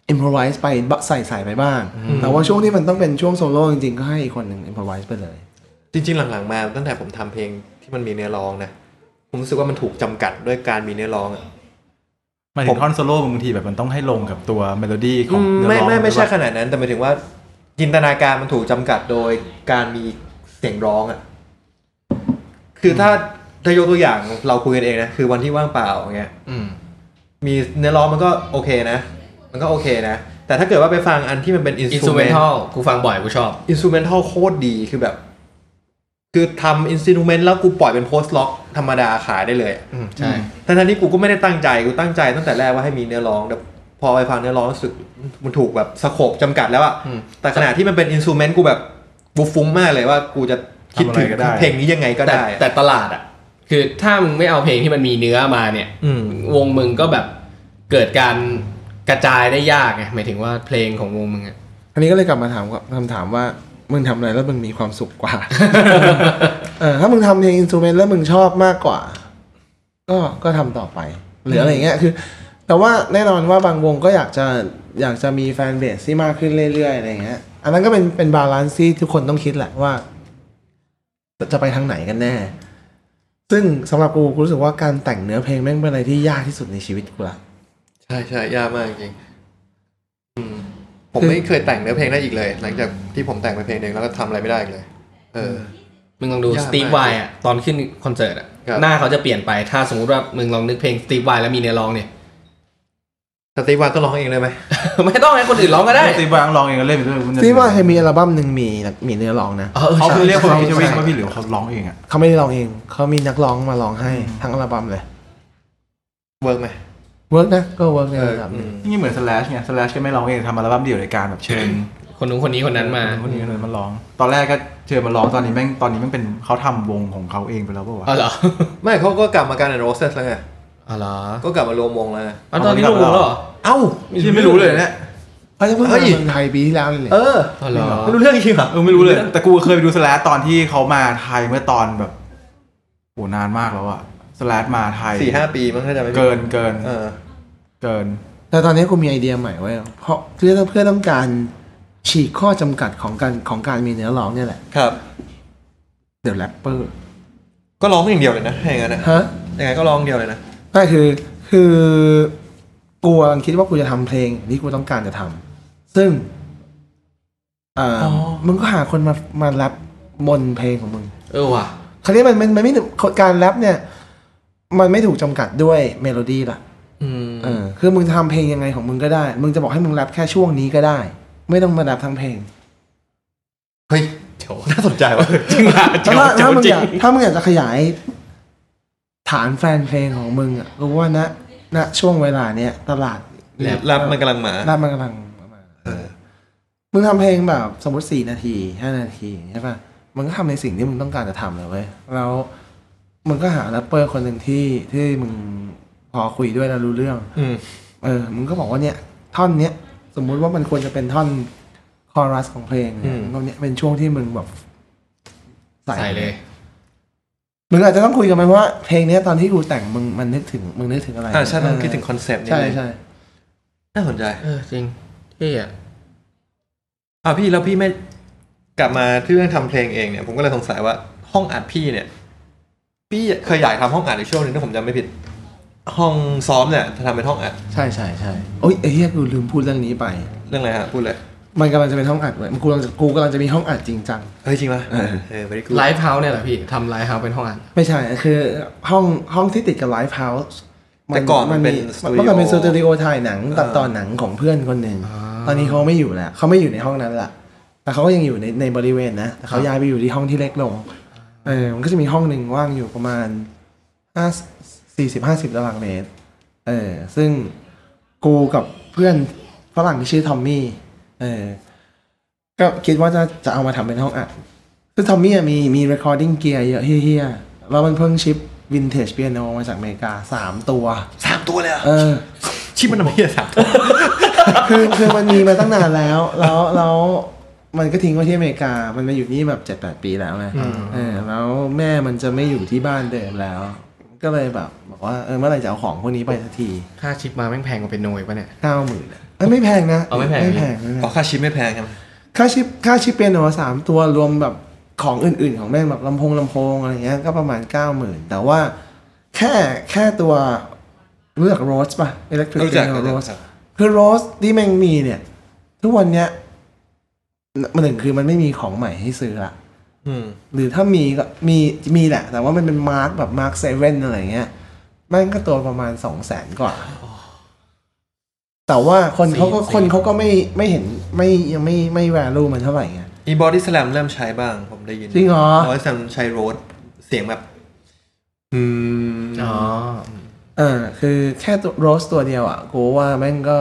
D: อิมพอไวส์ไปบะใส่ใส่ไปบ้าง แต่ว่าช่วงที่มันต้องเป็นช่วงโซโล่จริงๆ ก็ให้อีกคนหนึ่งอิมพอไวส์ไปเลย
C: จริงๆ หลังๆ มาตั้งแต่ผมทำเพลงที่มันมีเนื้อร้องนะ ผมรู้สึกว่ามันถูกจำกัดด้วยการมีเนื้อร้องอะ
B: หมายถึงท่อนโซโล่บางทีแบบมันต้องให้ลงกับตัวเมโลดี้ของเนื้อ
C: ไม่
B: ร้อง
C: ไม่ไม่ใช่
B: หรือเป
C: ข
B: ล่า
C: นาดนั้น แต่หมายถึงว่าจินตนาการมันถูกจำกัดโดยการมีเสียงร้องอะคือถ้าถ้ายกตัวอย่างเราคุยกันเองนะ คือวันที่ว่างเปล่าอย่างเงี้ย มีเนื้อร้องมันก็โอเคนะ มันก็โอเคนะ แต่ถ้าเกิดว่าไปฟังอันที่มันเป็นอิน
E: อิน
C: ส
E: สตู
C: ตู
E: เม
C: เมน
E: น
C: ทั
E: ทั
C: ล
E: ลกูฟังบ่อยกูชอบ
C: อินสตูเมนทัลโคตรดีคือแบบ คือทำอินสตูเมนต์แล้วกูปล่อยเป็นโพสต์ล็อกธรรมดาขายได้เลย
E: ใช่
C: ทั้งๆที่กูก็ไม่ได้ตั้งใจกูตั้งใจตั้งแต่แรกว่าให้มีเนื้อร้องแต่พอไปฟังเนื้อร้องรู้สึกมันถูกแบบสโคบจำกัดแล้วอะแต่ขณะที่มันเป็นอินสตูเมนต์กูแบบกูฟุ้งมากเลยว่ากูจะคิดถึง
B: ทำอะไรก็ได้
C: เพลงนี้ยังไงก็
E: แต่
C: ได้อะ
E: แต่ตลาดอ่ะ คือถ้ามึงไม่เอาเพลงที่มันมีเนื้อมาเนี่ย
C: อืม
E: วงมึงก็แบบเกิดการกระจายได้ยากไงหมายถึงว่าเพลงของวงมึงอะ
D: อันนี้ก็เลยกลับมาถามกับคำถามว่ามึงทำอะไรแล้วมึงมีความสุขกว่า <laughs> เออถ้ามึงทำเพลงอินสตูเมนต์แล้วมึงชอบมากกว่า ก็ก็ทำต่อไป หรืออะไรอย่างเงี้ยคือ แต่ว่าแน่นอนว่าบางวงก็อยากจะอยากจะมีแฟนเบสที่มากขึ้นเรื่อยๆอะไรอย่างเงี้ย อันนั้นก็เป็นเป็นบาลานซ์ที่ทุกคนต้องคิดแหละว่า จะไปทางไหนกันแน่ ซึ่งสำหรับกูกูรู้สึกว่าการแต่งเนื้อเพลงแม่งเป็นอะไรที่ยากที่สุดในชีวิตกูละ
C: ใช่ใช่ยากมากจริงอืมผมไม่เคยแต่งเนื้อเพลงได้อีกเลย หลังจากที่ผมแต่งไปเพลงหนึ่งแล้วก็ทำอะไรไม่ได้อีกเลย เออ
E: มึงลองดู
C: ยาก
E: สตีฟ
C: มาก
E: ไวอ่ะตอนขึ้นคอนเสิร์ตอ่ะ
C: ครับ
E: หน้าเขาจะเปลี่ยนไปถ้าสมมติว่ามึงลองนึกเพลงสตีฟไวแล้วมีเนื้อร้องเนี่ย <laughs>
C: สตีวันต้องร้องเองเลยไหม
E: ไม่ต้องให้คนอื่นร้องก็ได้
B: ตีบางลองเองก็เล่นไปด้วยคุณ
D: ที่ว่าเคยมีอัลบั้มหนึ่งมีมีเนื้อร้องนะ
B: เขาคือเรียกคนพิชวิ่ง
D: ใช่
B: ว่าพี่หรือเขาร้องเองอ่ะ
D: เขาไม่ได้ร้องเอง เขามีนักร้องมาร้องให้ทั้งอัลบั้มเลย
C: เวิร์กไหม
D: เวิร์กนะ ก็เวิร์กใน
C: เออ
D: ระดับห
C: อื
D: นึ่ง
C: ม
B: นี่เหมือนสแลชไงสแลชก็ไม่ร้องเองทำอัลบั้มเดี่ยวในการแบบเชิญ
E: คนนู้นคนนี้คนนั้นมา
B: คนนี้คนนั้นมาร้อง ตอนแรกก็เชิญมาร้องตอนนี้แม่งตอนนี้แม่งเป็นเขาทำวงของเขาเองไปแล้วเปล่าวะ
E: อ๋อเหรอ
C: ไม่เขาก็กลับมาการโรเซสแล้วไง
E: อ๋อเหรอ
C: ก็กลับมารวมวงแล้วไง
E: อ๋อตอนนี้ลงวงแล้วเหรอ
C: เอ้า
B: ที่ไม่รู้เลยเนี่ย
D: เขาจะเพิ่ง
C: เฮ้
D: มาย เมืองไทยปีที่แล้วเลยเลย
C: เออ
E: อ๋อเหรอ
C: ไม่รู้เรื่องจริงเหรอ
B: เออไม่รู้เลย แต่กูเคยไปดูสแลชตอนที่เขามาไทยเมื่อตอนแบบโหนานมากแล้วอะสแลชมาไทย
C: สี่ห้าปีมั้งถ้าจะไม่ผิด
B: เกินเกิน
C: เออ
B: เกิน
D: แต่ตอนนี้กูมีไอเดียใหม่ไว้ยเพราะเพื่อเพื่อต้องการฉีกข้อจำกัดของการของการมีเนื้อร้องเนี่ยแหละ
C: ครับ
D: เดี๋ยวแรปเปอร์
C: ก็ร้องอย่างเดียวเลยนะถ้าอย่างนั้นนะ
D: ฮะ
C: ยังไงก็ร้องอย่างเดียวเลยนะ
D: นั่นคือคือกูกำลังคิดว่ากูจะทำเพลงที่กูต้องการจะทำซึ่งอ่ามึงก็หาคนมามาแรปบนเพลงของมึง
E: เออว่ะ
D: คราวนี้มันมันมันไม่ถึงการแรปเนี่ย มันไม่ถูกจำกัดด้วยเมโลดี้ละ
C: อืม
D: เออคือมึงทำเพลงยังไงของมึงก็ได้ มึงจะบอกให้มึงแรปแค่ช่วงนี้ก็ได้ ไม่ต้องมาแรปทั้งเพลง
C: เฮ้ยน่าสนใจว่ะ
E: จริงว่ะจริ
D: ถ้าง
E: ว่ะ
D: ถ้ามึง
E: จริ
D: อง ยากถ้ามึงอยากจะขยาย ฐานแฟนเพลงของมึงอ่ะรู้ว่าณณช่วงเวลาเนี้ยตลาด
C: รับมันกำลังมา
D: แรปมันกำลังมามึงทำเพลงแบบ สมมติสี่นาทีห้านาทีใช่ป่ะมึงก็ทำในสิ่งที่มึงต้องการจะทำเลยเว้ยแล้วมึงก็หาแรปเปอร์คนหนึ่งที่ที่มึงพอคุยด้วยแล้วรู้เรื่อง
C: อืม
D: เออ มึงก็บอกว่าเนี่ย ท่อนเนี้ยสมมุติว่ามันควรจะเป็นท่อนคอรัสของเพลง
C: อื
D: เนี่ย
C: ม
D: ตรงเนี้ยเป็นช่วงที่มึงแบบ
E: ใส่เลย
D: มึงอาจจะต้องคุยกันไหมว่าเพลงเนี้ยตอนที่กูแต่งมึงมันนึกถึงมึงนึกถึงอะไร
C: อ่าใช่ต้องคิดถึงคอนเซปต์นี้
D: ใช่ใช่
C: น่าสนใจ
E: เออจริงเท่อะ
C: อ่าพี่แล้วพี่ไม่กลับมาที่เรื่องทำเพลงเองเนี่ยผมก็เลยสงสัยว่าห้องอัดพี่เนี่ย พี่เคยอยากทำห้องอัดในช่วงหนึงถ้าผมจำไม่ผิด ห้องซ้อมเนี่ยทำเป็นห้องอัด
D: ใช่ใช่ใช่โอ้ยไอ้เหี้ยกูลืมพูดเรื่องนี้ไป
C: เรื่องอะไรฮะพูดเลย
D: มันกำลังจะเป็นห้องอัดเว้ยมันกูกำลังจะกูกำลังจะมีห้องอัดจริงจัง
C: เฮ้ยจริงป่ะ
D: เออ
C: เออ very
E: ไล
C: good
E: ฟ์เฮาส์เนี่ยเหรอพี่ทำไลฟ์เฮาส์เป็นห้องอัด
D: ไม่ใช่คือห้องห้องที่ติดกับไลฟ์เฮาส์
C: แต่ก่อนมันเป็นสตูดิโอ
D: เมื่อก่อนเป็นสตูดิโอถ่ายหนังตัด
C: อ่า
D: ต่อหนังของเพื่อนคนหนึ่ง ตอนนี้เขาไม่อยู่แล้วเขาไม่อยู่ในห้องนั้นละแต่เขาก็ยังอยู่ในในบริเวณนะแต่เขาย้ายไปอยู่ที่ห้องที่เล็กลง เออมันก็จะมีห้องหนึ่งว่างอยู่ประมาณห้าสี่สิบห้าสิบตารางเมตร เออ ซึ่งกูกับเพื่อนฝรั่งที่ชื่อทอมมี่ เออ ก็คิดว่าจะจะเอามาทำเป็นห้องอัด ซึ่งทอมมี่อะมีมี recording gear เยอะเฮี้ยๆแล้วมันเพิ่งชิป vintage piano มาจากอเมริกาสามตัว
C: สามตัวเลยเหรอ่ะ
D: เออ
C: ชิปมันทำไมเนี่ยส <laughs> ามตัว
D: คือคือมันมีมาตั้งนานแล้ว แล้วแล้วมันก็ทิ้งไว้ที่อเมริกา มันมาอยู่นี่แบบเจ็ดแปดปีแล้วไงเออแล้วแม่มันจะไม่อยู่ที่บ้านเดิมแล้ว ก็เลยแบบบอกว่าเออเมื่อไหร่จะเอาของพวกนี้ไปสักที
E: ค่าชิปมาแม่งแพงกว่าเป็นโนยปะเนี่ย
D: เก้าหมื่นเอ้ยไม่แพงนะ
E: เอาไม่แพง
D: ไม่แพงไม่แพง
C: อ๋อค่าชิปไม่แพงใช่ไหม
D: ค่าชิปค่าชิปเปียโนสามตัวรวมแบบของอื่นๆ ของแม่งแบบลำโพงลำโพงอะไรเงี้ยก็ประมาณเก้าหมื่นแต่ว่าแค่แค่ตัวเลือกโรสป่ะ electric
C: รู้จัก
D: piano
C: รู้
D: rose
C: จัก
D: คือโรสที่แม่งมีเนี่ย ทุกวันเนี้ยมันหนึ่งคือมันไม่มีของใหม่ให้ซื้อละ
C: อืม
D: หรือถ้ามีก็มีมีแหละ แต่ว่ามันเป็นมาร์กแบบมาร์กเซเว่นอะไรเงี้ยแม่งก็ตัวประมาณสองแสนกว่า แต่ว่าคนเขาก็
E: สี่
D: คนเขาก็ไม่ไม่เห็นไม่ยังไม่ไม่แวลูมันเท่าไหร่ไง
C: อีบอดี้สแลมเริ่มใช้บ้างผมได้ยิน
D: จริงเหรอ
C: บอดี้สแลมใช้โรดเสียงแบบ
G: อืม
E: อ๋อ
D: เออคือแค่ตัวโรสตัวเดียวอ่ะกูว่าแม่งก็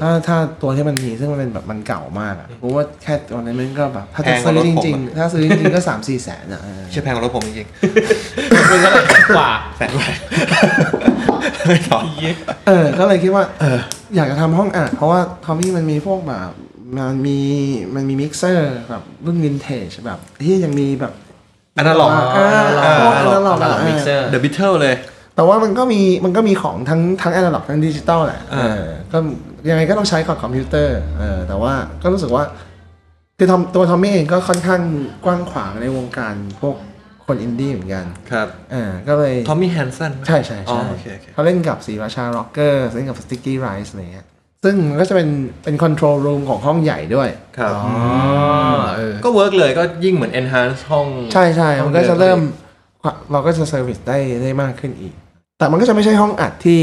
D: ถ้าถ้าตัวที่มันมีซึ่งมันเป็นแบบมันเก่ามากอ่ะกูว่าแค่ตัวนั้นแม่งก็แบบถ้าจะ
C: แพงก
D: ซื้
C: ว่าร
D: อ
C: ถ
D: จ
C: ผม
D: ริง
C: อะ
D: ๆ ถ้าซื้อจริงๆก็สามสี่แสนอ่ะเอ
C: <laughs>
D: อ
C: เชื่อแพงกว่ารถผมจริง
E: คุณเท่าไหร่กว่า
C: ๆแสนกว่า <laughs> ไม่ต่อ
D: เออ ก็เลยคิดว่าเอออยากจะทำห้องอ่ะ เพราะว่าทอมมี่มันมีพวกแบบมันมีมันมีมิกเซอร์แบบรุ่นวินเทจแบบที่ยังมีแบบ
C: อนาล็อก
D: อ่า
C: อ่า
D: พวกอนาล็อก
E: อนาล็อก
D: อ่ะ
E: mixer
C: เดอะบิทเทิลเลย
D: แต่ว่ามันก็มีมันก็มีของทั้งทั้งแอนาล็อกทั้งดิจิตอลแหละ
C: อ่า
D: เออก็ยังไงก็ต้องใช้กับคอมพิวเตอร์เออแต่ว่าก็รู้สึกว่า คือทอมตัวทอมมี่เองก็ค่อนข้างกว้างขวางในวงการพวกคนอินดี้เหมือนกัน
C: ครับ
D: เออก็เลย
C: ทอมมี่แฮนสัน
D: ใช่ใช่
C: อ๋อ
D: ใช่
C: โอเคโอเค
D: เขาเล่นกับสีราชาร็อกเกอร์เล่นกับสติกกี้ไรส์อะไรเงี้ยซึ่งมันก็จะเป็นเป็นคอนโทรลรูมของห้องใหญ่ด้วย
C: ครับ
E: อ๋อเออ
C: ก็เวิร์กเลยก็ยิ่งเหมือน enhance ห้อง
D: ใช่ใช่มันก็
C: ห้องดิ
D: จะเริ่มเราก็จะเซอร์วิสได้ได้มากขึ้นอีก แต่มันก็จะไม่ใช่ห้องอัดที่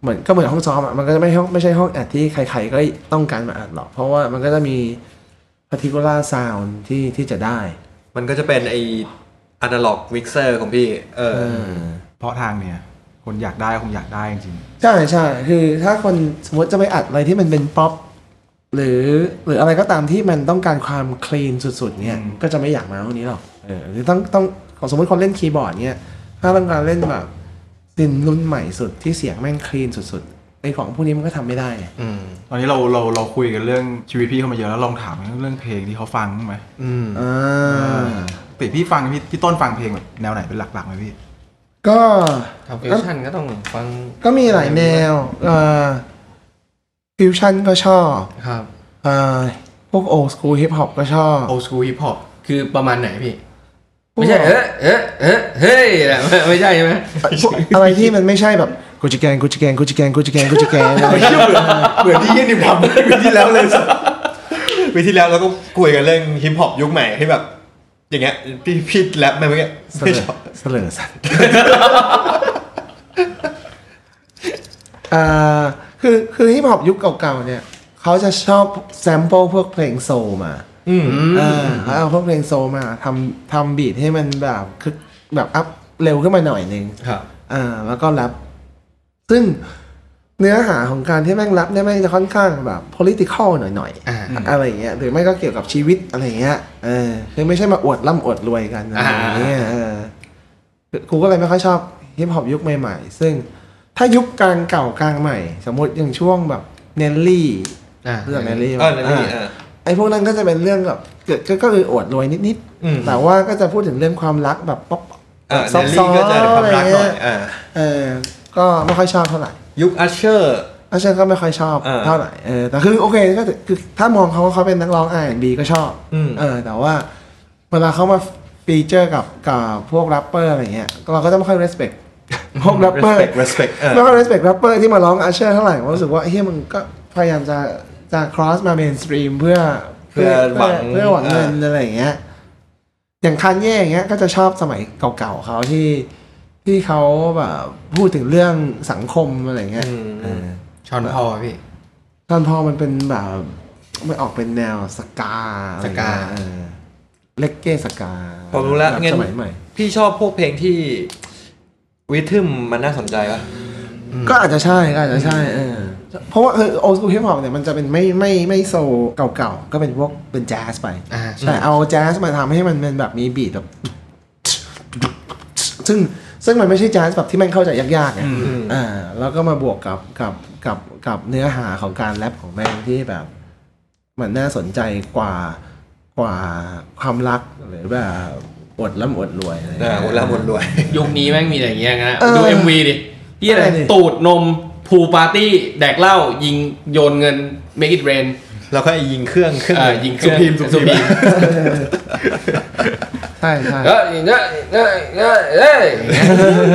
D: เหมือนก็เหมือนห้องซ้อมอ่ะ มันก็จะไม่ใช่ห้องไม่ใช่ห้องอัดที่ใครๆก็ต้องการมาอัดหรอก เพราะว่ามันก็จะมี particular sound ที่ที่จะได้
C: มันก็จะเป็นไออนาล็อกมิกเซอร์ของพี่เออ
B: เพราะทางเนี่ย คนอยากได้คงอยากได้จริง
D: ใช่ใช่คือถ้าคนสมมติจะไปอัดอะไรที่มันเป็นป๊อปหรือหรืออะไรก็ตามที่มันต้องการความคลีนสุดๆเนี่ยก็จะไม่อยากมาห้องนี้หรอกเออหรือต้องต้องของสมมติคนเล่นคีย์บอร์ดเนี่ยถ้าต้องการเล่นแบบดินรุ่นใหม่สุดที่เสียงแม่งคลีนสุดๆไอของพวกนี้มันก็ทำไม่ได้ไง
B: ๆ ตอนนี้เราเราเราคุยกันเรื่องชีวิตพี่เข้ามาเยอะแล้วลองถามเรื่องเพลงที่เขาฟังบ้างไหม
D: อ่า
B: ปกติพี่ฟังพี่พี่ต้นฟังเพลงแบบแนวไหนเป็นหลักๆไหมพี่
D: ก็
E: ทำฟิวชั่นก็ต้องฟัง
D: ก็มีหลายแนวเอ่อฟิวชั่นก็ชอบ
E: ครับ
D: เอ่อพวกโอสคูฮิปฮอปก็ชอบ
E: โอสกูฮิปฮอปคือประมาณไหนพี่ ไม่ใช่เอ๊ะเอ๊ะเอ๊ะเฮ้ยนะไม่ไม่ใช่ใช่ไหม
D: พวกอะไรที่มันไม่ใช่แบบกูจิแกงกูจิแกงกูจิแกงกูจิแกงกูจิแกงอะไรอย่างเงี้ย
G: เหมือนที่เยี่ยนิมทำปีที่แล้วเลยสัส
C: ปีที่แล้วเราก็คุยกันเรื่องฮิปฮอปยุคใหม่ให้แบบ อย่างเงี้ยพี่พี่แรปมาเมื่อกี้
D: เสล
C: ไม่
D: อ
C: ชอบ
D: เสลอสัตว์อ่าคือคือฮิปฮอปยุคเก่าๆเนี่ยเขาจะชอบแซมเปิลพวกเพลงโซลมา
C: อืม
D: อ่าเขาเอาพวกเพลงโซลมาทำทำบีทให้มันแบบคึกแบบอัพเร็วขึ้นมาหน่อยนึง
E: ครับ
D: อ่าแล้วก็แรปซึ่งเนื้อหาของการที่แม่งแรปเนี่ยแม่งจะค่อนข้างแบบ political หน่อยหน่อยๆ
E: อ่า
D: อะไรอย่างเงี้ยหรือไม่ก็เกี่ยวกับชีวิตอะไรอย่างเงี้ยเออคือไม่ใช่มาอวดร่ำอวดรวยกันอะไรอย่างเงี้ยเออกูก็เลยไม่ค่อยชอบฮิปฮอปยุคใหม่ๆ ซึ่งถ้ายุคกลางเก่ากลางใหม่ สมมติอย่างช่วงแบบเนลลี่
E: อ่า
D: เรื่องเนลลี่
C: เออนั่นนี่
D: อ่า
C: เออ
D: ไอ้พวกนั้นก็จะเป็นเรื่องแบบเกิดก็ก็คืออวดรวยนิด
C: อืม
D: ๆ แต่ว่าก็จะพูดถึงเรื่องความรักแบบป๊อป
C: เออเนลลี่ก็จะความรักหน่อยอ่า
D: เออ ก็ไม่ค่อยชอบเท่าไหร่
C: ยุคอัชเชอร์
D: อาเชนก็ไม่ค่อยชอบ
C: อ่า
D: เท่าไหร่ เออ แต่คือโอเคก็ถือคือถ้ามองเขาว่าเขาเป็นนักร้องไอแอนบีก็ชอบ
C: อืม
D: เออ แต่ว่าเวลาเขามาฟีเจอร์กับกับพวกแรปเปอร์อะไรเงี้ย เราก็จะไม่ค่อย
C: <laughs>
D: respect พวกแรปเปอร์
C: respect respect เออ
D: ไม่ค่อย respect แรปเปอร์ที่มาร้องอาเชอร์เท่าไหร่ผมรู้สึกว่าเฮ้ยมึงก็พยายามจะจะ cross มา mainstream เพื่อ
C: เพื่อหวัง
D: เพื่อหวังเงินอะไรอย่างเงี้ย อย่างคันเย่อย่างเงี้ยก็จะชอบสมัยเก่าๆเขาที่ที่เขาแบบพูดถึงเรื่องสังคมอะไรอย่างเงี้ย
C: อืมอืม
E: ชอนพอลอะพี่
D: ตอนพอมันเป็นแบบมันออกเป็นแนวสกาอะไรอย่งเงี้ย
E: สกา
D: เออเล็กเก้สกา
C: ผมรู้แล้ว
D: บบ
C: งั้น
D: สมัยใหม่
C: พี่ชอบพวกเพลงที่วิทึมมันน่าสนใจป่ะ
D: ก็อาจจะใช่ก็อาจจะใช่เออเพราะว่าเออโอสกูฮิปฮอปเนี่ยมันจะเป็นไม่ไม่ไม่โซลเก่าๆ ก็เป็นพวกเป็นแจ๊สไป
E: อ่า
D: แต่เอาแจ๊สมาทำให้มันเป็นแบบมีบีทแบบ ซึ่งซึ่งมันไม่ใช่แจ๊สแบบที่แม่งเข้าใจยากๆไง
C: ม
D: อ่าแล้วก็มาบวกกับกับกับกับเนื้อหาของการแรปของแม่งที่แบบ มันน่าสนใจกว่ากว่าความรักหรือแบบอดล่ำอดรวยอะไรอย่าง
C: เอ่า
D: เงี้ย
C: คนละหมดรวย
E: ยุคนี้แม่งมีแต่อย่างเงี้ยนะ
D: เออ
E: ดู MV ดิที่อะไร
D: อะไรดิ
E: ตูดนมพูลปาร์ตี้ แดกเหล้ายิงโยนเงิน make it rain
C: แล้วก็ไอ้ยิงเครื่องเครื่อง
E: เอ่อยิงเครื่อง
C: พีมสุ
E: สุ
C: พี
E: พี
C: ม
E: ม
D: ใช่ใช่
E: เอ้ยเอ้ยเอ้ยเอ้ยเอ้ย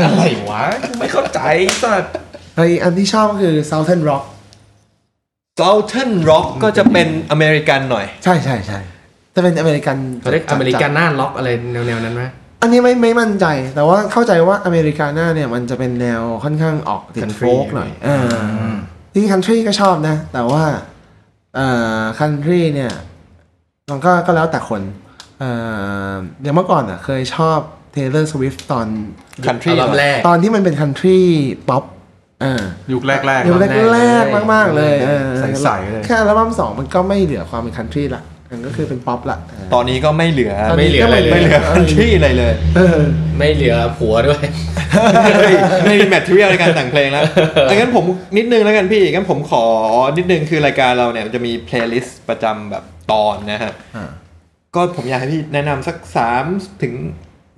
E: อะไรวะกูไม่เข้าใจสัตว์
D: ไออันที่ชอบก็คือ Southern Rock
C: เซาเทนร็อกก็จะเป็นอเมริกันหน่อย
D: ใช่ใช่ใช่จะเป็นอเมริกัน
E: เขาเรียกอ
D: จัดๆ
E: เมริกาน่าล็อกอะไรแนวๆนั้นไหม
D: อันนี้ไม่ไม่มั่นใจ แต่ว่าเข้าใจว่าอเมริกาน่าเนี่ยมันจะเป็นแนวค่อนข้างออกติด
E: Country
D: โฟกหน่อยเอออ ที่คันทรีก็ชอบนะ แต่ว่าเอ่อคันทรีเนี่ย มันก็ก็แล้วแต่คนเอ่ออย่างเมื่อก่อนอ่ะ เคยชอบ Taylor Swift ตอน
C: คันทรี
E: อัลบั้มแรก
D: ตอนที่มันเป็นคันทรีป๊อปเออ
B: ยุคแรกๆ
D: ยุค
B: เนอะ
D: แรกๆมาก ๆ เลยเออ
B: ใสๆเลย
D: แค่อัลบั้มสองมันก็ไม่เหลือความเป็นคันทรีละมันก็คือเป็นป๊อปละเออ
C: ตอนนี้ก็ไม่เหลือ
D: ตอน
E: ไม่
D: นี้
E: เหลืออะไรเล
C: ไม่
E: ย
C: เหลือคันทรีอะไรเลย
D: เออ
E: ไม่เหลือผัวด้วย
C: ไม่มีแมทเทียลในการแต่งเพลงแล้วอ่ะงั้นผมนิดนึงแล้วกันพี่ งั้นผมขอนิดนึงคือรายการเราเนี่ยจะมีเพลย์ลิสต์ประจำแบบตอนนะฮะ ก็ผมอยากให้พี่แนะนำสักสามถึง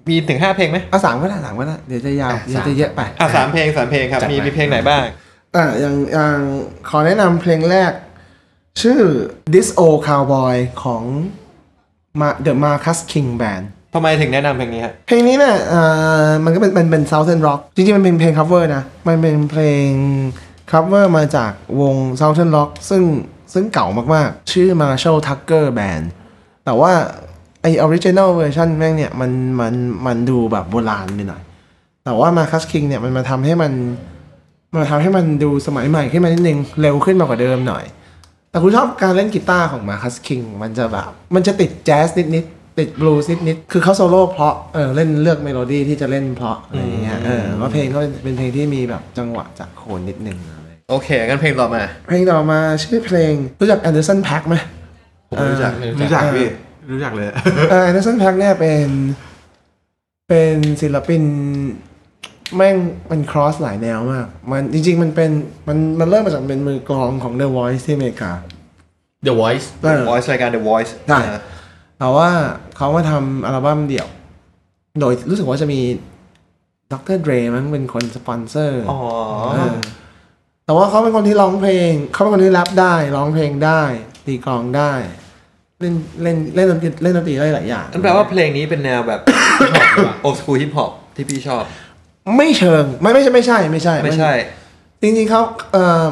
C: มีถึงห้าเพลงไหม
D: เอาสามก็ได้สามก็ได้เดี๋ยวจะยาวเดี๋ยวจะเยอะไป
C: อ่ะสามเพลงสามเพลงครับ
E: จัด
C: มี
E: ไป
C: มีเพลงไหนบ้าง
D: อ่ะอย่างอย่างขอแนะนำเพลงแรก ชื่อ This Old Cowboy ของ Ma- The Marcus King Band
C: ทำไมถึงแนะนำเพลงนี้ฮะ
D: เพลงนี้เนี่ยเอ่อมันก็เป็นเป็นเป็น Southern Rock จริงๆ มันเป็นเพลง cover นะ มันเป็นเพลง cover มาจากวง Southern Rock ซึ่งซึ่งเก่ามากๆ ชื่อ Marshall Tucker Band แต่ว่าไอออริจิน l ลเวอร์ชันแม่งเนี่ย มันมันมันดูแบบโบราณไปหน่อย แต่ว่า Marcus King เนี่ย มันมาทำให้มัน มาทำให้มันดูสมัยใหม่ขึ้นมานิดนึง เร็วขึ้นมากว่าเดิมหน่อย แต่คุณชอบการเล่นกีตาร์ของมาคัสคิงมันจะแบบ มันจะติดแจ๊สนิดนิดๆติดบลูส์นิดนิดๆคือเขาโซโล่เพราะเออเล่นเลือกเมโลดี้ที่จะเล่นเพราะอะไรอย่างเงี้ยเออว่าเพลงก็เป็นเป็นเพลงที่มีแบบจังหวะจากโคนนิดนึงอะไร
C: โอเค งั้นเพลงต่อมา
D: เพลงต่อมาชื่อเพลงรู้จักแอนเดอร์สันแพ็กไหม
B: ผมรู้จักรู้จักพี่รู้จักเลย
D: เออแอนเดอร์สันแพ็กเนี่ยเป็น เป็นศิลปิน แม่งมันครอสหลายแนวมาก มันจริง ๆ มันเป็นมันมันเริ่มมาจากเป็นมือกลองของ The Voice ที่อเมริกา
E: The Voice
C: The Voice รายการ The Voice
D: ได้
C: นะ
D: แต่ว่าเขามาทำอัลบั้มเดี่ยว โดยรู้สึกว่าจะมีดรเดรมั้งเป็นคนสปอนเซอร์
C: อ๋อ
D: เออแต่ว่าเขาเป็นคนที่ร้องเพลง เขาเป็นคนที่แรปได้ ร้องเพลงได้ ตีกลองได้ เล่นเล่นเล่นดนตรีเล่นดนตรีได้หลายอย่าง
C: นั่นแปลว่าเพลงนี้เป็นแนวแบบ <coughs> โอ s ส o ู l ฮิปฮอปที่พี่ชอบ
D: ไม่เชิง ไม่ไม่ใช่ไม่ใช่ไม่ใช่
C: ไม่ใช่
D: จริงๆเขาเอ่อ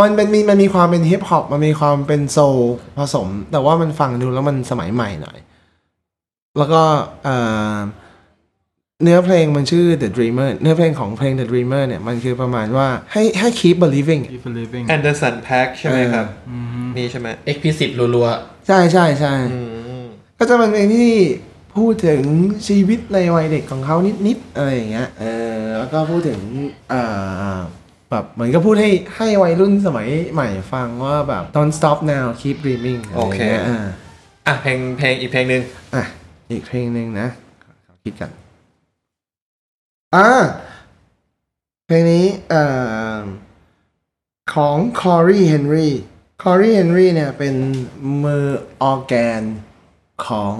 D: มันเป็นมีมันมีความเป็นฮิปฮอปมันมีความเป็นโซลผสม แต่ว่ามันฟังดูแล้วมันสมัยใหม่หน่อย แล้วก็เอ่อเนื้อเพลงมันชื่อ The Dreamer เนื้อเพลงของเพลง The Dreamer เนี่ยมันคือประมาณว่าให้ให้ keep believing
B: If Living
C: Anderson Paak ใช่ไหมครับ นี่ใช่ไหม
E: Explicit รัว
D: ใช่ใช่ใช่
C: อืม
D: ก็จะเป็นเพลงที่พูดถึงชีวิตในวัยเด็กของเขานิดๆอะไรอย่างเงี้ยเออแล้วก็พูดถึงเอ่อแบบเหมือนก็พูดให้ให้วัยรุ่นสมัยใหม่ฟังว่าแบบ don't stop now keep dreaming ะไรย่างงี้ย
C: โอเค
D: อ่า
C: อ่ะเพลงเพลงอีกเพลงหนึ่ง
D: อ่ะ อีกเพลงหนึ่งนะขอคิดกันอ่าเพลงนี้เอ่อของ Corey Henry Corey Henry เนี่ย เป็นมือออร์แกนของ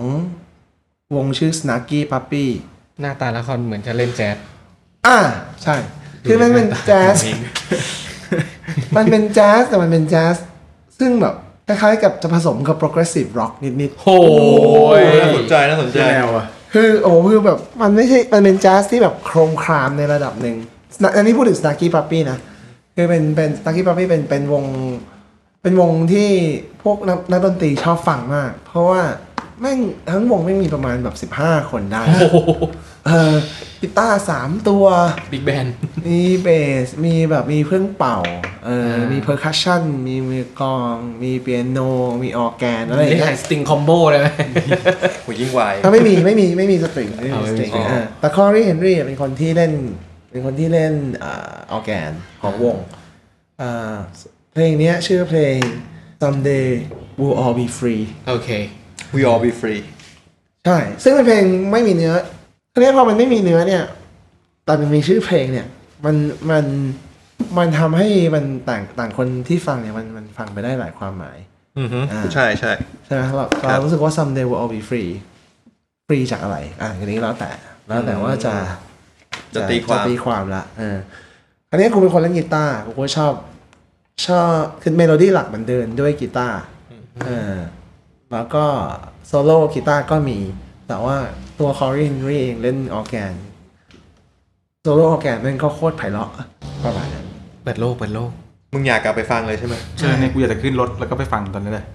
D: วงชื่อ Snarky Puppy
E: ๆ หน้าตาละครเหมือนจะเล่นแจ๊ส
D: อ่าใช่ คือมันเป็นแจ๊ส <laughs> มันเป็นแจ๊ส แต่มันเป็นแจ๊ส ซึ่งแบบคล้ายๆกับจะผสมกับ progressive rock นิดๆ
E: โอ้ย
C: น่าสนใจน่าสนใจ
B: แนวอะ
D: คือโอ้คือแบบมันไม่ใช่ มันเป็นแจ๊สที่แบบโครมครามในระดับหนึ่ง Sna- อันนี้พูดถึง Snarky Puppy นะ คือเป็นเป็น Snarky Puppy เป็นเป็นวง เป็นวงที่พวกนักนักดนตรีชอบฟังมาก เพราะว่าแม่งทั้งวงไม่งมีประมาณแบบ 15 คนได้ เออกีตาร์สามตัว
E: บิ๊กแบน
D: มีเบส มีแบบมีเครื่องเป่า เออ
E: อ่ามี
D: มีเพอร์คัชชันมีมือกลอง มีเปียโน มีออร์แกนอะไรอ
E: เล่
D: ย่า
E: น
D: งเงี้
E: ไฮ
D: ย
E: สติงคอมโบได้ไหม
C: โหยิ่งวาย
D: อ่ะไม่มีไม่มีไม่มีสตริงไม่
E: อ๋อ
D: มี
E: ไม่มี
D: สตริง
E: สตริง
D: อ่ะแต่คอรี่เฮนรี่เป็นคนที่เล่น เป็นคนที่เล่นเออออร์แกนของวงอ่าเพลงเนี้ยชื่อเพลง someday we'll all be free
E: โอเค
C: We all be free
D: ใช่ ซึ่งเป็นเพลงไม่มีเนื้อทีนี้พอมันไม่มีเนื้อเนี่ยแต่มันมีชื่อเพลงเนี่ย มันมันมันทำให้มันต่างต่างคนที่ฟังเนี่ยมันมันฟังไปได้หลายความหมาย
C: อือฮึ
D: อ่า
C: ใช่ใช่
D: ใช่ไหมเราเรารู้สึกว่า someday we'll all be free free จากอะไร อ่ะอันนี้แล้วแต่แล้วแต่ว่าจะ
C: จะตีความ
D: จะตีความละเอออันนี้กูเป็นคนเล่นกีตาร์กูก็ชอบ ชอบคือเมโลดี้หลักมันเดินด้วยกีตาร์เออแล้วก็โซโล่กีตาร์ก็มี แต่ว่าตัวคอรี h เ n นรีเองเล่นออร์แกนโซโล่ออร์แกนมันก็โคตรไพเราะประมาณนั้น
E: เปิดโลก เปิดโลก
C: มึงอยากกลับไปฟังเลยใช่ไหม
B: เออเนี่ยกูอยากจะขึ้นรถแล้วก็ไปฟังตอนนี้เลย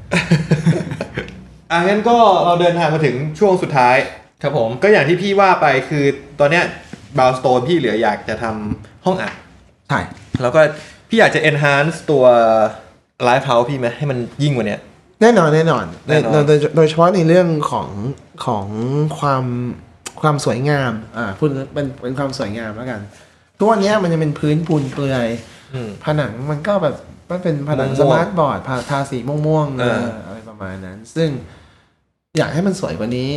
C: อ่ะงั้นก็เราเดินทางมาถึงช่วงสุดท้าย
E: ครับผม
C: ก็อย่างที่พี่ว่าไปคือตอนเนี้ยบาวสโตนพี่เหลืออยากจะทำห้องอัด
D: ใช่
C: แล้วก็ พี่อยากจะ enhance ตัว live house พี่ไหมให้มันยิ่งกว่าเนี้ย
D: แน่นอนแน่นอน
C: แน่นอน
D: โดยโดยโดยเฉพาะในเรื่องของของความความสวยงามอ่าพูดเป็นเป็นความสวยงามแล้วกันทุกวันเนี้ยมันจะเป็นพื้นปูนเปลือย
C: อืม
D: ผนังมันก็แบบมันเป็นผนัง
C: ม่วงๆ
D: สมาร์ทบอร์ดทาทาสีม่วงๆ
C: เอ
D: เอ
C: อ
D: ออะไรประมาณนั้น ซึ่งอยากให้มันสวยกว่านี้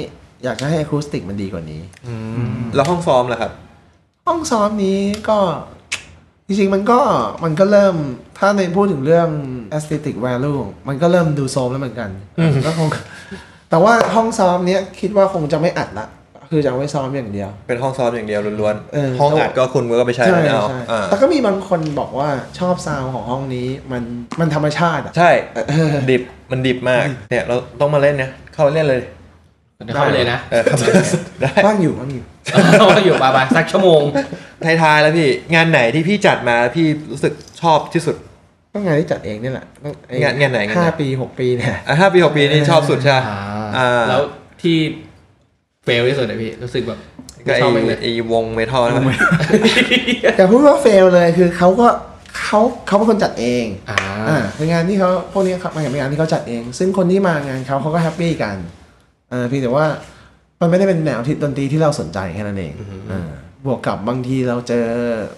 D: อยากจะให้อะคูสติกมันดีกว่านี้
C: แล้วห้องซ้อมล่ะครับ
D: ห้องซ้อมนี้ก็ จริงๆมันก็มันก็เริ่มถ้าในพูดถึงเรื่อง aesthetic value มันก็เริ่มดูโซมแล้วเหมือนกันก็คงแต่ว่าห้องซ้อมเนี้ยคิดว่าคงจะไม่อัดละ คือจะเอาไว้ซ้อมอย่างเดียว
C: เป็นห้องซ้อมอย่างเดียวล้วน
D: เออ
C: ห้องอัดก็คุณก็ไปใช้ไม่เอา
D: ใช่
C: อ่า
D: แต่ก็มีบางคนบอกว่าชอบซาวด์ของห้องนี้มันมันธรรมชาติอะ
C: ใช่ ดิบ มันดิบมาก เนี่ยเราต้องมาเล่นเนี่ย เข้าไปเล่นเลย
E: เข้าไปเลยนะ
C: เออครับได้
D: ว่างอยู่ว่างอยู่
E: เข้าไปอยู่บายบาย <laughs> สักชั่วโมง
C: ท้ายๆแล้วพี่ งานไหนที่พี่จัดมาแล้วพี่รู้สึกชอบที่สุด
D: ก็งานที่จัดเองนี่แหละต้องอ้
C: งานงานไหนงานไหน
D: ห้าปีหกปีเนี่ย
C: อ่ะห้าปีหกปีนี่ชอบสุดใช่ไหมอ่า
E: แล้วที่เฟลที่สุดอะพี่รู้สึกแบบ
C: ก็ไอ้
E: ไม่ชอบแม่งเลย
C: ไอ้วงเมทัลนะครับ
D: แต่พูดว่าเฟลเลยคือเขาก็เขาเขาเป็นคนจัดเอง
E: อ่
D: อ่า
E: า
D: เป็นงานที่เขาพวกนี้ครับมันเป็นงานที่เขาจัดเอง ซึ่งคนที่มางานเขาเขาก็แฮปปี้กันเออเพียงแต่ว่ามันไม่ได้เป็นแนวที่ดนตรีที่เราสนใจแค่นั้นเองอ่าบวกกับบางทีเราเจอ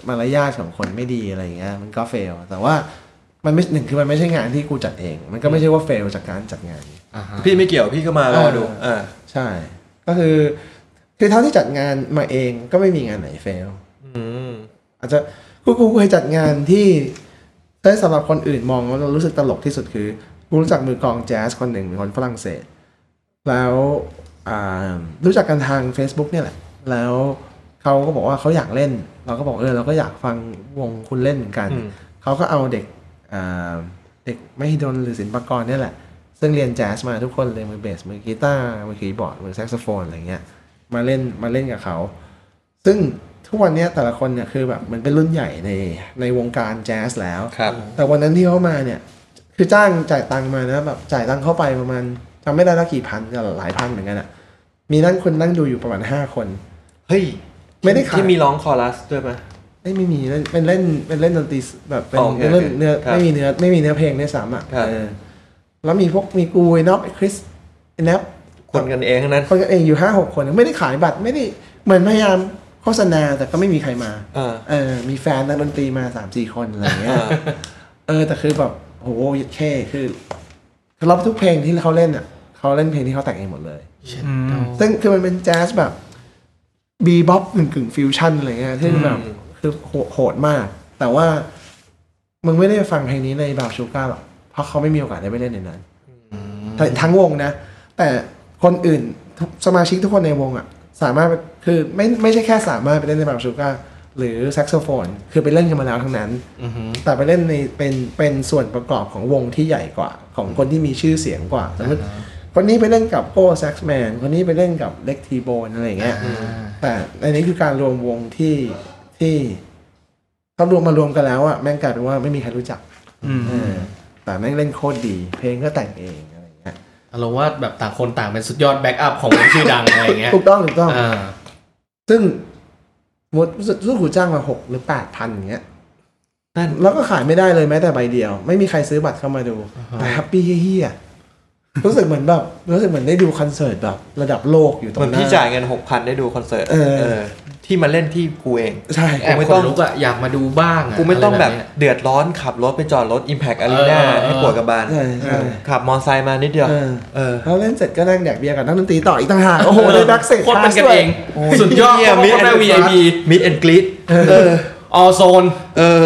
D: มารยาทของคนไม่ดีอะไรอย่างเงี้ยมันก็เฟลแต่ว่ามันไม่หนึ่งคือมันไม่ใช่งานที่กูจัดเอง มันก็ไม่ใช่ว่าเฟลจากการจัดงาน
C: พี่ไม่เกี่ยวพี่ก็มารอดูอ่า
D: ใช่ ก็คือ คือเท่าที่จัดงานมาเองก็ไม่มีงานไหนเฟล อาจจะกูกูเคยจัดงานที่ได้สำหรับคนอื่นมองแล้วเรารู้สึกตลกที่สุดคือกูรู้จักมือกลองแจ๊สคนหนึ่งเป็นคนฝรั่งเศส แล้วอ่ารู้จักกันทาง Facebook เนี่ยแหละ แล้วเขาก็บอกว่าเขาอยากเล่น เราก็บอกเออเราก็อยากฟังวงคุณเล่นเหมือนกัน
C: อืม
D: เขาก็เอาเด็กอ่าเด็กไม่ดนหรือศิลปากรเนี่ยแหละ ซึ่งเรียนแจ๊สมาทุกคนเลยมือเบสมือกีตาร์มือคีย์บอร์ดมือแซกโซโฟนอะไรเงี้ยมาเล่นมาเล่นกับเขา ซึ่งทุกวันเนี้ยแต่ละคนเนี่ยคือแบบเหมันเป็นรุ่นใหญ่ในในวงการแจ๊สแล้ว
C: ครับ
D: แต่วันนั้นที่เขามาเนี่ย คือจ้างจ่ายตังค์มานะแบบจ่ายตังค์เข้าไปประมาณจำไม่ได้แล้วกี่พันก็หลายพันเหมือนกันอะ่ะ มีนั่งคนนั่งดูอยู่ประมาณห้าคน
C: เฮ้ย
D: ไม่ได้ขาย
C: ที่มีร้องคอรัสด้วยไหม
D: เอ้ยไม่มีเล่นเป็นเล่นเป็นเล่นดนตรีแบบเป็น
C: อ๋อโอเค
D: เป็นเล่นเนื้อ
C: ครับ
D: ไม่มีเนื้อไม่มีเนื้อเพลงด้วยซ้ำอ่ะ
C: ครับ
D: เออแล้วมีพวกมีกูไอ้น็อปไอ้คริสไอ้แนป
C: คนกันเองทั้งนั้น
D: คนกันเองอยู่ห้าหกคนไม่ได้ขายบัตรไม่ได้เหมือนพยายามโฆษณาแต่ก็ไม่มีใครมา
C: อ่า
D: เออ มีแฟนนักดนตรีมาสามสี่คนอะไรเงี้ย เออ แต่คือแบบโหเหี้ยเท่คือคือรับทุกเพลงที่เขาเล่นอ่ะเขาเล่นเพลงที่เขาแต่งเองหมดเลย ซึ่งคือมันเป็นแจ๊สแบบบีบ๊อบกึ่งกึ่งฟิวชั่นอะไรเงี้ยที่แบบ
C: อืม
D: คือโหโหดมาก แต่ว่ามึงไม่ได้ฟังเพลงนี้ในบาวชูก้าหรอก เพราะเขาไม่มีโอกาสได้ไปเล่นในนั้นทั้งทั้งวงนะ แต่คนอื่นทุกสมาชิกทุกคนในวงอ่ะ สามารถไปคือไม่ไม่ใช่แค่สามารถไปเล่นในบาวชูก้าหรือแซกโซโฟน คือไปเล่นกันมาแล้วทั้งนั้น แต่ไปเล่นในเป็นเป็นส่วนประกอบของวงที่ใหญ่กว่า ของคนที่มีชื่อเสียงกว่าสมมติคนนี้ไปเล่นกับโก้แซ็กแมนคนนี้ไปเล่นกับเล็กทีโบนอะไรอย่างเงี้ยแต่อันนี้คือการรวมวงที่ที่เขารวมมารวมกันแล้วอะแม่งกลายเป็นว่าไม่มีใครรู้จักเออแต่แม่งเล่นโคตรดี เพลงก็แต่งเองอะไรอย่างเงี้ย
E: อารมณ์ว่าแบบต่างคนต่างเป็นสุดยอดแบ็กอัพของวงชื่อดังอะไรอย่างเงี้ย
D: ถูกต้องถูกต้อง
E: อ่า
D: ซึ่งหมดสู้หูจ้างมาหกหรือแปดพันอย่างเงี้ย
C: นั่น
D: แล้วก็ขายไม่ได้เลยแม้แต่ใบเดียว ไม่มีใครซื้อบัตรเข้ามาดู แต่แฮปปี้เฮี้ยๆรู้สึกเหมือนแบบรู้สึกเหมือนได้ดูคอนเสิร์ตแบบ ระดับโลกอยู่ตร
C: เหมือง น
D: หน้า
C: พี่จ่ายเงินหกพันได้ดูคอนเสิร์ต
D: เออ
C: เออ ที่มาเล่นที่กูเอง
D: ใช่
E: แอบ
C: ไม่
E: ค
C: ต้อน ง
E: ลุกอะอยากมาดูบ้างะ
C: กูไม่ต้องแบบ
E: ะรเนี้ย
C: เดือดร้อนขับรถไปจอดรถ Impact Arena
E: เออเออเออ
C: ให้ปวดกระบาล
D: ใช่ใช่
C: ขับมอไซค์มานิดเดียว
D: เออ
C: เออ
D: แล้วเล่นเสร็จก็นั่งแดกเบียร์กับนักดนตรีต่ออีกต่างหากโอ้โหได้ดักเสร็จ
E: โคตรเป็นกันเอง สุดยอด
C: เหี้ย
E: โคตร
C: Meet
E: ได้
C: and
E: VIP
C: Meet and Greet
E: เออออโซน
C: เออ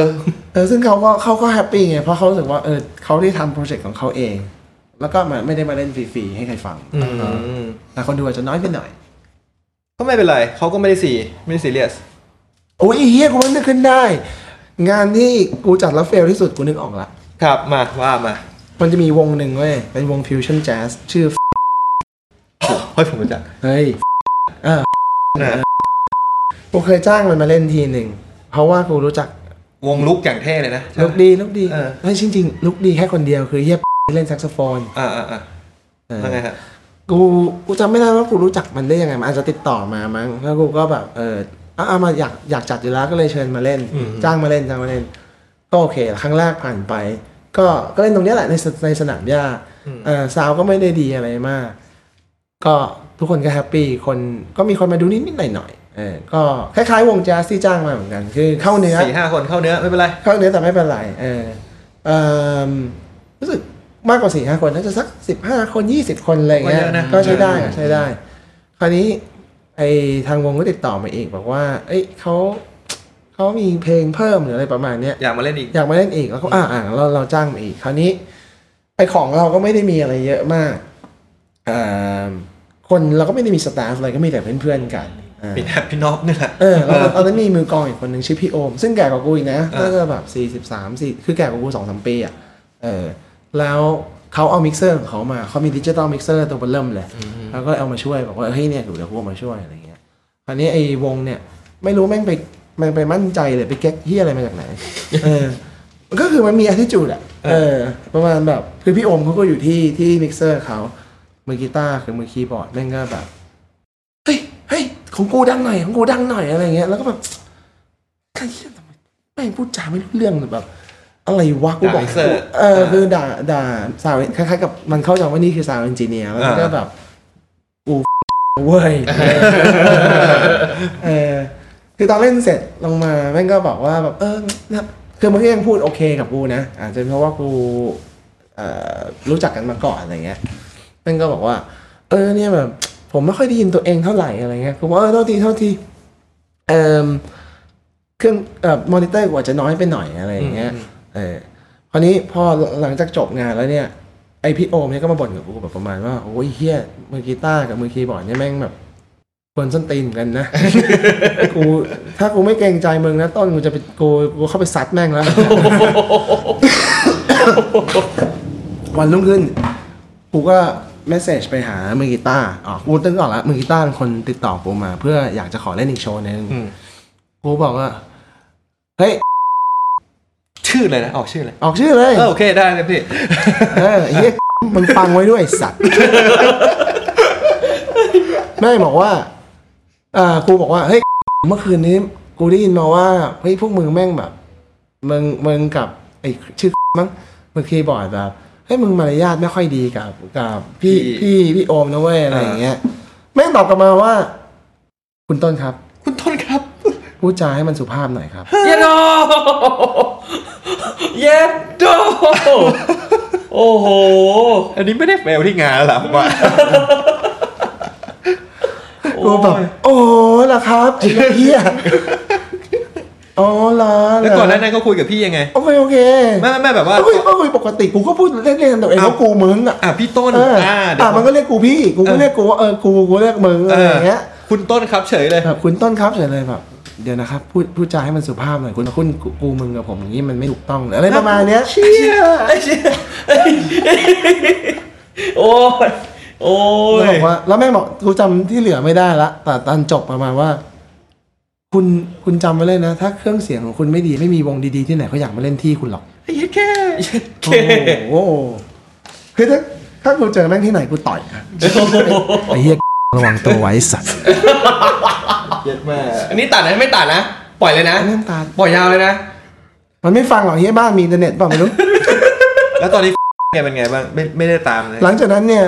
D: เออซึ่งเขาก็เขาก็แฮปปี้ไงเพราะเขารู้สึกว่าเออเขาได้ทำโปรเจกต์ของเขาเอง แล้วก็มาไม่ได้มาเล่นฟรีๆให้ใครฟัง
C: อืม
D: แต่คนดูอาจจะน้อยไปหน่อย
C: ก็ไม่เป็นไร เขาก็ไม่ได้สีไม่ได้ซีเรียส
D: โอ้ยไอ้เฮียกูมันนึกขึ้นได้ งานที่กูจัดแล้วเฟลที่สุดกูนึกออกละ
C: ครับมาว่ามา
D: มันจะมีวงหนึ่งเว้ย เป็นวงฟิวชั่นแจ๊สชื่อ
C: เฮ้ยผมรู้จัก
D: เฮ้ยเออกูเคยจ้างมันมาเล่นทีหนึ่ง เพราะว่ากูรู้จัก
C: วงลุกอย่างเท่เลยนะใช่ไหม
D: ลุกดีลุกดี
C: เออ
D: ไม่จริงจริงลุกดีแค่คนเดียวคือเฮียเล่นแซกโซโฟน
C: อ่าอ่าอ่า
D: เออ
C: แล้วไงฮะ
D: กูกูจำไม่ได้ว่ากูรู้จักมันได้ยังไงมันอาจจะติดต่อมามั้งแล้วกูก็แบบเออเอาเอามาอยากอยากจัดอยู่แล้วก็เลยเชิญมาเล่น จ้างมาเล่นจ้างมาเล่น ก็โอเคครั้งแรกผ่านไป ก็ก็เล่นตรงเนี้ยแหละในสในสนามหญ้าเออซาวก็ไม่ได้ดีอะไรมาก ก็ทุกคนก็แฮปปี้คนก็มีคนมาดูนิดนิดหน่อยหน่อยๆเออก็คล้ายๆ วงแจ๊สที่จ้างมาเหมือนกัน คือเข้าเนื้อ
C: สี่ห้าคนเข้าเนื้อไม่เป็นไร
D: เข้าเนื้อแต่ไม่เป็นไรเออเอิ่มรู้สึกมากกว่าสี่ห้าคนน่าจะสักสิบห้าคนยี่สิบคนอะไรอย่างเงี้ย
C: ก็เยอะนะ
D: ก็ใช้ได้อะใช้ได้ คราวนี้ไอทางวงก็ติดต่อมาอีกบอกว่า เอ้ยเขาเขามีเพลงเพิ่มหรืออะไรประมาณเนี้ย
C: อยากมาเล่นอีก
D: อยากมาเล่นอีกแล้วก็อ่าอ่าเราเราจ้างมาอีก คราวนี้ ไอของเราก็ไม่ได้มีอะไรเยอะมากอ่าคนเราก็ไม่ได้มีสตาฟอะไรก็มีแต่เพื่อนๆกันอ่า
C: พี่แนบพี่น็อบนี่แหละ
D: <laughs> เออแล้วตอนนั้นมีมือกลองอีกคนหนึ่งชื่อพี่โอม ซึ่งแก่กว่ากูอีกนะ
C: เออ
D: น่าจะแบบสี่สิบสามสี่คือแก่กว่ากูสองสามปีอ่ะเออแล้วเขาเอามิกเซอร์ของเขามาเขามีดิจิตอลมิกเซอร์ตัวเบอร์เริ่มเลยแล้วก็เอามาช่วยบอกว่าเฮ้ยเนี่ยเดี๋ยวกูเอามาช่วยอะไรเงี้ยคราวนี้ไอ้วงเนี่ย ไม่รู้แม่งไปมันไปมั่นใจเลยไปเก๊กเฮียอะไรมาจากไหนเออก็คือมันมี attitude อะเออ ประมาณแบบคือพี่โอมเขาก็อยู่ที่ที่มิกเซอร์เขามือกีตาร์คือมือคีย์บอร์ดแม่งก็แบบ เฮ้ย เฮ้ย ของกูดังหน่อย ของกูดังหน่อยอะไรเงี้ย แล้วก็แบบไอ้เหี้ยทำไมแม่งพูดจาไม่รู้เรื่องแบบ อะไรวะกูบ
C: ด่า
D: อก
C: ไอ้เสิร์ฟ
D: เออคือด่าด่าสาวคล้ายๆกับมันเข้าใจว่านี่คือสาวเอนจิเนียร์แล้วมันก็
C: อ่า
D: แบบกู <laughs> เว้ย เออ คือตอนเล่นเสร็จลงมาแม่งก็บอกว่าแบบเออเนี่ยคือมันก็ยังพูดโอเคกับกูนะ อาจจะเพราะว่ากูเอ่อรู้จักกันมาก่อนอะไรเงี้ยแม่งก็บอกว่า เออเนี่ยแบบ ผมไม่ค่อยได้ยินตัวเองเท่าไหร่อะไรเงี้ยผมว่าเออโทษทีโทษทีเอ่อเครื่องเอ่อมอนิเตอร์กว่าจจะน้อยไปหน่อยอะไรอย่างเงี้ยเออคราวนี้พอหลังจากจบงานแล้วเนี่ย ไอพี่โอมเนี่ยก็มาบ่นกับกูแบบประมาณว่าโอ้ยเฮียมือกีตาร์กับมือคีย์บอร์ดเนี่ยแม่งแบบควรส้นตีนเหมือนกันนะ <laughs> กูถ้ากูไม่เกรงใจมึงนะต้นกูจะไปกูกูเข้าไปซัดแม่งแล้ว <laughs> วันรุ่งขึ้น กูก็เมสเซจไปหามือกีตาร์อ๋อกูตึ้งออกแล้วมือกีตาร์เป็นคนติดต่อกูมา เพื่ออยากจะขอเล่นอีกโชว์หนึ่งกูบอกว่าเฮ้ย
C: ชื่อเลยนะออกชื่อเลย
D: ออกชื่อเลย
C: เออโอเคได้เลยพี่
D: เออไอ้เฮีย มันฟังไว้ด้วยไอ้สัตว์ แม่งบอกว่าอ่ากูบอกว่า เฮ้ย เมื่อคืนนี้ กูได้ยินมาว่า เฮ้ย พวกมึงแม่งแบบ มึง มึงกับ ไอ้ชื่อ มั้งมึงคีย์บอร์ดแบบ เฮ้ย มึงมารยาทไม่ค่อยดีกับ กับ พี่
C: พี่
D: พี่ พี่โอมนะเว้ย อะไรอย่างเงี้ย แม่งตอบกลับมาว่า คุณต้นครับ
C: คุณต้นครับ
D: พูดจาให้มันสุภาพหน่อยครับ
F: เย
C: <laughs>
F: ดโดเยดโดโอ้โห
C: อันนี้ไม่ได้เฟลที่งานหรอกว่า
D: กูแบบโอ้เหรอครับไอ้เฮียอ๋อเหรอเหรอ
C: แล้วก่อนหน้านั้นก็คุยกับพี่ยังไง
D: โอเคโอเค
C: ไม่ไม่ไม่แบบว่า
D: ก็คุยก็คุยปกติกูก็พูดเล่นๆกันตัวเอง
C: อ้าว
D: ว่ากูมึงอ่ะ
C: อ่ะพี่ต้น
D: เออ
C: อ่า
D: อ่า
C: เดี๋ยว
D: มันก็เรียกกูพี่กูก็เรียกกูว่าเออกูกูเรียกมึงอะไรอย่างเงี้ย
C: คุณต้นครับเฉยเลย
D: แบบคุณต้นครับเฉยเลยแบบเดี๋ยวนะครับพูดพูดจาให้มันสุภาพหน่อยคุณคุณกูกูมึงกับผมอย่างนี้มันไม่ถูกต้องอะไรประมาณเนี้ย
F: ไอ้เชี่ยไอ้โอ้ย โอ้
D: แล้ว
F: ย
D: บอกว่าแล้วแม่งบอกกูจำที่เหลือไม่ได้ละแต่ตอนจบประมาณว่า คุณคุณจำไว้เลยนะ ถ้าเครื่องเสียงของคุณไม่ดีไม่มีวงดีๆที่ไหนเขาอยากมาเล่นที่คุณหรอกเย็ดแค่เย็ดแค่โอ้โหคือถ้าถ้ากูเจอแม่งที่ไหนกูต่อยนะไอ้เหี้ยระวังตัวไว้สัตว์
F: อันนี้ตัดนะไม่ตัดนะ ปล่อยเลยนะ
D: เล่นตา
F: ปล่อยยาวเลยนะ
D: มันไม่ฟังหรอกเฮียบ้านมีอินเทอร์เน็ตเปล่าไม่รู้
C: แล้วตอนนี้ <laughs> ไงเป็นไงบ้างไม่ไม่ได้ตามเลย
D: หลังจากนั้นเนี่ย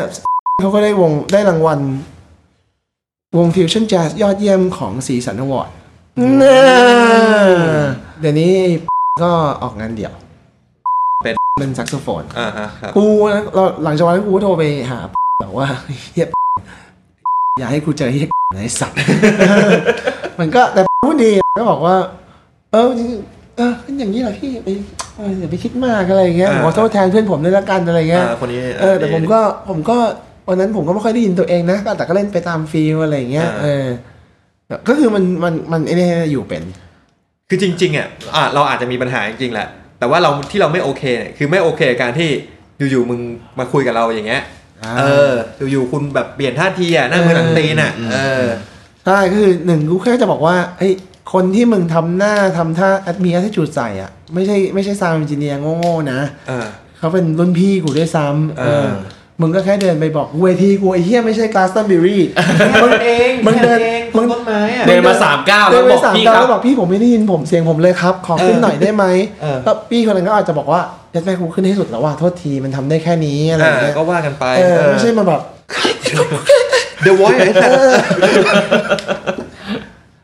D: เขาก็ได้วงได้รางวัล วงฟิวชั่นแจ๊สยอดเยี่ยมของสีสันอวอร์ดเดี๋ยวนี้ก็ออกงานเดี่ยว เป็นแซกโซโฟน
C: อ่าฮะครับ
D: กูเราหลังจากวันนั้นกูก็โทรไปหาแบบว่าเฮียอย่าให้กูเจอเฮียไหนสัตว์ มันก็แต่พูดดีก็บอกว่า เออจริงๆเออเป็นอย่างนี้เหรอพี่ไปเอออย่าไปคิดมากอะไรอย่างเงี้ย
C: อ่า
D: ขอโทษแทนเพื่อนผมด้วยละกันอะไรเงี้ย
C: อ่าคนนี้
D: เออแต่ผมก็ผมก็วันนั้นผมก็ไม่ค่อยได้ยินตัวเองนะก็แต่ก็เล่นไปตามฟีลอะไรอย่างเงี้ยเออแต่ก็คือมันมันมันไอ้เนี่ยอยู่เป็น
C: คือจริงๆอ่ะอ่ะเราอาจจะมีปัญหาจริงๆแหละ แต่ว่าเราที่เราไม่โอเคเนี่ยคือไม่โอเคกับการที่อยู่ๆมึงมาคุยกับเราอย่างเงี้ย
D: อ่า
C: เอออยู่ๆคุณแบบเปลี่ยนท่าทีอ่ะหน้ามือหลังตีนอ่ะเออ
D: ใช่ก็คือหนึ่งกูแค่จะบอกว่าไอ้ยคนที่มึงทำหน้าทำท่าแอดมีแอทิจูดใส่อ่ะ ไม่ใช่ไม่ใช่ซาวด์เอนจิเนียร์โง่ๆนะ
C: เออ
D: เขาเป็นรุ่นพี่กูด้วยซ้ำเอ
C: เอ
D: อ
C: อ
D: มึงก็แค่เดินไปบอกเวทีกูไอ้เหี้ยไม่ใช่กลาสตันบิรี
F: มึงเอง
D: มึงเดิน
F: แค่องมึงต้นไม้อะ
E: เดินมาสามก้าว
D: เดิ
E: แล้ว
D: นไป
E: บอก
D: สาม
E: พี่
D: ดาว
E: ครับ
D: แล้วบอกพี่ผมไม่ได้ยินผมเสียงผมเลยครับ ขอขึ้นหน่อยได้ไหมแล้วพี่คนนั้นก็อาจจะบอกว่าเดี๋ยวแม่กูขึ้นให้สุดแล้วว่าโทษทีมันทำได้แค่นี้อะไรอย่างเงี้ย
C: ก็ว่ากันไป
D: เออไม่ใช่มาแบบ
C: The Voice
D: เออ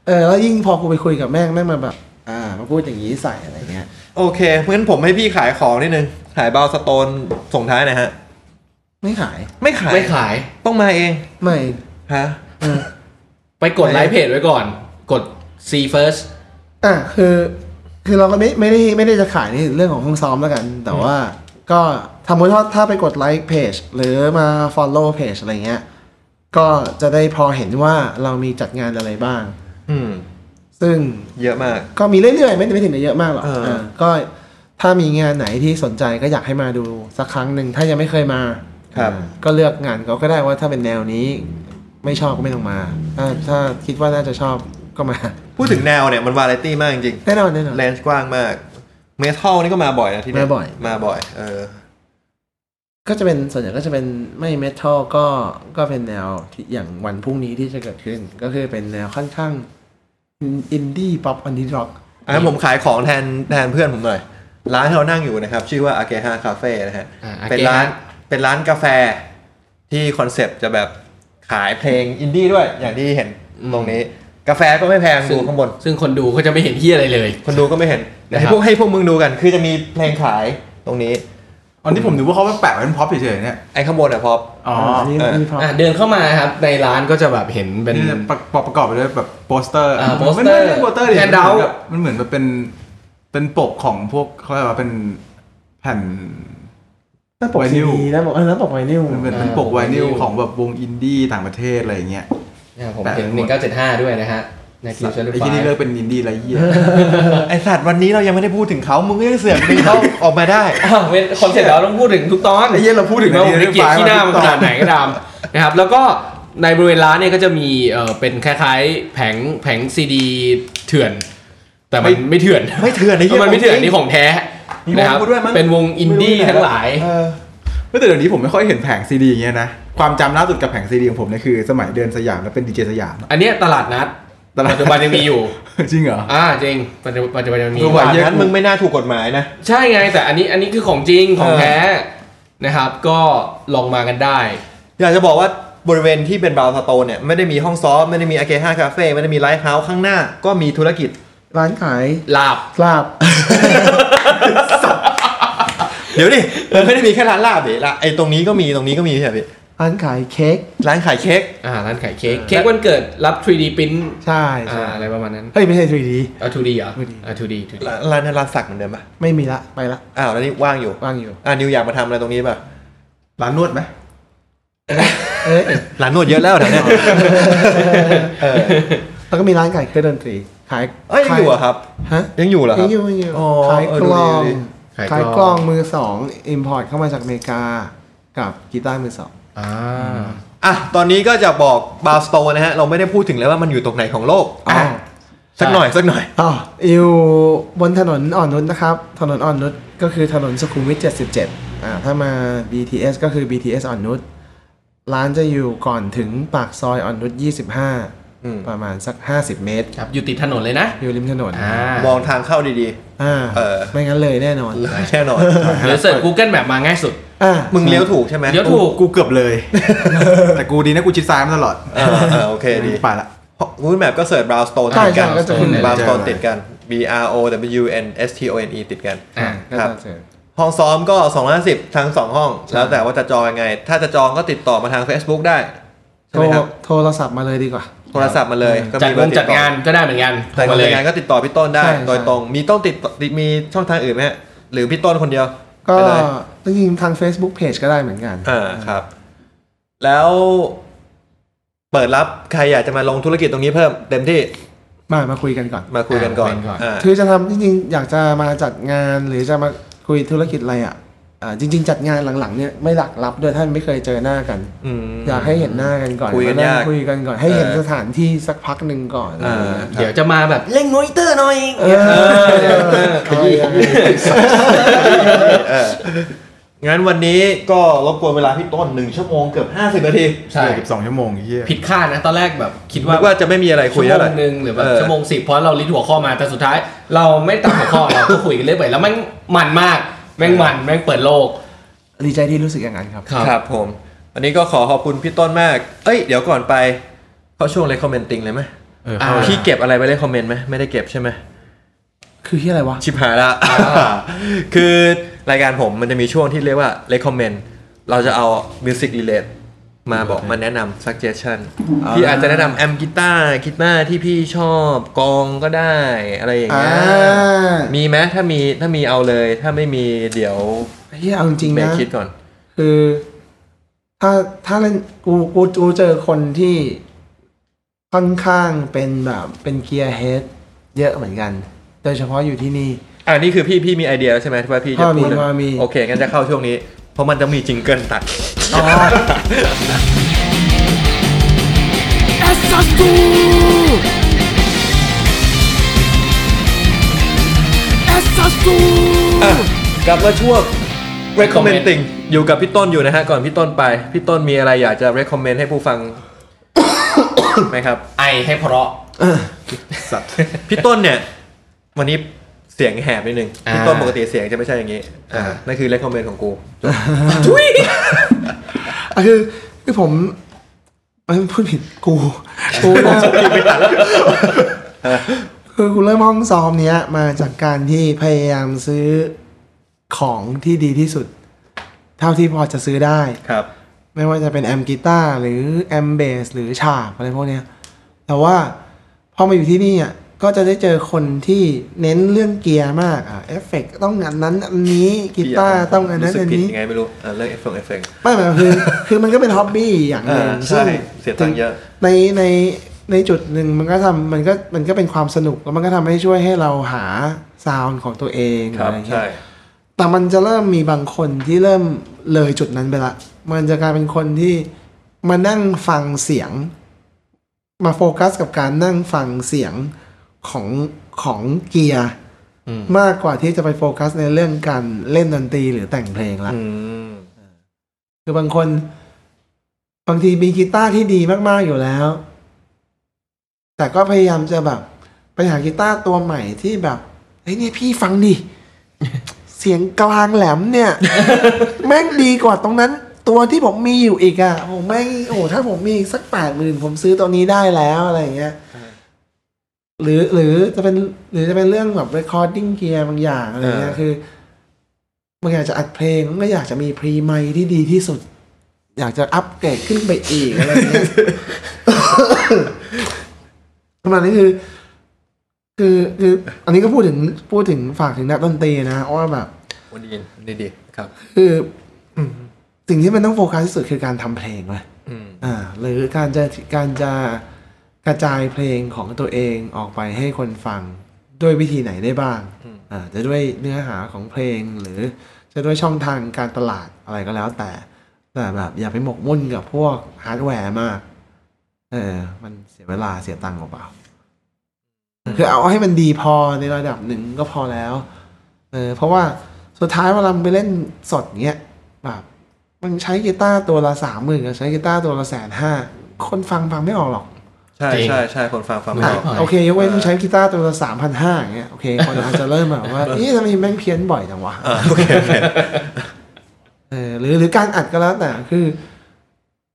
D: เออแล้วยิ่งพอกูไปคุยกับแม่งแม่งมาแบบ อ่ามาพูดอย่างนี้ใส่อะไรเงี้ย
C: โอเคเพราะงั้นผมให้พี่ขายของนิดนึง ขายบาวสโตนส่งท้ายหนะฮะ
D: ไม่ขาย
C: ไม่ขาย
E: ไม่ขาย
C: ต้องมาเอง
D: ไม่
C: ฮะ
D: เออ
E: ไปกดไลค์เพจไว้ก่อน กด see first
D: อ่ะคือ คือเราก็ไม่ไม่ได้ไม่ได้จะขายในเรื่องของห้องซ้อมแล้วกัน แต่ว่าก็ทำมุติว่าถ้าไปกดไลค์เพจหรือมา follow เพจอะไรเงี้ย ก็จะได้พอเห็นว่าเรามีจัดงานอะไรบ้าง
C: อืม
D: ซึ่ง
C: เยอะมาก
D: ก็มีเรื่อยๆ ไม่ไม่ถึงกับเยอะมากหรอก
C: เออ
D: เออก็ถ้ามีงานไหนที่สนใจก็อยากให้มาดูสักครั้งหนึ่งถ้ายังไม่เคยมา
C: ครับ
D: ก็เลือกงานเขาก็ได้ว่าถ้าเป็นแนวนี้ไม่ชอบก็ไม่ต้องมาถ้าถ้าคิดว่าน่าจะชอบก็มา <laughs>
C: พูดถึงแนวเนี่ยมันวาไรตี้มากจริง
D: แน่นอนแน่นอน
C: ๆ เลนส์กว้างมาก เมทัลนี่ก็มาบ่อยนะที่เนี่ย
D: มาบ่อย
C: มาบ่อย เออ
D: ก็จะเป็นส่วนใหญ่ก็จะเป็นไม่เมทัลก็ก็เป็นแนวที่อย่างวันพรุ่งนี้ที่จะเกิดขึ้น ก็คือเป็นแนวค่อนข้างอินดี้ป๊อปอันดี้ร็อก
C: อันนั้นผมขายของแทนแทนเพื่อนผมหน่อย ร้านที่เรานั่งอยู่นะครับ ชื่อว่าอาเกฮาคาเฟ่นะฮะ
E: อ่า Akeha
C: เป็นร้านเป็นร้านกาแฟที่คอนเซปต์จะแบบขายเพลงอินดี้ด้วย อย่างที่เห็นตรงนี้ กาแฟก็ไม่แพงดูข้างบน
E: ซึ่งคนดูเขาจะไม่เห็นที่อะไรเลย
C: คนดูก็ไม่เห็นเดี๋ยวให้
E: นะครับ
C: พวกให้พวกมึงดูกัน คือจะมีเพลงขายตรงนี้
B: อันนี้ผมนึกว่าเขาแปะไว้เป็นพ็อปเฉยๆเนี่ย
C: ไอ้ข้างบนอะพอบ
B: อ๋อ
D: อันนี้
C: เอออั
D: นนี้พอ
E: อ่ะเดินเข้ามาครับ ในร้านก็จะแบบเห็นเป็น
B: นี่จะประกอบประกอบไปด้วยแบบโปสเตอร์
E: อ่าโปสเตอร์
B: ไม่ไม่ไม่โปสเตอร์ดิ
E: แฮนด์เอาท์
B: มันเหมือนแบบเป็นเป็นปกของพวกเขาเรียกว่าเป็นแผ่น
D: นั่นปก
B: ไวนิ
D: ซี
B: ล
D: ดีนั่นปกเออนั่นปกไวนิล
B: มันเป็น
E: อ่า
B: เป็นปกไวนิล
E: ไวนิล
B: ของแบบวงอินดี้ต่างประเทศอะไรอย่างเงี้ย
E: อ่ะผม
B: แปะ
E: เห็นหนึ่งเก้าเจ็ดห้าด้วยนะฮะในคิวเชอร์
B: ไอ้ที่นี่เลิกเป็นอินดี้ไรเหี้ย
C: ไอสัตว์วันนี้เรายังไม่ได้พูดถึงเขามึงก็ยังเสือกดึงเขา ออกมาได้
E: อ้าวเป็นคอนเซ็ปต์เราต้องพูดถึงทุกตอน
B: ไอ้เหี้ยเราพูดถึง
E: ถึงแม้ผม
B: ไอ้
E: จะเกลียดที่หน้ามันข
B: ไฟล์
E: นาดไหนก็ตาม <laughs> นะครับ แล้วก็ในบริเวณร้านเนี่ยก็จะมีเออเป็นคล้ายๆแผงแผงซีดีเถื่อน แต่มันไม่เถื่อน
C: ไม่เถื่อนไอ้เหี้ย
E: มันไม่เถื่อนนี่ของแท้
C: มีวง
E: นะครับ
C: กูด้วยมั้ง
E: เป็นวงอินดี้ทั้งหลาย
B: เออไม่แต่เดี๋ยวนี้ผมไม่ค่อยเห็นแผงซีดีอย่างเงี้ยนะ ความจำล่าสุดกับแผงซีดีของผมเนี่ยคือสมัยเดินสยามแล้วเป็นดีเจสยามอะ
E: อันเนี้ยตลาดนัด
B: ตลาด
E: ปัจจุบันยังมีอยู่
B: จริงเหรอ
E: อ่าจริงปัจจุปัจจุบันยังมี
B: ดู
C: ขวานนั้นมึงไม่น่าถูกกฎหมายนะ
E: ใช่ไงแต่อันนี้อันนี้คือของจริงของแท้นะครับ ก็ลองมากันได้
C: อยากจะบอกว่าบริเวณที่เป็นบราวน์สโตนเนี่ยไม่ได้มีห้องซ้อม ไม่ได้มีอาเกห้าคาเฟ่ไม่ได้มีไลฟ์เฮาส์ข้างหน้าก็มีธุรกิจ <laughs>
D: ร้านขาย
E: ลาบ
D: ลาบ
C: เดี๋ยวดิมันไม่ได้มีแค่ร้านลาบดิละไอตรงนี้ก็มีตรงนี้ก็มีใช่ไหมพี่
D: <laughs> ร้านขายเค้ก
C: ร้านขายเค้ก
E: อ่าร้านขายเค้กเค้กวันเกิดรับ 3D print
D: ใช่
E: อ่า
D: ใช่
E: อะไรประมาณนั้น
D: เฮ้ย ไม่ใช่ 3D
E: เอา 2D เหรออ่า 2D 2D
C: ร้านร้านร้านสักเหมือนเดิมป่ะ
D: ไม่มีละ ไปละ
C: อ้าวแล้วนี่ว่างอยู่
D: ว่างอยู่
C: อ่านิวอยากมาทำอะไรตรงนี้ป่ะ
B: ร้านนวดไหม
D: เอ้ย
C: ร้านนวดเยอะแล้วแถวเนี้ย <laughs> เออ
D: แล้วก็มีร้านขายเครื่องดนตรี ขาย
C: เอ้ยยังอยู่เหรอะครับ
D: ฮะ
C: ยังอยู่เหรอครั
D: ยัง
C: บ
D: อยู่ยังอยู่
C: อ๋อ
D: ขาย
C: เออก ดู
D: ลอง
C: ดี
E: ๆ
D: ขาย
E: ขาย
D: ก
E: ก
D: ล
E: ล
D: อ
E: อง ง
D: มือสองอิมพอร์ตเข้ามาจากอเมริกา กับกีตาร์มือสอง
E: อ่า
C: อ่ะตอนนี้ก็จะบอกบาสโตนะฮะ เราไม่ได้พูดถึงเลยว่ามันอยู่ตรงไหนของโลก
D: อ๋ออ่
C: ะสักหน่อยสักหน่อย
D: อ๋ออยู่บนถนนอ่อนนุชนะครับ ถนนอ่อนนุชก็คือถนนสุขุมวิท 77 อ่า ถ้ามา BTS ก็คือ BTS อ่อนนุช ร้านจะอยู่ก่อนถึงปากซอยอ่อนนุช
C: อืม
D: 25 ประมาณสัก 50 เมตร
E: ครับ อยู่ติดถนนเลยนะ
D: อยู่ริมถนน
E: อ่า
C: มองทางเข้าดี
D: อ่า
C: เออ
D: ไม่งั้นเลยแน่นอน
C: ๆแน่นอน
E: หรือเสิร์ช Google แบบมาง่ายสุด
D: อ่า
C: มึงเลี้ยวถูกใช่ไหม
E: เลี้ยวถูก
B: กูเกือบเลย <laughs> แต่กูดีนะกูชิดซ้ายมาตลอด
C: เออเออโอเคดี
B: ไปละ
C: กูแมปก็เสิร์ชบราวสโตน
D: ใช่
C: ติดกัน
D: ใช่ก็จะขึ้น
C: บราวสโตน
B: เจอ
C: ติดกัน B R O W N S T O N E ติดกัน
E: อ่า
D: ก็
C: ครับ
D: จะเจอ
C: ห้องซ้อมก็ 250 ทั้ง 2 ห้อง แล้วแต่ว่าจะจองยังไง ถ้าจะจองก็ติดต่อมาทาง Facebook ได้ ใช่
D: โทร
C: ไหมครับ
D: โทรศัพท์มาเลยดีกว่า
C: โทรศัพท์มาเลยก็
E: จัด
C: มีเบ
E: ว
C: อง ร์
E: จัดงานก็ได้เหมือนกัน
C: ติดต่อแต่
E: มา
C: คน
E: เลย
C: งานก็ติดต่อพี่ต้นได้
D: ใช่ใช่
C: โดยตรงมีต้องติดต่อติดมีช่องทางอื่นไหมฮะหรือพี่ต้นคนเดียว
D: ก็
C: ไปเลย
D: จริงๆทาง Facebook Page ก็ได้เหมือนกัน
C: อ่าครับ แล้วเปิดรับใครอยากจะมาลงธุรกิจตรงนี้เพิ่ม เต็มที่
D: มามาคุยกันก่อน
C: มาคุยกันก่อน
E: มาคุยกันก่อน
C: อ่า
D: คือจะทำจริงๆ อยากจะมาจัดงานหรือจะมาคุยธุรกิจอะไรอ่ะอ่าจริง ๆ จัดงานหลังๆเนี่ยไม่หลักรับด้วยท่านไม่เคยเจอหน้ากัน
C: อืม
D: อยากให้เห็นหน้ากันก่อน
C: คุยกั
D: มาย
C: นาก
D: งคุยกันก่อนให้เห็น
C: เออ
D: สถานที่สักพักหนึ่งก่อน
C: อ่า
E: เดี๋ยวจะมาแบบ
F: เล่นมอนิเตอร์หน่อย
D: เออ
C: เออ
D: ขยี้
C: เออ งั้นวันนี้ก็รบกวนเวลาพี่ต้นหนึ่งชั่วโมงเกือบ 50 นาที
E: ใช่
B: สิบสองชั่วโมงไอ้เฮีย
E: ผิดคาดนะ ตอนแรกแบบคิดว่า
C: นึกว่าจะไม่มีอะไรคุ
E: ชั่
C: ยว
E: โม
C: แล้วแหละ
E: งหนึ่งหรือแบบ
C: เ
E: ชั่วโมงสิบเพราะเราลิดหัวข้อมาแต่สุดท้าย เราไม่ตัดหัวข้อ <coughs> เราก็คุยกันเรื่อยไปแล้วแม่งมันมากแม่งมันแม่งเปิดโลก
D: ดีใจที่รู้สึกอย่างนั้นครับ
C: ครับผม วันนี้ก็ขอขอบคุณพี่ต้นมาก เอ้ย เดี๋ยวก่อนไป เข้าช่วงเลคคอมเมนติ้งเลยไหม
B: เออเข้า
E: อ่า
C: พี่เก็บอะไรไปเลคคอมเมนต์ไหมไม่ได้เก็บใช่ไหม
D: คือที่อะไรวะ
C: ชิบหายละ คือรายการผมมันจะมีช่วงที่เรียกว่า recommend เราจะเอา music relate มาบอกมาแนะนำ suggestion พี่อาจจะแนะนำแอมกีตาร์กีตาร์ที่พี่ชอบกองก็ได้อะไรอย่างเงี้ย
D: อ่ามี
C: มีไหมถ้ามีถ้ามีเอาเลย ถ้าไม่มีเดี๋ยว
D: ที่เอาจริงๆ
C: แม่
D: นะ
C: คิดก่อน
D: คือ ถ้าถ้าเล่นกูกูกูเจอคนที่ค่อนข้างเป็นแบบเป็นเกียร์เฮดเยอะเหมือนกัน โดยเฉพาะอยู่ที่นี่
C: อ่านี่คือพี่พี่มีไอเดียแล้วใช่ไหมว่าพี่จะ
D: พอมี
C: พูดเรื่อง
D: พอมี
C: โอเคงั้นจะเข้าช่วงนี้ เพราะมันจะมีจิงเกิลตัด อ่ะกลับมาช่วง recommending อยู่กับพี่ต้นอยู่นะฮะ ก่อนพี่ต้นไป พี่ต้นมีอะไรอยากจะ recommend ให้ผู้ฟัง <coughs> ไหมครับ <coughs>
E: ไอให้เพราะ
B: สัตว์
C: พี่ต้นเนี่ย วันนี้เสียงแหบนิดนึง พี่ต้น
E: อ่า
C: ปกติเสียงจะไม่ใช่อย่างนี้อ่านั่นคือ recommend ของกู
D: อ่ะคือคือผมเอ้ยพูดผิดกู กูนะคือกูเริ่มห้องซ้อมเนี้ย มาจากการที่พยายามซื้อของที่ดีที่สุด เท่าที่พอจะซื้อได้
C: ครับ
D: ไม่ว่าจะเป็นแอมกีตาร์หรือแอมเบสหรือฉาบอะไรพวกเนี้ย แต่ว่าพอมาอยู่ที่นี่อ่ะก็จะได้เจอคนที่เน้นเรื่องเกียร์มากอ่ะเอฟเฟกต้องอันนั้นอันนี้กีตาร์ต้องอันนั้น
C: รู้สึ
D: อั
C: ก
D: น
C: ผิด
D: นี้
C: ยังไงไม่รู้อ่าเรื่อง effect effect
D: ไม่หมายคือ <laughs> คือมันก็เป็นฮ็อบบี้อย่างหนึ่ง
C: อ่าใช่
D: ซึ่ง
C: เสียตังค์เยอะ
D: ในในในจุดหนึ่งมันก็ทำมันก็มันก็เป็นความสนุกแล้วมันก็ทำให้ช่วยให้เราหาซาวน์ของตัวเอง
C: ครับ
D: อะไรเงี้
C: ใช่
D: ยแต่มันจะเริ่มมีบางคนที่เริ่มเลยจุดนั้นไปละ มันจะกลายเป็นคนที่มานั่งฟังเสียง มาโฟกัสกับการนั่งฟังเสียงของของเกียร์มากกว่าที่จะไปโฟกัสในเรื่องการเล่นดนตรีหรือแต่งเพลงละ
C: อืม
D: คือบางคน บางทีมีกีตาร์ที่ดีมาก ๆ อยู่แล้ว แต่ก็พยายามจะแบบ ไปหากีตาร์ตัวใหม่ที่แบบเฮ้ยเนี่ยพี่ฟังดิ เสียงกลางแหลม <laughs> เนี่ย แม่งดีกว่าตรงนั้น ตัวที่ผมมีอยู่อีกอะ่ะโอ้แม่งโอ้ถ้าผมมีอีกสักแปดหมื่นผมซื้อตัวนี้ได้แล้วอะไรอย่างเงี้ยหรือหรือจะเป็นหรือจะเป็นเรื่องแบบ recording gear บางอย่างอะไรเงี้ยคือ มันอยากจะอัดเพลงมันก็อยากจะมีพรีไมค์ที่ดีที่สุด อยากจะอัปเกรดขึ้นไปอีกอะไรอย่างเงี้ <laughs> ย ประมาณนี้คือ คือคือ อันนี้ก็พูดถึงพูดถึงฝากถึงนักดนตรีนะว่าแบบ
C: วันดีวันดีดีครับ
D: คืออสิ่งที่มันต้องโฟกัสที่สุดคือการทำเพลงเลย
C: อืม
D: อ่า หรือการจะการจะกระจายเพลงของตัวเองออกไปให้คนฟังด้วยวิธีไหนได้บ้างอ่าจะด้วยเนื้อหาของเพลงหรือจะด้วยช่องทางการตลาดอะไรก็แล้วแต่ แต่แบบอย่าไปหมกมุ่นกับพวกฮาร์ดแวร์มาก เออ มันเสียเวลาเสียตังค์เปล่าๆคือเอาให้มันดีพอในระดับหนึ่งก็พอแล้ว เออเพราะว่าสุดท้ายเวลามันไปเล่นสดเงี้ยแบบมันใช้กีตาร์ตัวละสามหมื่นกับใช้กีตาร์ตัวละแสนห้าคนฟังฟังไม่ออกหรอก
C: ใช่
E: จริง
C: ใช่ใช่คนฟังฟังไม่ออก
D: อ่ะโอเคยกเว้นมึงใช้กีตาร์ตัวละสามพันห้าเงี้ยโอเคคนอาจจะเริ่มแบบว่า เอ๊ะทำไมแม่งเพี้ยนบ่อยจังวะ
C: อ่าโอเคโอเค
D: เออหรือหรือการอัดก็แล้วแต่คือ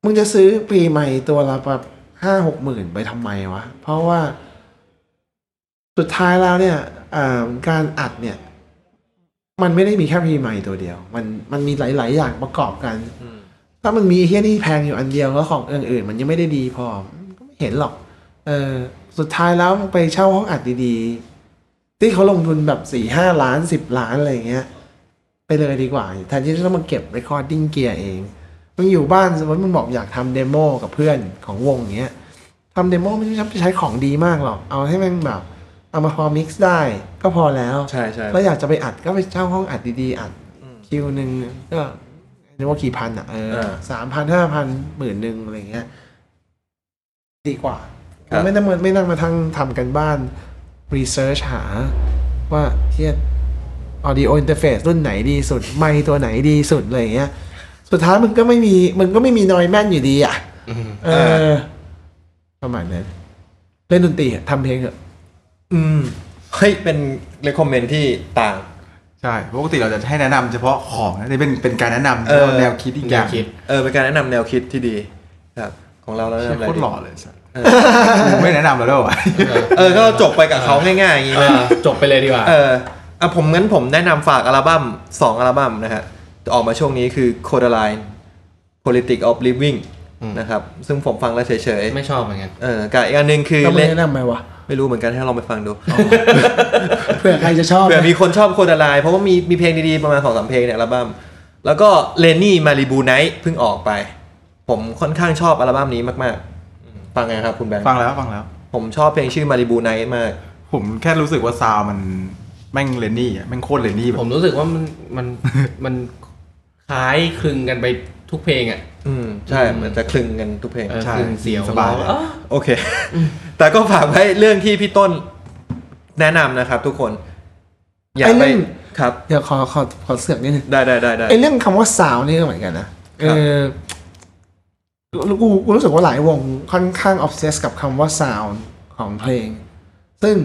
D: มึงจะซื้อปีใหม่ตัวละแบบห้าหกหมื่นไปทำไมวะ เพราะว่า สุดท้ายแล้วเนี่ยอ่าการอัดเนี่ย มันไม่ได้มีแค่ปีใหม่ตัวเดียว มันมันมีหลาย ๆ อย่างประกอบกัน ถ้ามันมีไอ้เฮี้ยนี่แพงอยู่อันเดียวแล้วของเอื่นๆมันยังไม่ได้ดีพอก็ไม่เห็นหรอก เออสุดท้ายแล้วไปเช่าห้องอัดดีๆ ที่เขาลงทุนแบบสี่ห้าล้านสิบล้านอะไรอย่างเงี้ย ไปเลยดีกว่าแทนที่จะต้องมาเก็บ recording gear เองมึงอยู่บ้านสมมติมึงบอกอยากทำเดโมกับเพื่อนของวงเงี้ยทำเดโมไม่ต้องใช้ของดีมากหรอก เอาให้มันแบบ เอามาพอ mix ได้ก็พอแล้ว
C: ใช่ใช่
D: แล้วอยากจะไปอัดก็ไปเช่าห้องอัดดีๆ อัดคิวหนึ่งก็นึกว่ากี่พันอ่ะเออ
C: เออ
D: สามพันห้าพันหมื่นหนึ่งอะไรเงี้ย ดีกว่า
C: ครับ
D: ไม่ต้องมาไม่ต้องมาทั้งทำกันบ้าน research หาว่าเทีย audio interface รุ่นไหนดีสุด ไมค์ตัวไหนดีสุดอะไรอย่างเงี้ย สุดท้ายมันก็ไม่มีมันก็ไม่มีนอยแม่นอยู่ดีอ่ะเออประมาณนั้นเล่นดนตรีอะทำเพลงเถอะ
C: เฮ้ยเป็นเรคคอมเมนที่ต่าง
B: ใช่ปกติเราจะให้แนะนำเฉพาะของนะนี่เป็นเป็นการแนะนำ
C: เออ
B: แนวคิดอีกอย่าง
E: แนวคิด
C: เออเป็นการแนะนำแนวคิดที่ดีครับของเราแล้ว
B: เชี่ย
C: ทำอะไร
B: โคตร
C: ดี
B: หล่อเลยสัสไม่แนะนำเราด้วยวะ <laughs>
C: เออก็เราจบไปกับเขาง่ายๆอย่างนี้
E: เอ
C: นะ
E: อจบไปเลยดีกว่า
C: เอออ่ะผมงั้นผมแนะนำฝากอัลบั้มสองอัลบั้มนะฮะ ออกมาช่วงนี้คือ Codaline Politics of Living
E: อืม
C: นะครับ ซึ่งผมฟังแล้วเฉย
E: ไม่ชอบเหมือนกัน
C: ๆ เออกับอีกอันหนึ่งคือ
D: เราไม่
C: เล่น
D: แนะนำไหมวะ
C: ไม่รู้เหมือนกันให้ลองไปฟังดู
D: เผื่อใครจะชอบ
C: เผื่อมีคนชอบโคดาไลน์เพราะว่ามีมีเพลงดีๆ ประมาณสองสามเพลงเนี่ยอัลบั้มแล้วก็เลนนี่มาริบูไนท์เพิ่งออกไป ผมค่อนข้างชอบอัลบั้มนี้มากๆอืมฟังไงครับคุณแบงค์
B: ฟังแล้วฟังแล้ว
C: ผมชอบเพลงชื่อมาริบูไนท์มาก
B: ผมแค่รู้สึกว่าซาวมันแม่งเลนนี่อะแม่งโคตรเลนนี่แบบ
E: ผมรู้สึกว่ามันมันมันคล้ายคลึงกันไปทุกเพลงอ่ะ
C: อืมใช่มันจะคลึงกันทุกเพลง
E: เออ
B: ใช่
E: คลึงเสียว
B: สบาย
E: เรเอ้อ
C: โอเค <laughs> แต่ก็ฝากไว้เรื่องที่พี่ต้นแนะนำนะครับทุกคน อย่า
D: ไอ้
C: ไป
D: เรื่อง
C: ครับ
D: เดี๋ยวขอขอขอเสือกนิดนึง
C: ได้ได้ได้ได้
D: ไอเรื่องคำว่าสาวนี่ก็เหมือนกันนะ
C: ค
D: เอ
C: รับ
D: อกูกูรู้สึกว่าหลายวงค่อนข้างออฟเซสกับคำว่าสาวของเพลง ซึ่ง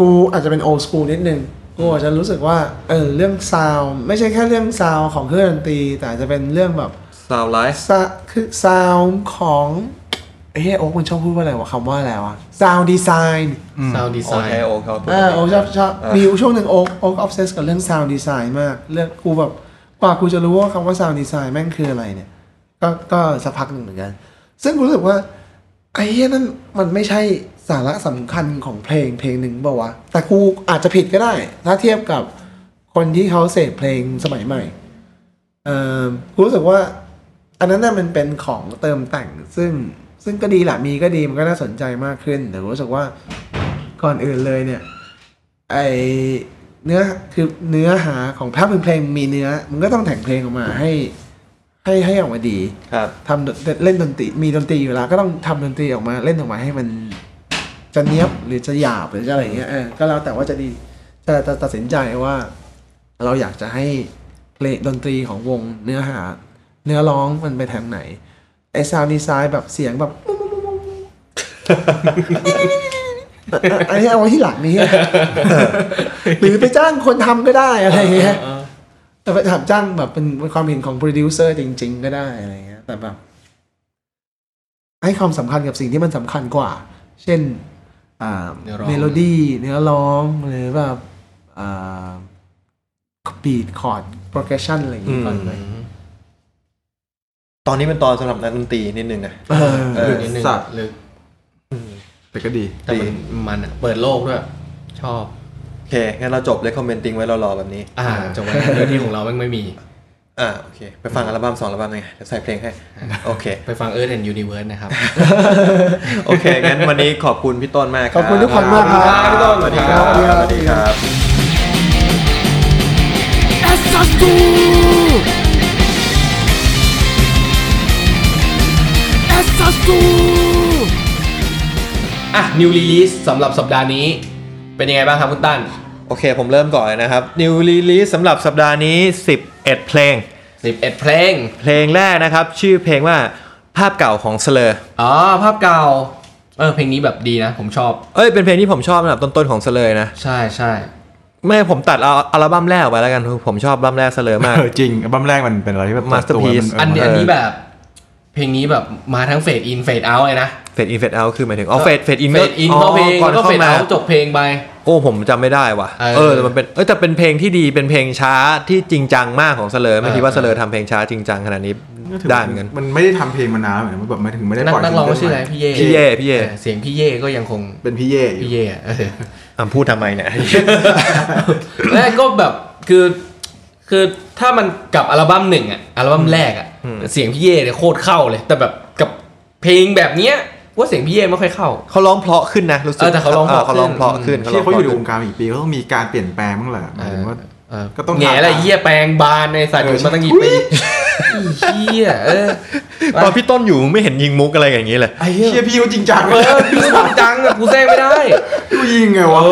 D: กูอาจจะเป็นโอ h o ู l นิดนึง กูอาจจะรู้สึกว่า เออ เรื่องซาวไม่ใช่แค่เรื่องซาวของเครื่องดนตรี แต่อาจจะเป็นเรื่องแบบ
C: สาวไลฟ์
D: ซาคือซาวของเอ้ยโอ๊คมันชอบพูดว่าอะไรวะคำว่าอะไรวะซาวดีไซน์
E: sound
C: โอ
E: design
C: เคโอเคครับ
D: อ่าโอ๊คชอบชอบ
C: อ่ามี
D: มีอยู่ช่วงหนึ่งโอ๊คโอ๊คออฟเซสกับเรื่องซาวดีไซน์มาก เรื่องกูแบบกว่ากูจะรู้ว่าคำว่าซาวดีไซน์แม่งคืออะไรเนี่ย ก็ก็สักพักหนึ่งเหมือนกัน ซึ่งกูรู้สึกว่า ไอ้เหี้ยนั่นมันไม่ใช่สาระสำคัญของเพลงเพลงหนึ่งเปล่าวะ แต่กูอาจจะผิดก็ได้ ถ้าเทียบกับคนที่เขาเสพเพลงสมัยใหม่ เออกูรู้สึกว่า อันนั้นน่ะมันเป็นของเติมแต่ง ซึ่งซึ่งก็ดีแหละมีก็ดีมันก็น่าสนใจมากขึ้น แต่กูรู้สึกว่าก่อนอื่นเลยเนี่ย ไอเนื้อคือเนื้อหาของภาพเพลงมีเนื้อ มันก็ต้องแต่งเพลงออกมาให้ ให้ให้ออกมาดี
C: ครับ
D: ทำดนเล่นดนตรีมีดนตรีอยู่แล้ว ก็ต้องทำดนตรีออกมาเล่นออกมาให้มันจะเนี้ยบหรือจะหยาบหรือจะอะไรอย่างเงี้ยเออก็แล้วแต่ว่าจะดีจะจะตัดสินใจว่า เราอยากจะให้เพลงดนตรีของวงเนื้อหา เนื้อร้องมันไปทางไหน ไอซาวดีไซน์แบบเสียงแบบ อันนี้เอาไว้ที่หลังนี้ หรือไปจ้างคนทำก็ได้อะไรอย่างเงี้ย แต่ไปถามจ้างแบบเป็นเป็นความเห็นของโปรดิวเซอร์จริง ๆ ก็ได้อะไรเงี้ย แต่แบบ ให้ความสำคัญกับสิ่งที่มันสำคัญกว่า เช่น อ่า
E: เนื้อร้อง
D: เมโลดี้เนื้อร้องหรือแบบอ่าบีดคอร์ดโปรเกรชันอะไรอย่างเงี้ยก่อนเลย
C: ตอนนี้เป็นตอนสำหรับนักดนตรีนิดนึงนะ
D: เออ
C: เออ
E: ลึกนิดนึง
B: สัตว์
E: ลึก
B: แต่ก็ดี
E: แต่มันมันอะเปิดโลกด้วย ชอบ
C: โอเค งั้นเราจบเลยคอมเมนติ้งไว้รอๆแบบนี้
E: อ่าจบไว้ในที่ของเราแม่งไม่มี
C: อ่าโอเค ไปฟังอัลบั้มสองอัลบั้มเลยไงเดี๋ยวใส่เพล
E: <laughs>
C: งให้ โอเค
E: ไปฟัง Earth and Universe นะครับ
C: โอเค งั้นวันนี้ขอบคุณพี่ต้นมากรั
D: ขอบคุณทุกคนมากครับ
C: พี่ต้นสวัสดีครับสวัสดีครับ
E: อ่ะ New Release สำหรับสัปดาห์นี้เป็นยังไงบ้างครับคุณตั้น
C: โอเค ผมเริ่มก่อนเลยนะครับ New Release สำหรับสัปดาห์นี้ 11 เพลง
E: 11 เพลง
C: เพลงแรกนะครับ ชื่อเพลงว่าภาพเก่าของเซเลอร์
E: อ๋อ ภาพเก่า เออ เพลงนี้แบบดีนะ ผมชอบ
C: เอ้ย เป็นเพลงที่ผมชอบอันดับต้นๆของเซเลอร์นะ
E: ใช่ใช่
C: ไม่ผมตัดเอาอัลบั้มแรกออกไปแล้วกัน ผมชอบอัลบั้มแรกเซเลอร์มาก
B: เออจริงอัลบั้มแรกมันเป็นอะไรที่แบบ
C: Masterpiece
E: อันนี้
B: เ
E: อันนี้แบบ เพลงนี้แบบมาทั้งเฟดอินเฟดเอาเลยนะ
C: เฟดอินเฟดเอาคือหมายถึง อ๋อเฟดเฟดอิน
E: เฟดอินเข้าเพลงแล้วก็เฟดเอาจบเพลงไป
C: โอ้ผมจำไม่ได้ว่ะ
E: เออ
C: เออแต่มันเป็น เอ้ยแต่เป็นเพลงที่ดี เป็นเพลงช้าที่จริงจังมากของเซเลอร์ไม่คิดว่า
E: เอ
C: เซ
E: อ
C: เลอร์ทำเพลงช้าจริงจังขนาดนี้ได้เหมือนกัน
B: มันไม่ได้ทำเพลงมานานเหมือนกันแบบไม่ถึงไม่ได้
E: นัก
B: ปล่อย
E: นักร้อง
B: ซิ
E: ชื่อ
B: เกิล
E: อะไรพี่เย่
C: พี่เย่พี่เย่
E: ออเสียงพี่เย่ก็ยังคง
B: เป็นพี่เย่อยู่
E: พี่เย่อะเออ
C: อ่ะพูดทำไมเนี่ย
E: แล้วก็แบบคือ คือถ้ามันกับอัลบั้มหนึ่งอะอัลบั้มแรกอะ
C: อืม
E: เสียงพี่เย่เนี่ยโคตรเข้าเลย แต่แบบกับเพลงแบบเนี้ยว่าเสียงพี่เย่ไม่ค่อยเข้า
C: <laughs> เขาร้องเพราะขึ้นนะรู้สึก
E: เออแต่เขาร้องเพราะ
C: เขาร้องเพราะขึ้น
B: ที่
C: ร้
B: เขา
C: งพ
B: อ
C: ระ
B: ยู่ใน
C: ขึ้น
B: วงการมากี่ปีเขาต้องมีการเปลี่ยนแปลงบ้างแหละหมายถึงว่า
E: เออ
B: ก็ต้อง
E: แง่อะไร
B: ถาม
E: เยี่ยแปลงบานในสัตว์อยู่มาตั้งกี่ปีเยี่ยเออ
C: ตอนพี่ต้นอยู่ไม่เห็นยิงมุกอะไรอย่างนี้เลย
E: ไอ้เหี้ย
B: เชี่ยพี่เขาจริงจัง
E: เอ
B: เลย
E: อคือผมจังอะกูแซงไม่ได้
B: กูยิงไงวะ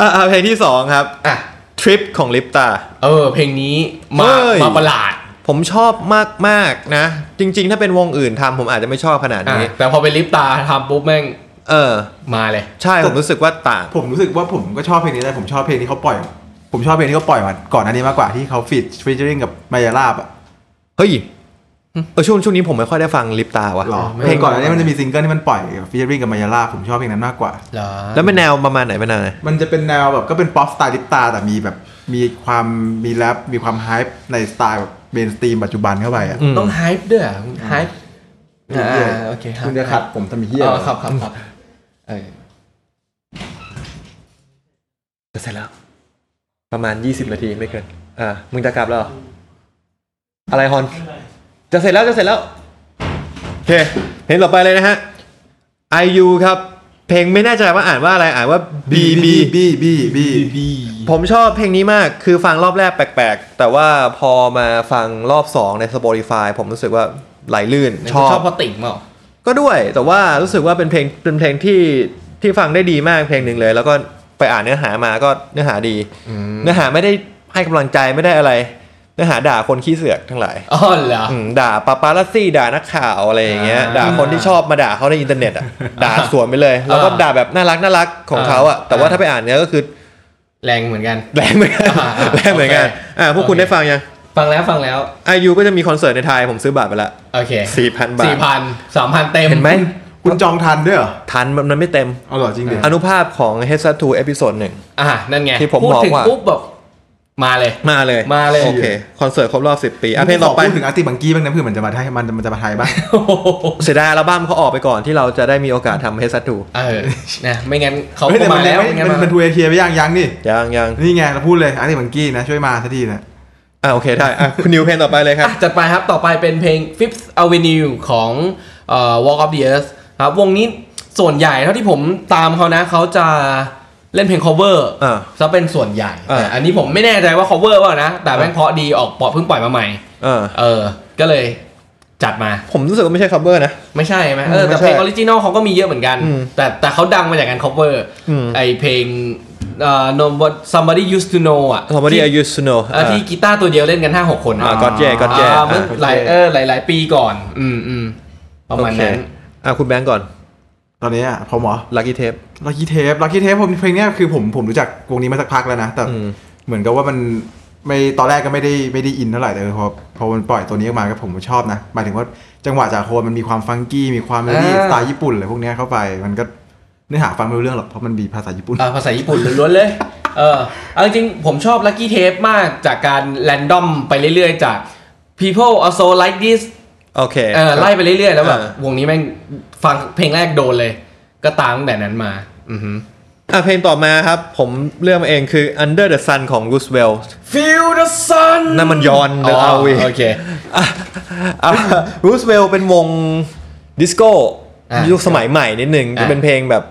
C: อ่ะอ่ะเพลงที่สองครับ
E: อ่ะ
C: ท ทริปของลิปตา
E: เออ เพลงนี้มา
C: เอ้ย
E: มาประหลาด
C: ผมชอบมากมากๆนะ จริง ๆ ถ้าเป็นวงอื่นทำผมอาจจะไม่ชอบขนาด
E: อ่ะ
C: นี้
E: แต่พอเป็นลิปตาทำปุ๊บแม่ง
C: เออ
E: มาเลย
C: ใช่ผมรู้สึกว่าต่าง
B: ผมรู้สึกว่าผมก็ชอบเพลงนี้แต่ผมชอบเพลงที่เขาปล่อย ผมชอบเพลงที่เขาปล่อยมาก่อนอันนี้มากกว่าที่เขาฟีดฟีเจอริงกับมายาลาบอะ
C: เฮ้ยเออช่วงช่วงนี้ผมไม่ค่อยได้ฟังลิปตาว่ะ
B: หรอ
E: ไม่
B: เพลงก่อนอันนี้มันจะมีซิงเกิลที่มันปล่อยฟีเจอริงกับมายาลาบผมชอบเพลงนั้นมากกว่า
E: เหรอ
C: แล้วเป็นแนวประมาณไหนเป็นแนวไหน
B: มันจะเป็นแนวแบบก็เป็นป๊อปสไตล์ลิปตาแต่มีแบบมีความมีแรปมีความไฮป์ในสไตล์แบบเบนสตรีมปัจจุบันเข้าไปอ่ะ
C: อืม
E: ต้องไฮป์ด้วยไฮป์อ่าโอเคครับ
B: คุณจะขัดผมทำไมเฮีย
E: อ๋อครับครับครับเออ
C: เสร็จแล้ว ประมาณ 20 นาทีไม่เกิน อ่า มึงจะกลับแล้วเหรออะไรฮอน จะเสร็จแล้วจะเสร็จแล้ว โอเค เพลงต่อไปเลยนะฮะ IU ครับ เพลงไม่แน่ใจว่าอ่านว่าอะไรอ่านว่า B
B: บี
C: B
B: บีบีบีบี
C: ผมชอบเพลงนี้มาก คือฟังรอบแรกแปลกๆ แต่ว่าพอมาฟังรอบ 2 ใน Spotify ผมรู้สึกว่าไหลลื่น ชอบ
E: ชอบพอติ่งเปล่า
C: ก็ด้วย แต่ว่ารู้สึกว่าเป็นเพลงเป็นเพลงที่ที่ฟังได้ดีมากเพลงหนึ่งเลย แล้วก็ไปอ่านเนื้อหามาก็เนื้อหาดี เนื้อหาไม่ได้ให้กำลังใจไม่ได้อะไร เนื้อหาด่าคนขี้เสือกทั้งหลาย
E: อ๋อเหรอ
C: อืมด่าปาปารัสซี่ด่านักข่าวอะไรอย่างเงี้ย
E: อ่า
C: ด่าคนที่ชอบมาด่าเขาในอินเทอร์เน็ตอ่ะด่าสวนไปเลย แล้วก็ด่าแบบน่ารักน่ารักของเขาอ่ะ
E: อ่า
C: แต่ว่าถ้าไปอ่านเนื้อก็คือ
E: แรงเหมือนกัน
C: แรงเหมือนกัน
E: อ่าอ่า
C: แรงเหมือนกัน
E: โอเค
C: อ่าพวกคุณ
E: โอเค
C: ได้ฟังยัง
E: ฟังแล้วฟังแล้ว
C: อายุก็จะมีคอนเสิร์ตในไทยผมซื้อบัตรไปละ
E: โอเค
C: สี่พันบา
E: สี่
C: ท
E: พันสามพันเต็ม
C: เห็นไหม
B: คุณจองทันด้วยเหรอ
C: ทันมันไม่เต็ม
B: เอาเหรอจริงดิ
C: อนุภาพของ h e a d s 2 episode หนึ่ง
E: อ่านั่นไง
C: ที่ผม
E: พูด
C: บอก
E: ถึง
C: ว่า
E: ปุ๊บแบบมาเลย
C: มาเลย
E: มาเลย
C: โอเค คอนเสิร์ตครบรอบ 10 ปีอ่ะเพลง
B: ข
C: ต่อไป
B: พูดถึงอาร์ติบังกี้บ้างนะเพื่อมันจะมาไทยมันมันจะมาไทยบ้าง
C: เสียดายอัลบั้มเขาออกไปก่อนที่เราจะได้มีโอกาสทำ h e a d s
E: เออนะไม่งั้นเขา
B: เฮ้ย
E: ก็
B: แต่มั
E: มาน
B: ยั
E: แล้
B: ง
E: ว
B: ไม่
E: ไม่งั้น
B: มัน
E: มา
B: มันทูเอเคียไปยังยังนี่
C: 2ยังยัง
B: นี่ไงเราพูดเลยอาร์ติบังกี้นะช่วยมาสักทีนะ
C: อ่ะโอเคได้อ่ะคุณนิวเพลงต่อไปเลยครับ
E: อ่ะจัดไปครับต่อไปเป็นเพลง Fifth Avenue ของเอ่อ Walk of the Earth ครับวงนี้ส่วนใหญ่เท่าที่ผมตามเขานะเขาจะเล่นเพลง cover
C: อ่า
E: ซะเป็นส่วนใหญ่
C: อ่า
E: แต่อันนี้ผมไม่แน่ใจว่า cover เปล่านะ แต่แม่งเพราะดีออกปอเพิ่งปล่อยมาใหม่
C: เออ
E: เออ ก็เลยจัดมา
C: ผมรู้สึกว่าไม่ใช่ cover นะ
E: ไม่ใช่ไหมเออแต่
C: ไม่ใช่
E: เพลงออริจินอลเขาก็มีเยอะเหมือนกัน
C: อืม
E: แต่แต่เขาดังมาจากการ cover
C: อืม
E: ไอเพลงเอ่อ no what somebody used to know อ่ะ
C: somebody
E: ที่
C: I used to know
E: เอ่อที่กีตาร์ตัวเดียวเล่นกัน 5 6 คน
C: อ่าก็เจก็เจ
E: อ่าเมื่อหลายเออหลายหลายปีก่อน อืมอืมประมาณนั้น
C: อ่ะคุณแบงก์ก่อน
B: ตอนนี้อ่ะผมเหรอ
C: lucky tape
B: ลักกี้เทปลักกี้เทปผมเพลงเนี้ยคือผมผมรู้จักวงนี้มาสักพักแล้วนะ แต่
C: อืม
B: เหมือนกับว่ามันไม่ตอนแรกก็ไม่ได้ไม่ได้อินเท่าไหร่แต่พอพอมันปล่อยตัวนี้ออกมาก็ผมชอบนะหมายถึงว่าจังหวะจากโคนมันมีความฟังกี้มีความเมโลดี้
E: อ่า
B: สไตล์ญี่ปุ่นอะไรพวกเนี้ยเข้าไปมันก็เนื้อหาฟังไม่รู้เรื่องหรอกเพราะมันมีภาษาญี่ปุ่น
E: อ่าภาษาญี่ปุ่นล้วนๆเลย เออเอาจริงๆผมชอบ Lucky Tape มากจากการแรนดอมไปเรื่อยๆ จาก People also like this
C: โอเค
E: เออไล่ไปเรื่อยๆ แล้วแบบ
C: อ่า
E: วงนี้แม่งฟังเพลงแรกโดนเลย ก็ตามตั้งแต่นั้นมา อือฮึ
C: อ่ะเพลงต่อมาครับ ผมเลือกมาเองคือ under the sun ของ roosevelt
E: Feel the sun
C: นั่นมันยอนเดอะอาวี
E: โอเค
C: รูสเวลเป็นวงดิสโก้
E: อ่ะ
C: ยุคสมัยใหม่นิดหนึ่ง
E: อ่ะ
C: จะเป็นเพลงแบบ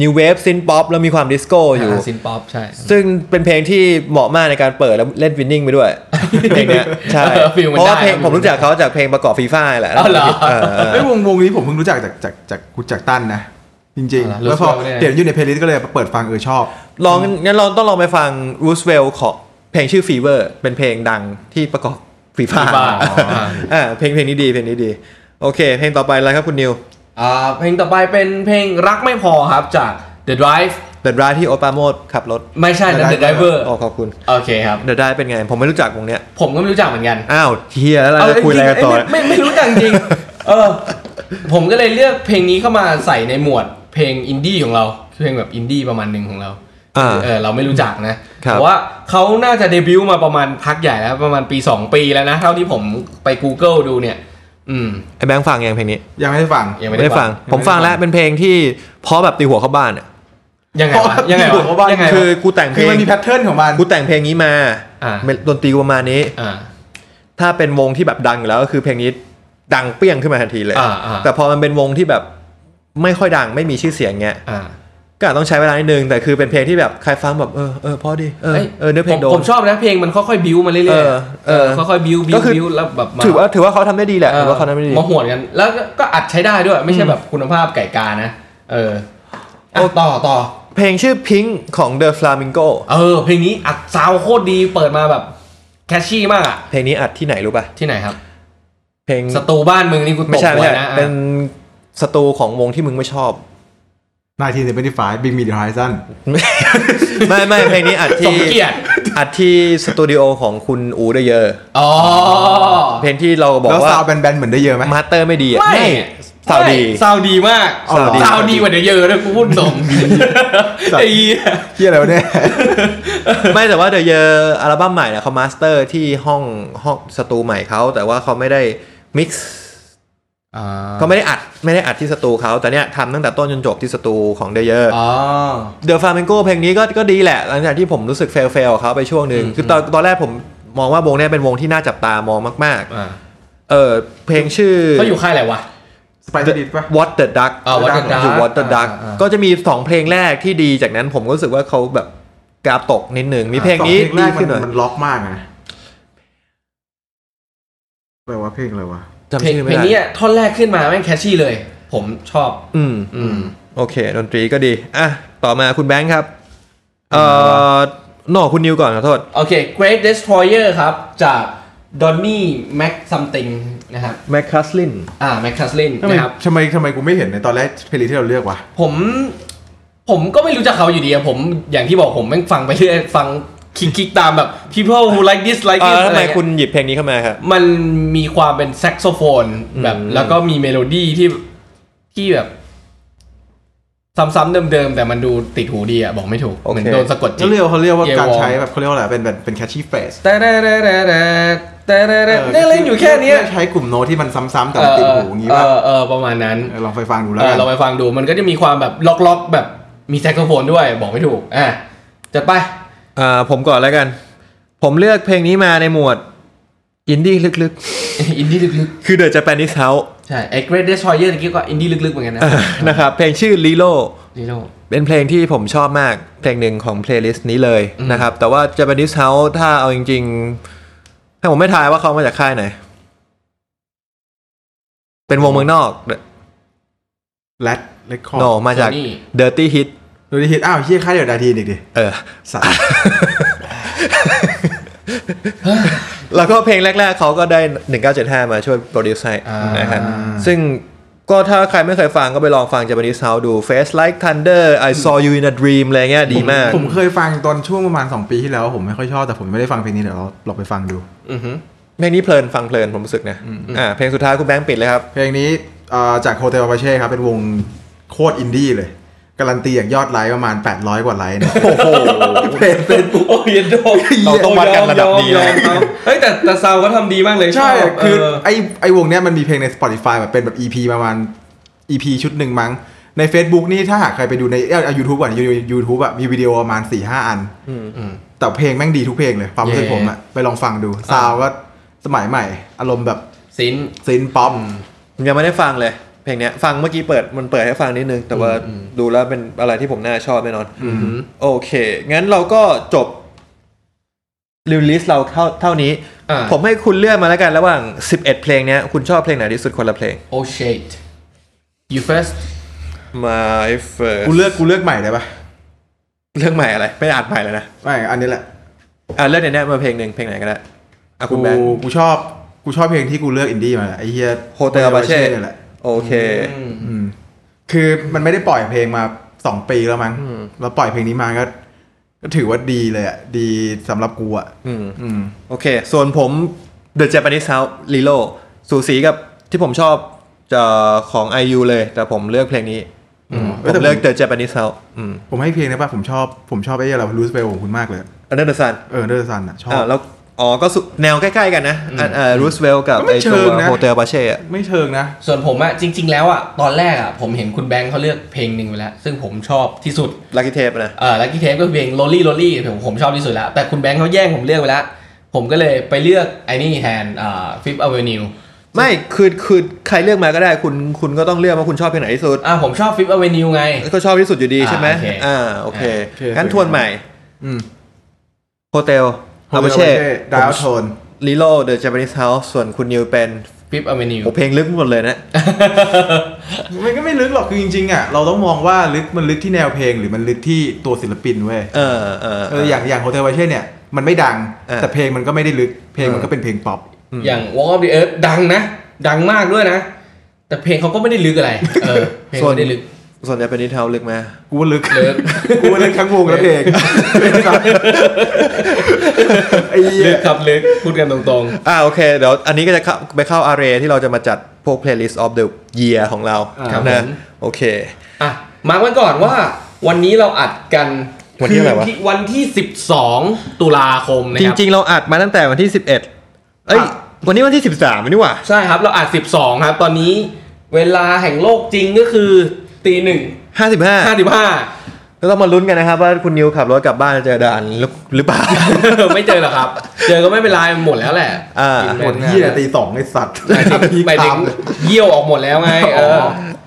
C: นิวเวฟซินป๊อปแล้วมีความดิสโก้อยู่
E: ซินป๊อปใช่
C: ซึ่งเป็นเพลงที่เหมาะมากในการเปิดแล้วเล่นวินนิ่งไป
E: <laughs>
C: ด้วย เพลงเนี้ยใช่
E: ออฟิลมัน
C: เพราะว่า
E: ได้
C: เพลง
E: น
C: ผมรู้จักเขาจากเพลงประกอบฟีฟ่าแหละ
E: อ๋อเหรอ
C: เอ
B: เอ้ย
C: อ
B: วงวงนี้ผมเพิ่งรู้จักจากจากจากคุณจากตั้นนะ จริง
E: อ๋อ
B: ๆ
E: เหรอ
B: แล้วพอ
E: รู้สึกว่าไม่ได้
B: เดี๋ยวอยู่ในเพลย์ลิสต์ก็เลยเปิดฟังเออชอบ
C: ลองงั้นเราต้องลองไปฟังรูสเวลของเพลงชื่อฟีเวอร์เป็นเพลงดังที่ประกอบฟีฟ่า
E: FIFA อ๋ออ่ะ
C: อ่าเพลงเพลงนี้ดีเพลงนี้ดี โอเค เพลงต่อไปอะไรครับคุณนิว
E: อ่าเพลงต่อไปเป็นเพลงรักไม่พอครับจาก The Drive
C: เดอะดรายที่โอตปราโมดขับรถ
E: ไม่ใช่นะ The
B: The
E: Driver
C: อ๋อขอบคุณ
E: โอเคครับ
C: เดอะดรายเป็นไง ผมไม่รู้จักวงเนี้ย
E: ผมก็ไม่รู้จักเหมือนกัน
C: อ้าวเฮียแล้วเราจะคุยอะไรกันต่อ
E: เาจริงๆเยไม่ไม่ไม่รู้จักจริง
C: <laughs>
E: ๆเออ ผมก็เลยเลือกเพลงนี้เข้ามาใส่ในหมวดเพลงอินดี้ของเราคือเพลงแบบอินดี้ประมาณหนึ่งของเรา
C: อ่า
E: เออเราไม่รู้จักนะครับ แต่ว่าเขาน่าจะเดบิวต์มาประมาณพักใหญ่แล้ว ประมาณปี 2 ปีแล้วนะ เท่าที่ผมไป Google ดูเนี่ย อืม
C: ไอ้แบงค์ฟังยังเพลงนี้
B: ยังไม่ได้ฟัง
E: ยังไม่
C: ไม่ได้
E: ได้
C: ฟั
E: ฟั
C: ง
E: ง
C: ผมฟังแล้วเป็นเพลงที่เพอแบบตีหัวเข้าบ้านอะ
E: ยังไง
C: <laughs>
E: วะยังไง
B: อยู่
E: วะ
B: เพราะว่า
E: ยังไง
C: คือ
E: วะ
C: กูแต่งเพ
B: คื
C: ล
B: อมั
C: ง
B: นมีแพทเทิร์นของมัน
C: กูแต่งเพลงนี้มา
E: อ่า
C: ดนตรีประมาณนี้
E: อ่า
C: ถ้าเป็นวงที่แบบดังอยู่แล้วก็คือเพลงนี้ดังเปี้ยงขึ้นมาทันทีเลย
E: อ่าอ่า
C: แต่พอมันเป็นวงที่แบบไม่ค่อยดังไม่มีชื่อเสียงเงี้ย
E: อ่า
C: ก็อาจต้องใช้เวลานิดนึงแต่คือเป็นเพลงที่แบบใครฟังแบบเออเออเพอดีเออ
E: เอ้ย
C: เออเนื้อเพลงโด
E: ผ
C: น
E: มชอบนะเพลงมันค่อยๆบิ้วมาเรื่อยๆ
C: เออเออ
E: ค่อยๆบิ้วบิ้
C: ก็
E: ว
C: คือ
E: บิ้วแล้วแบบมา
C: ถือว่าถือว่าเขาทำได้ดีแหละ
E: เออ
C: ถือว่าเขาทำได้ดี
E: มาหวนกัน แล้วก็อัดใช้ได้ด้วย ไม่ใช่แบบคุณภาพไก่กานะ เอออ่ะ
C: โอ้
E: ต่อต่อ
C: เพลงชื่อ Pink ของ The Flamingo
E: เออ เพลงนี้อัดซาวโคตรดีเปิดมาแบบแคชชี่มากอะ
C: เพลงนี้อัดที่ไหนรู้ป่ะ
E: ที่ไหนครับ
C: เพลง
E: สตูบ้านมึงนี่กูต
C: ไม่
E: บ
C: ใช่ไม่
E: หัว
C: ใช่
E: นะ
C: เป็นสตูของวงที่มึงไม่ชอบ <laughs>
B: 1975 Big Me The Horizon
C: ไม่ไม่เพลงนี้อัด
E: ส
C: ที่
E: มเกียรติ
C: อัดที่สตูดิโอของคุณอูเดเยอร์
E: อ๋อ
C: เพลงที่เราบอก
B: แล้ว
C: ว่า
B: ซาวด์แบนๆเหมือนได้เยอะไหม
C: มาสเตอร์ไม่ดีอะ
E: ไม่
C: สาวดี
E: ซาวดีมาก
B: เอาเหรอ
E: ซาวดีกว่าเดี๋ยวเยอะเลยกูพูดตรงไอ้เหี้ย
B: เฮียอะไรวะเนี่ย
C: <laughs> ไม่แต่ว่าเด e y เยออัลบั้มใหม่เนี่ยเขามาสเตอร์ที่ห้องห้องสตูใหม่เขาแต่ว่าเขาไม่ได้มิกซ์เขาไม่ได้อัดไม่ได้อัดที่สตูเขาแต่เนี่ยทำตั้งแต่ต้นจนจบที่สตูของเด e y เยอ
E: อ๋อ
C: เดอะฟลาเมนโกเพลงนี้ก็ก็ดีแหละ หลังจากที่ผมรู้สึกเฟลเฟลเขาไปช่วงหนึ่งคือตอนตอนแรกผมมองว่าวงเนี้เป็นวงที่น่าจับตามองมาก
E: อ่า
C: ๆเออเพลงชื่อ
E: เขาอยู่ค่ายอะไรวะ
B: Spider Did ปะ
C: What the Duck
E: อ่า What the Duck
C: อยู่ What the Duck
E: อ่าอ่า
C: ก็จะมี 2 เพลงแรกที่ดีจากนั้นผมก็รู้สึกว่าเขาแบบกราฟตกนิดหนึ่งมีเพลงนี้
B: สอเพลงแร
C: ดี
B: ก
C: ขึ้นหน่
B: มั
C: อย
B: นมันล็อกมากนะแปลว่าเพลงอะไรวะ
C: จำ
E: เพลง
C: ชื่อไม่
E: เพลง
C: ได้
E: นี้อะท่อนแรกขึ้นมาแม่งแคชชี่เลย ผมชอบ
C: อืม
E: อืม
C: โอเค ดนตรีก็ดี อ่ะ ต่อมาคุณแบงค์ครับ เอ่อหนอคุณนิวก่อนขอโทษ
E: โอเค Great Destroyer ครับ จาก Donny Mac something นะครับ
C: แมคคัสลิน
E: อ่า Mac Caslin
B: ทำไม
E: นะครับ
B: ทำไมทำไมกูไม่เห็นในตอนแรกเพลงที่เราเลือกวะ
E: ผม ผมก็ไม่รู้จักเขาอยู่ดีอะผมอย่างที่บอกผมแม่งฟังไปเรื่อย ฟังคลิกคลิกตามแบบ people who like this like
C: เอ่
E: this
C: อทำ
E: อะไร
C: ไม
E: เงี้ย
C: คุณหยิบเพลงนี้เข้ามาครับ
E: มันมีความเป็นแซกโซโฟนแบบ
C: อืม
E: แล้วก็มีเมโลดี้ที่ที่แบบ ซ้ำๆเดิมๆ แต่มันดูติดหูดีอ่ะ บอกไม่ถูก เหมือนโดนสะกดจิ
B: ก็
E: ต
B: เรียกว่าเขาเรียกว่า
E: เอวอ
B: การใช้แบบเขาเรียกว่าอะไรเป็นแบบเป็นแคชชี่เฟส
E: แต่แต่แต่แต่แต่แต่เนี่ยเล่นอยู่แค่เนี้ย
B: ใช้กลุ่มโน้ตที่มันซ้ำๆแต่มันติดหูอย่างงี้
E: เอ
B: ว่า
E: อเออประมาณนั้น
B: ลองไปฟังดูแล้ว
E: เอ
B: กั
E: อน เราไปฟังดูมันก็จะมีความแบบล็อกๆ แบบมีแซกโซโฟนด้วย บอกไม่ถูก อ่ะจัดไป <laughs>
C: อ่า ผมก่อนแล้วกัน ผมเลือกเพลงนี้มาในหมวด อินดี้ลึก
E: อินดี้ลึก
C: ๆ คือเดอะ a จ a ปนิสเฮาส์
E: ๆ ใช่ไอ้ Great Destroyer ตะกี้ก็อินดี้ลึกๆ เหมือนกันนะ
C: นะครับ เพลงชื่อลีโล
E: นี่โล
C: เป็นเพลงที่ผมชอบมากเพลงหนึ่งของเพลย์ลิสต์นี้เลยนะครับ แต่ว่า Japanese House ถ้าเอาจริงๆ ถ้าผมไม่ทายว่าเขามาจากค่ายไหน เป็นวงเมืองนอก
B: แรดเรคคอร์
C: โนมาจาก
E: Sony
C: Dirty Hit
B: ดูดิฮิตอ้าวเฮียค่ายเดี๋ยวดาทีนอีกดิ
C: เออ
B: สัตว์
C: แล้วก็เพลงแรกๆเขาก็ได้ 1975 มาช่วยโปรดิวซ์ให้
E: อ่าน
C: นะครับ ซึ่งก็ถ้าใครไม่เคยฟังก็ไปลองฟัง Japanese House ดู Face Like Thunder I Saw You in a Dream อะไรเงี้ยดีมาก
B: ผมเคยฟังตอนช่วงประมาณ 2 ปีที่แล้ว ผมไม่ค่อยชอบ แต่ผมไม่ได้ฟังเพลงนี้เดี๋ยวเราลองไปฟังดู
C: เพลงนี้เพลินฟังเพลินผมรู้สึกนะอ่าเพลงสุดท้ายคุณแบงค์ปิดเลยครับ
B: เพลงนี้เอ่อจากโฮเทลปาเช่ครับ เป็นวงโคตรอินดี้เลย การันตีอย่างยอดไลค์ประมาณ 800 กว่าไลค์นะ
C: โอ้โห
B: เพลงเป็น
E: โอ้ยเย็นโดม
C: เราต้องวัดกันระดับนี้นะ
E: ยอมยอมยอมเฮ้ยแต่แต่ซาวก็ทำดีมากเลย
B: ใช่
E: อบ
B: คือ
E: เ
B: ไอไอวงเนี้ยมันมีเพลงใน Spotify แบบเป็นแบบ EP ประมาณ EP ชุดหนึ่งมั้ง ใน Facebook นี่ถ้าหากใครไปดูในเอ้ยูทูบก่อนยูทูบอะมีวิดีโอประมาณ 4-5หอัน แต่เพลงแม่งดีทุกเพลงเลยความรู้สึก
E: เย้
B: ผมอะไปลองฟังดู ซาวก็สมัยใหม่ อารมณ์แบบ
E: สิน
B: ซินป๊อป
C: ผมยังไม่ได้ฟังเลย เพลงเนี้ยฟังเมื่อกี้เปิดมันเปิดให้ฟังนิดนึง แต่ว่าดูแล้วเป็นอะไรที่ผมน่าชอบแน่นอนโอเค งั้นเราก็จบรีลิสเราเท่าเท่านี้
E: อ่า
C: ผมให้คุณเลือกมาแล้วกันระหว่าง 11 เพลงเนี้ยคุณชอบเพลงไหนที่สุดคนละเพลง
E: โอเชต you first
C: My first
B: กูเลือกกูเลือกใหม่ได้ปะ
C: เลือกใหม่อะไร ไม่ได้อ่านใหม่เลยนะ
B: ไม่อันนี้แหละ
C: อ่าเลือกในเนี้ยมาเพลงหนึ่งเพลงไหนก็ได้อ่ะคุ
B: กู
C: ณแบงค์
B: กูชอบกูชอบเพลงที่กูเลือกอินดี้มาแหละไอเฮีย
C: โฮเทลบาเช่
B: นี่ยแหละ
C: โอเค
B: อืมคือมันไม่ได้ปล่อยเพลงมาสองปีแล้วมั้ง แล้วปล่อยเพลงนี้มาก็ก็ถือว่าดีเลยอ่ะ ดีสำหรับกูอ่ะ
C: อืม
B: อืม
C: โอเค ส่วนผม The Japanese House Lilo สูสีกับที่ผมชอบจะของ IU เลย แต่ผมเลือกเพลงนี้อืม
B: เอ้
C: ผม
B: ยแต่
C: เลือก The Japanese House อืม
B: ผมให้เพลงนะป่ะ ผมชอบ ผมชอบไอ้เรารู้สเปลของคุณมากเลย
C: อันเดอร์ซัน
B: เออเดอร์ซันอ่ะ ชอบ
C: อ่าแล้วอ๋อ ก็สุแนวใกล้ๆกันนะอันเอ่อรูสเวลกับ
B: ก็ไม่
C: ไอตัว
B: เชิงนะ
C: โฮเทลบาเช่
B: ไม่เชิงนะ
E: ส่วนผมอะจริง ๆ แล้วอะตอนแรกอะผมเห็นคุณแบงค์เขาเลือกเพลงหนึ่งไปแล้ว ซึ่งผมชอบที่สุด
C: ลักกี้เทปนะ
E: เออลักกี้เทปก็คือเพลง lonely lonely ผมผมชอบที่สุดแล้ว แต่คุณแบงค์เขาแย่งผมเลือกไปแล้ว ผมก็เลยไปเลือกไอ้นี่แทนอ่า fifth avenue
C: ไม่คือคือใครเลือกมาก็ได้คุณคุณก็ต้องเลือกว่าคุณชอบเพลงไหนที่สุด
E: อ่าผมชอบ fifth avenue ไง
C: ก็ชอบที่สุดอยู่ดีใช่ไหม
E: อ่าโอเค
C: อ่าโอเค
B: โอเค
C: งั้นทวนใหม่
B: อืม
C: โฮเทลบาเช่
B: ดาวโทน
C: ลิโลเดอะ a p a n e s e House ส่วนคุณนิวเป็น
E: ปิ๊บอเมนิว
C: โอ้เพลงลึกหมดเลยนะ
B: มันก็ไม่ลึกหรอกคือจริงๆอ่ะเราต้องมองว่าลึกมันลึกที่แนวเพลงหรือมันลึกที่ตัวศิลปินเว้ย
C: เออเออ
B: เอออย่างอย่างโฮเทลไวเช่เนี่ยมันไม่ดัง
C: เออ
B: แต่เพลงมันก็ไม่ได้ลึกเพลงมันก็เป็นเพลงป๊อป
E: อย่าง Walk of the Earth ดังนะ ดังมากด้วยนะ แต่เพลงเขาก็ไม่ได้ลึกอะไร เอ
C: <laughs>
E: อเพลง
C: ส่วน
E: ไม่ได้ลึก
C: ส่วนจะเป็นนิทาวลึกไหม
B: กูว่าลึก
E: ลึก
B: กูว่าลึกทั้งวงและเพลงไอ้เหี้
E: ลึ
B: ย
E: กครับลึกพูดกันตรง
C: อ่าโอเค เดี๋ยวอันนี้ก็จะเข้าไปเข้าอาร์เรที่เราจะมาจัดพวก playlist of the year ของเรา
E: ครับ
C: นะ
E: ผม
C: โอเค
E: ๆ อ่ะ มาร์กไว้ก่อนว่า วันนี้เราอัดกัน
C: วันที่อะไรวะ
E: คืวันที่ 12 ตุลาคม
C: จ
E: นะครับ
C: ริง ๆ เราอัดมาตั้งแต่วันที่ 11 เอ้ย
E: อ่ะ
C: วันนี้วันที่ 13นี่หว่า
E: ใช่ครับ เราอัด 12 ครับ ตอนนี้เวลาแห่งโลกจริงก็คือตีหนึ่งห้า
C: 55
E: สิบห้า <laughs>
C: ก็ต้องมาลุ้นกันนะครับ ว่าคุณนิวขับรถกลับบ้านจะเจอด่านหรือหรือเปล่า
E: ไม่เจอหรอกครับ เจอก็ไม่เป็นไรมันหมดแล้วแหละ
C: อ่า
E: กินหมด
B: เหี้ยตีสองไอ้สัตว์
E: หมายถึงหมายถึงเยี่ยวออกหมดแล้วไงเอออ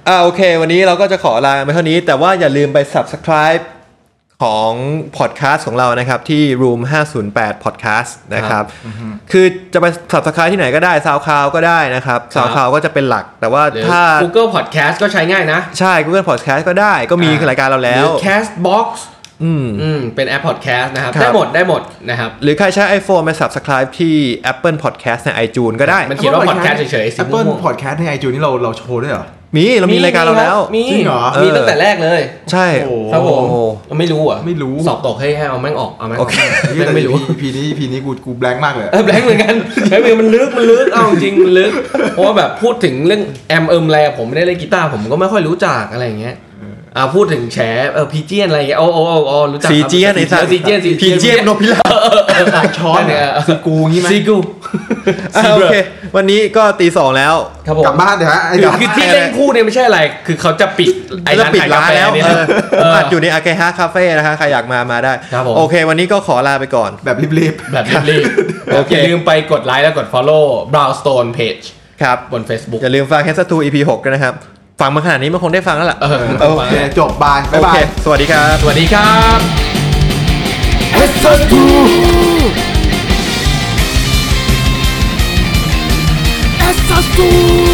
C: อ่าโอเค วันนี้เราก็จะขอลาไปเท่านี้ แต่ว่าอย่าลืมไป subscribe ของพอดแคสต์ของเรานะครับ ที่ Room 508 Podcast นะครับ คือจะไป subscribe ที่ไหนก็ได้ SoundCloud ก็ได้นะครับ
E: ครับ
C: SoundCloud ก็จะเป็นหลัก แต่ว่า
E: หรือ
C: ถ้า
E: Google Podcast ก็ใช้ง่ายนะ
C: ใช่ Google Podcast ก็ได้ก็มี
E: อ่าร
C: รายการเราแล้
E: ห
C: ว
E: รือ Castbox
C: อืม
E: อืมเป็นแอป Podcast นะครับ
C: ครับ
E: ได้หมดได้หมดนะครับ
C: หรือใครใช้ iPhone ไป subscribe ที่ Apple Podcast ใน iTunes ก็ได้
E: มันเขียนว่า Podcast เฉยๆสี
B: แอปเปิ
E: ม่ว
B: ล
E: ง
B: พอดแคสต์ในไอจูนี่เราเราโชว์ด้วยเหรอ
C: มี เรามีรายการเราแล้ว
E: มี
B: จริงเหรอ
E: มี
C: เออ
E: ตั้งแต่แรกเลย
C: ใช่
B: โอ้โห
E: ครับผมไม่รู้เหรอ่ะ
B: ไม่รู้
E: สอบตกให้ให้เอาแม่งออกเอาแม่งอ
C: โอ
E: อก
C: เค
B: เหี้ย
E: แม่ง
B: แต่
E: ไม่รู้
B: พีนี้พีนี้กูกูแบงค์มากเลย
E: เออแบงค์เหมือนกันแบงค์เหมือนกันมันลึกมันลึกเอาจริงมันลึกเพราะว่าแบบพูดถึงเรื่องแอมเอิมอะไรอะผมไม่ได้เล่นกีตาร์ผมก็ไม่ค่อยรู้จักอะไรอย่างเงี้ยอ่าพูดถึงแฉเออพีเจียนอะไรอย่างเงี้ยโอ้โอ้โอ้โอ้รู้จัก
C: ซีเจียนไอ้สัตว์
E: ซีเจียนซี
C: พีเจียนนกพิราบ
E: ช้อนเนี่ย
B: ซีกูงี้ไหม
E: ซีกู <laughs>
C: อ่ะโอเค วันนี้ก็ตีสองแล้ว
E: ครับผม
B: กลับบ้านเดี๋ยวฮะไอ้
E: คือ
B: สัตว์
E: คือที่เล่นคู่เนี่ยไม่ใช่อะไร คือเขาจะปิดไอ้
C: จะ
E: ร้าน
C: ปิด
E: ขายกา
C: ร้าน
E: แฟ
C: แล้ว
E: เนี่ย
C: เออผมอัดอยู่ในอาเกฮะคาเฟ่นะคะ ใครอยากมามาได้
E: ครับผม
C: โอเค วันนี้ก็ขอลาไปก่อน
B: แบบรีบๆ
E: แบบรีบๆ
C: โอเค
E: อย่าลืมไปกดไลค์และกด follow brownstone page
C: ครับ
E: บน Facebook
C: อย่าลืมฟังแคสตู EP 6กันนะครับ ฟังมาขนาดนี้มันคงได้ฟังแล้วล่ะ
E: เออ
C: โอ
B: โอ
C: เค
B: เคจบบายบ๊ายบา
C: โอย เคสวัสดีครับ
E: สวัสดีครับ
A: Essas tu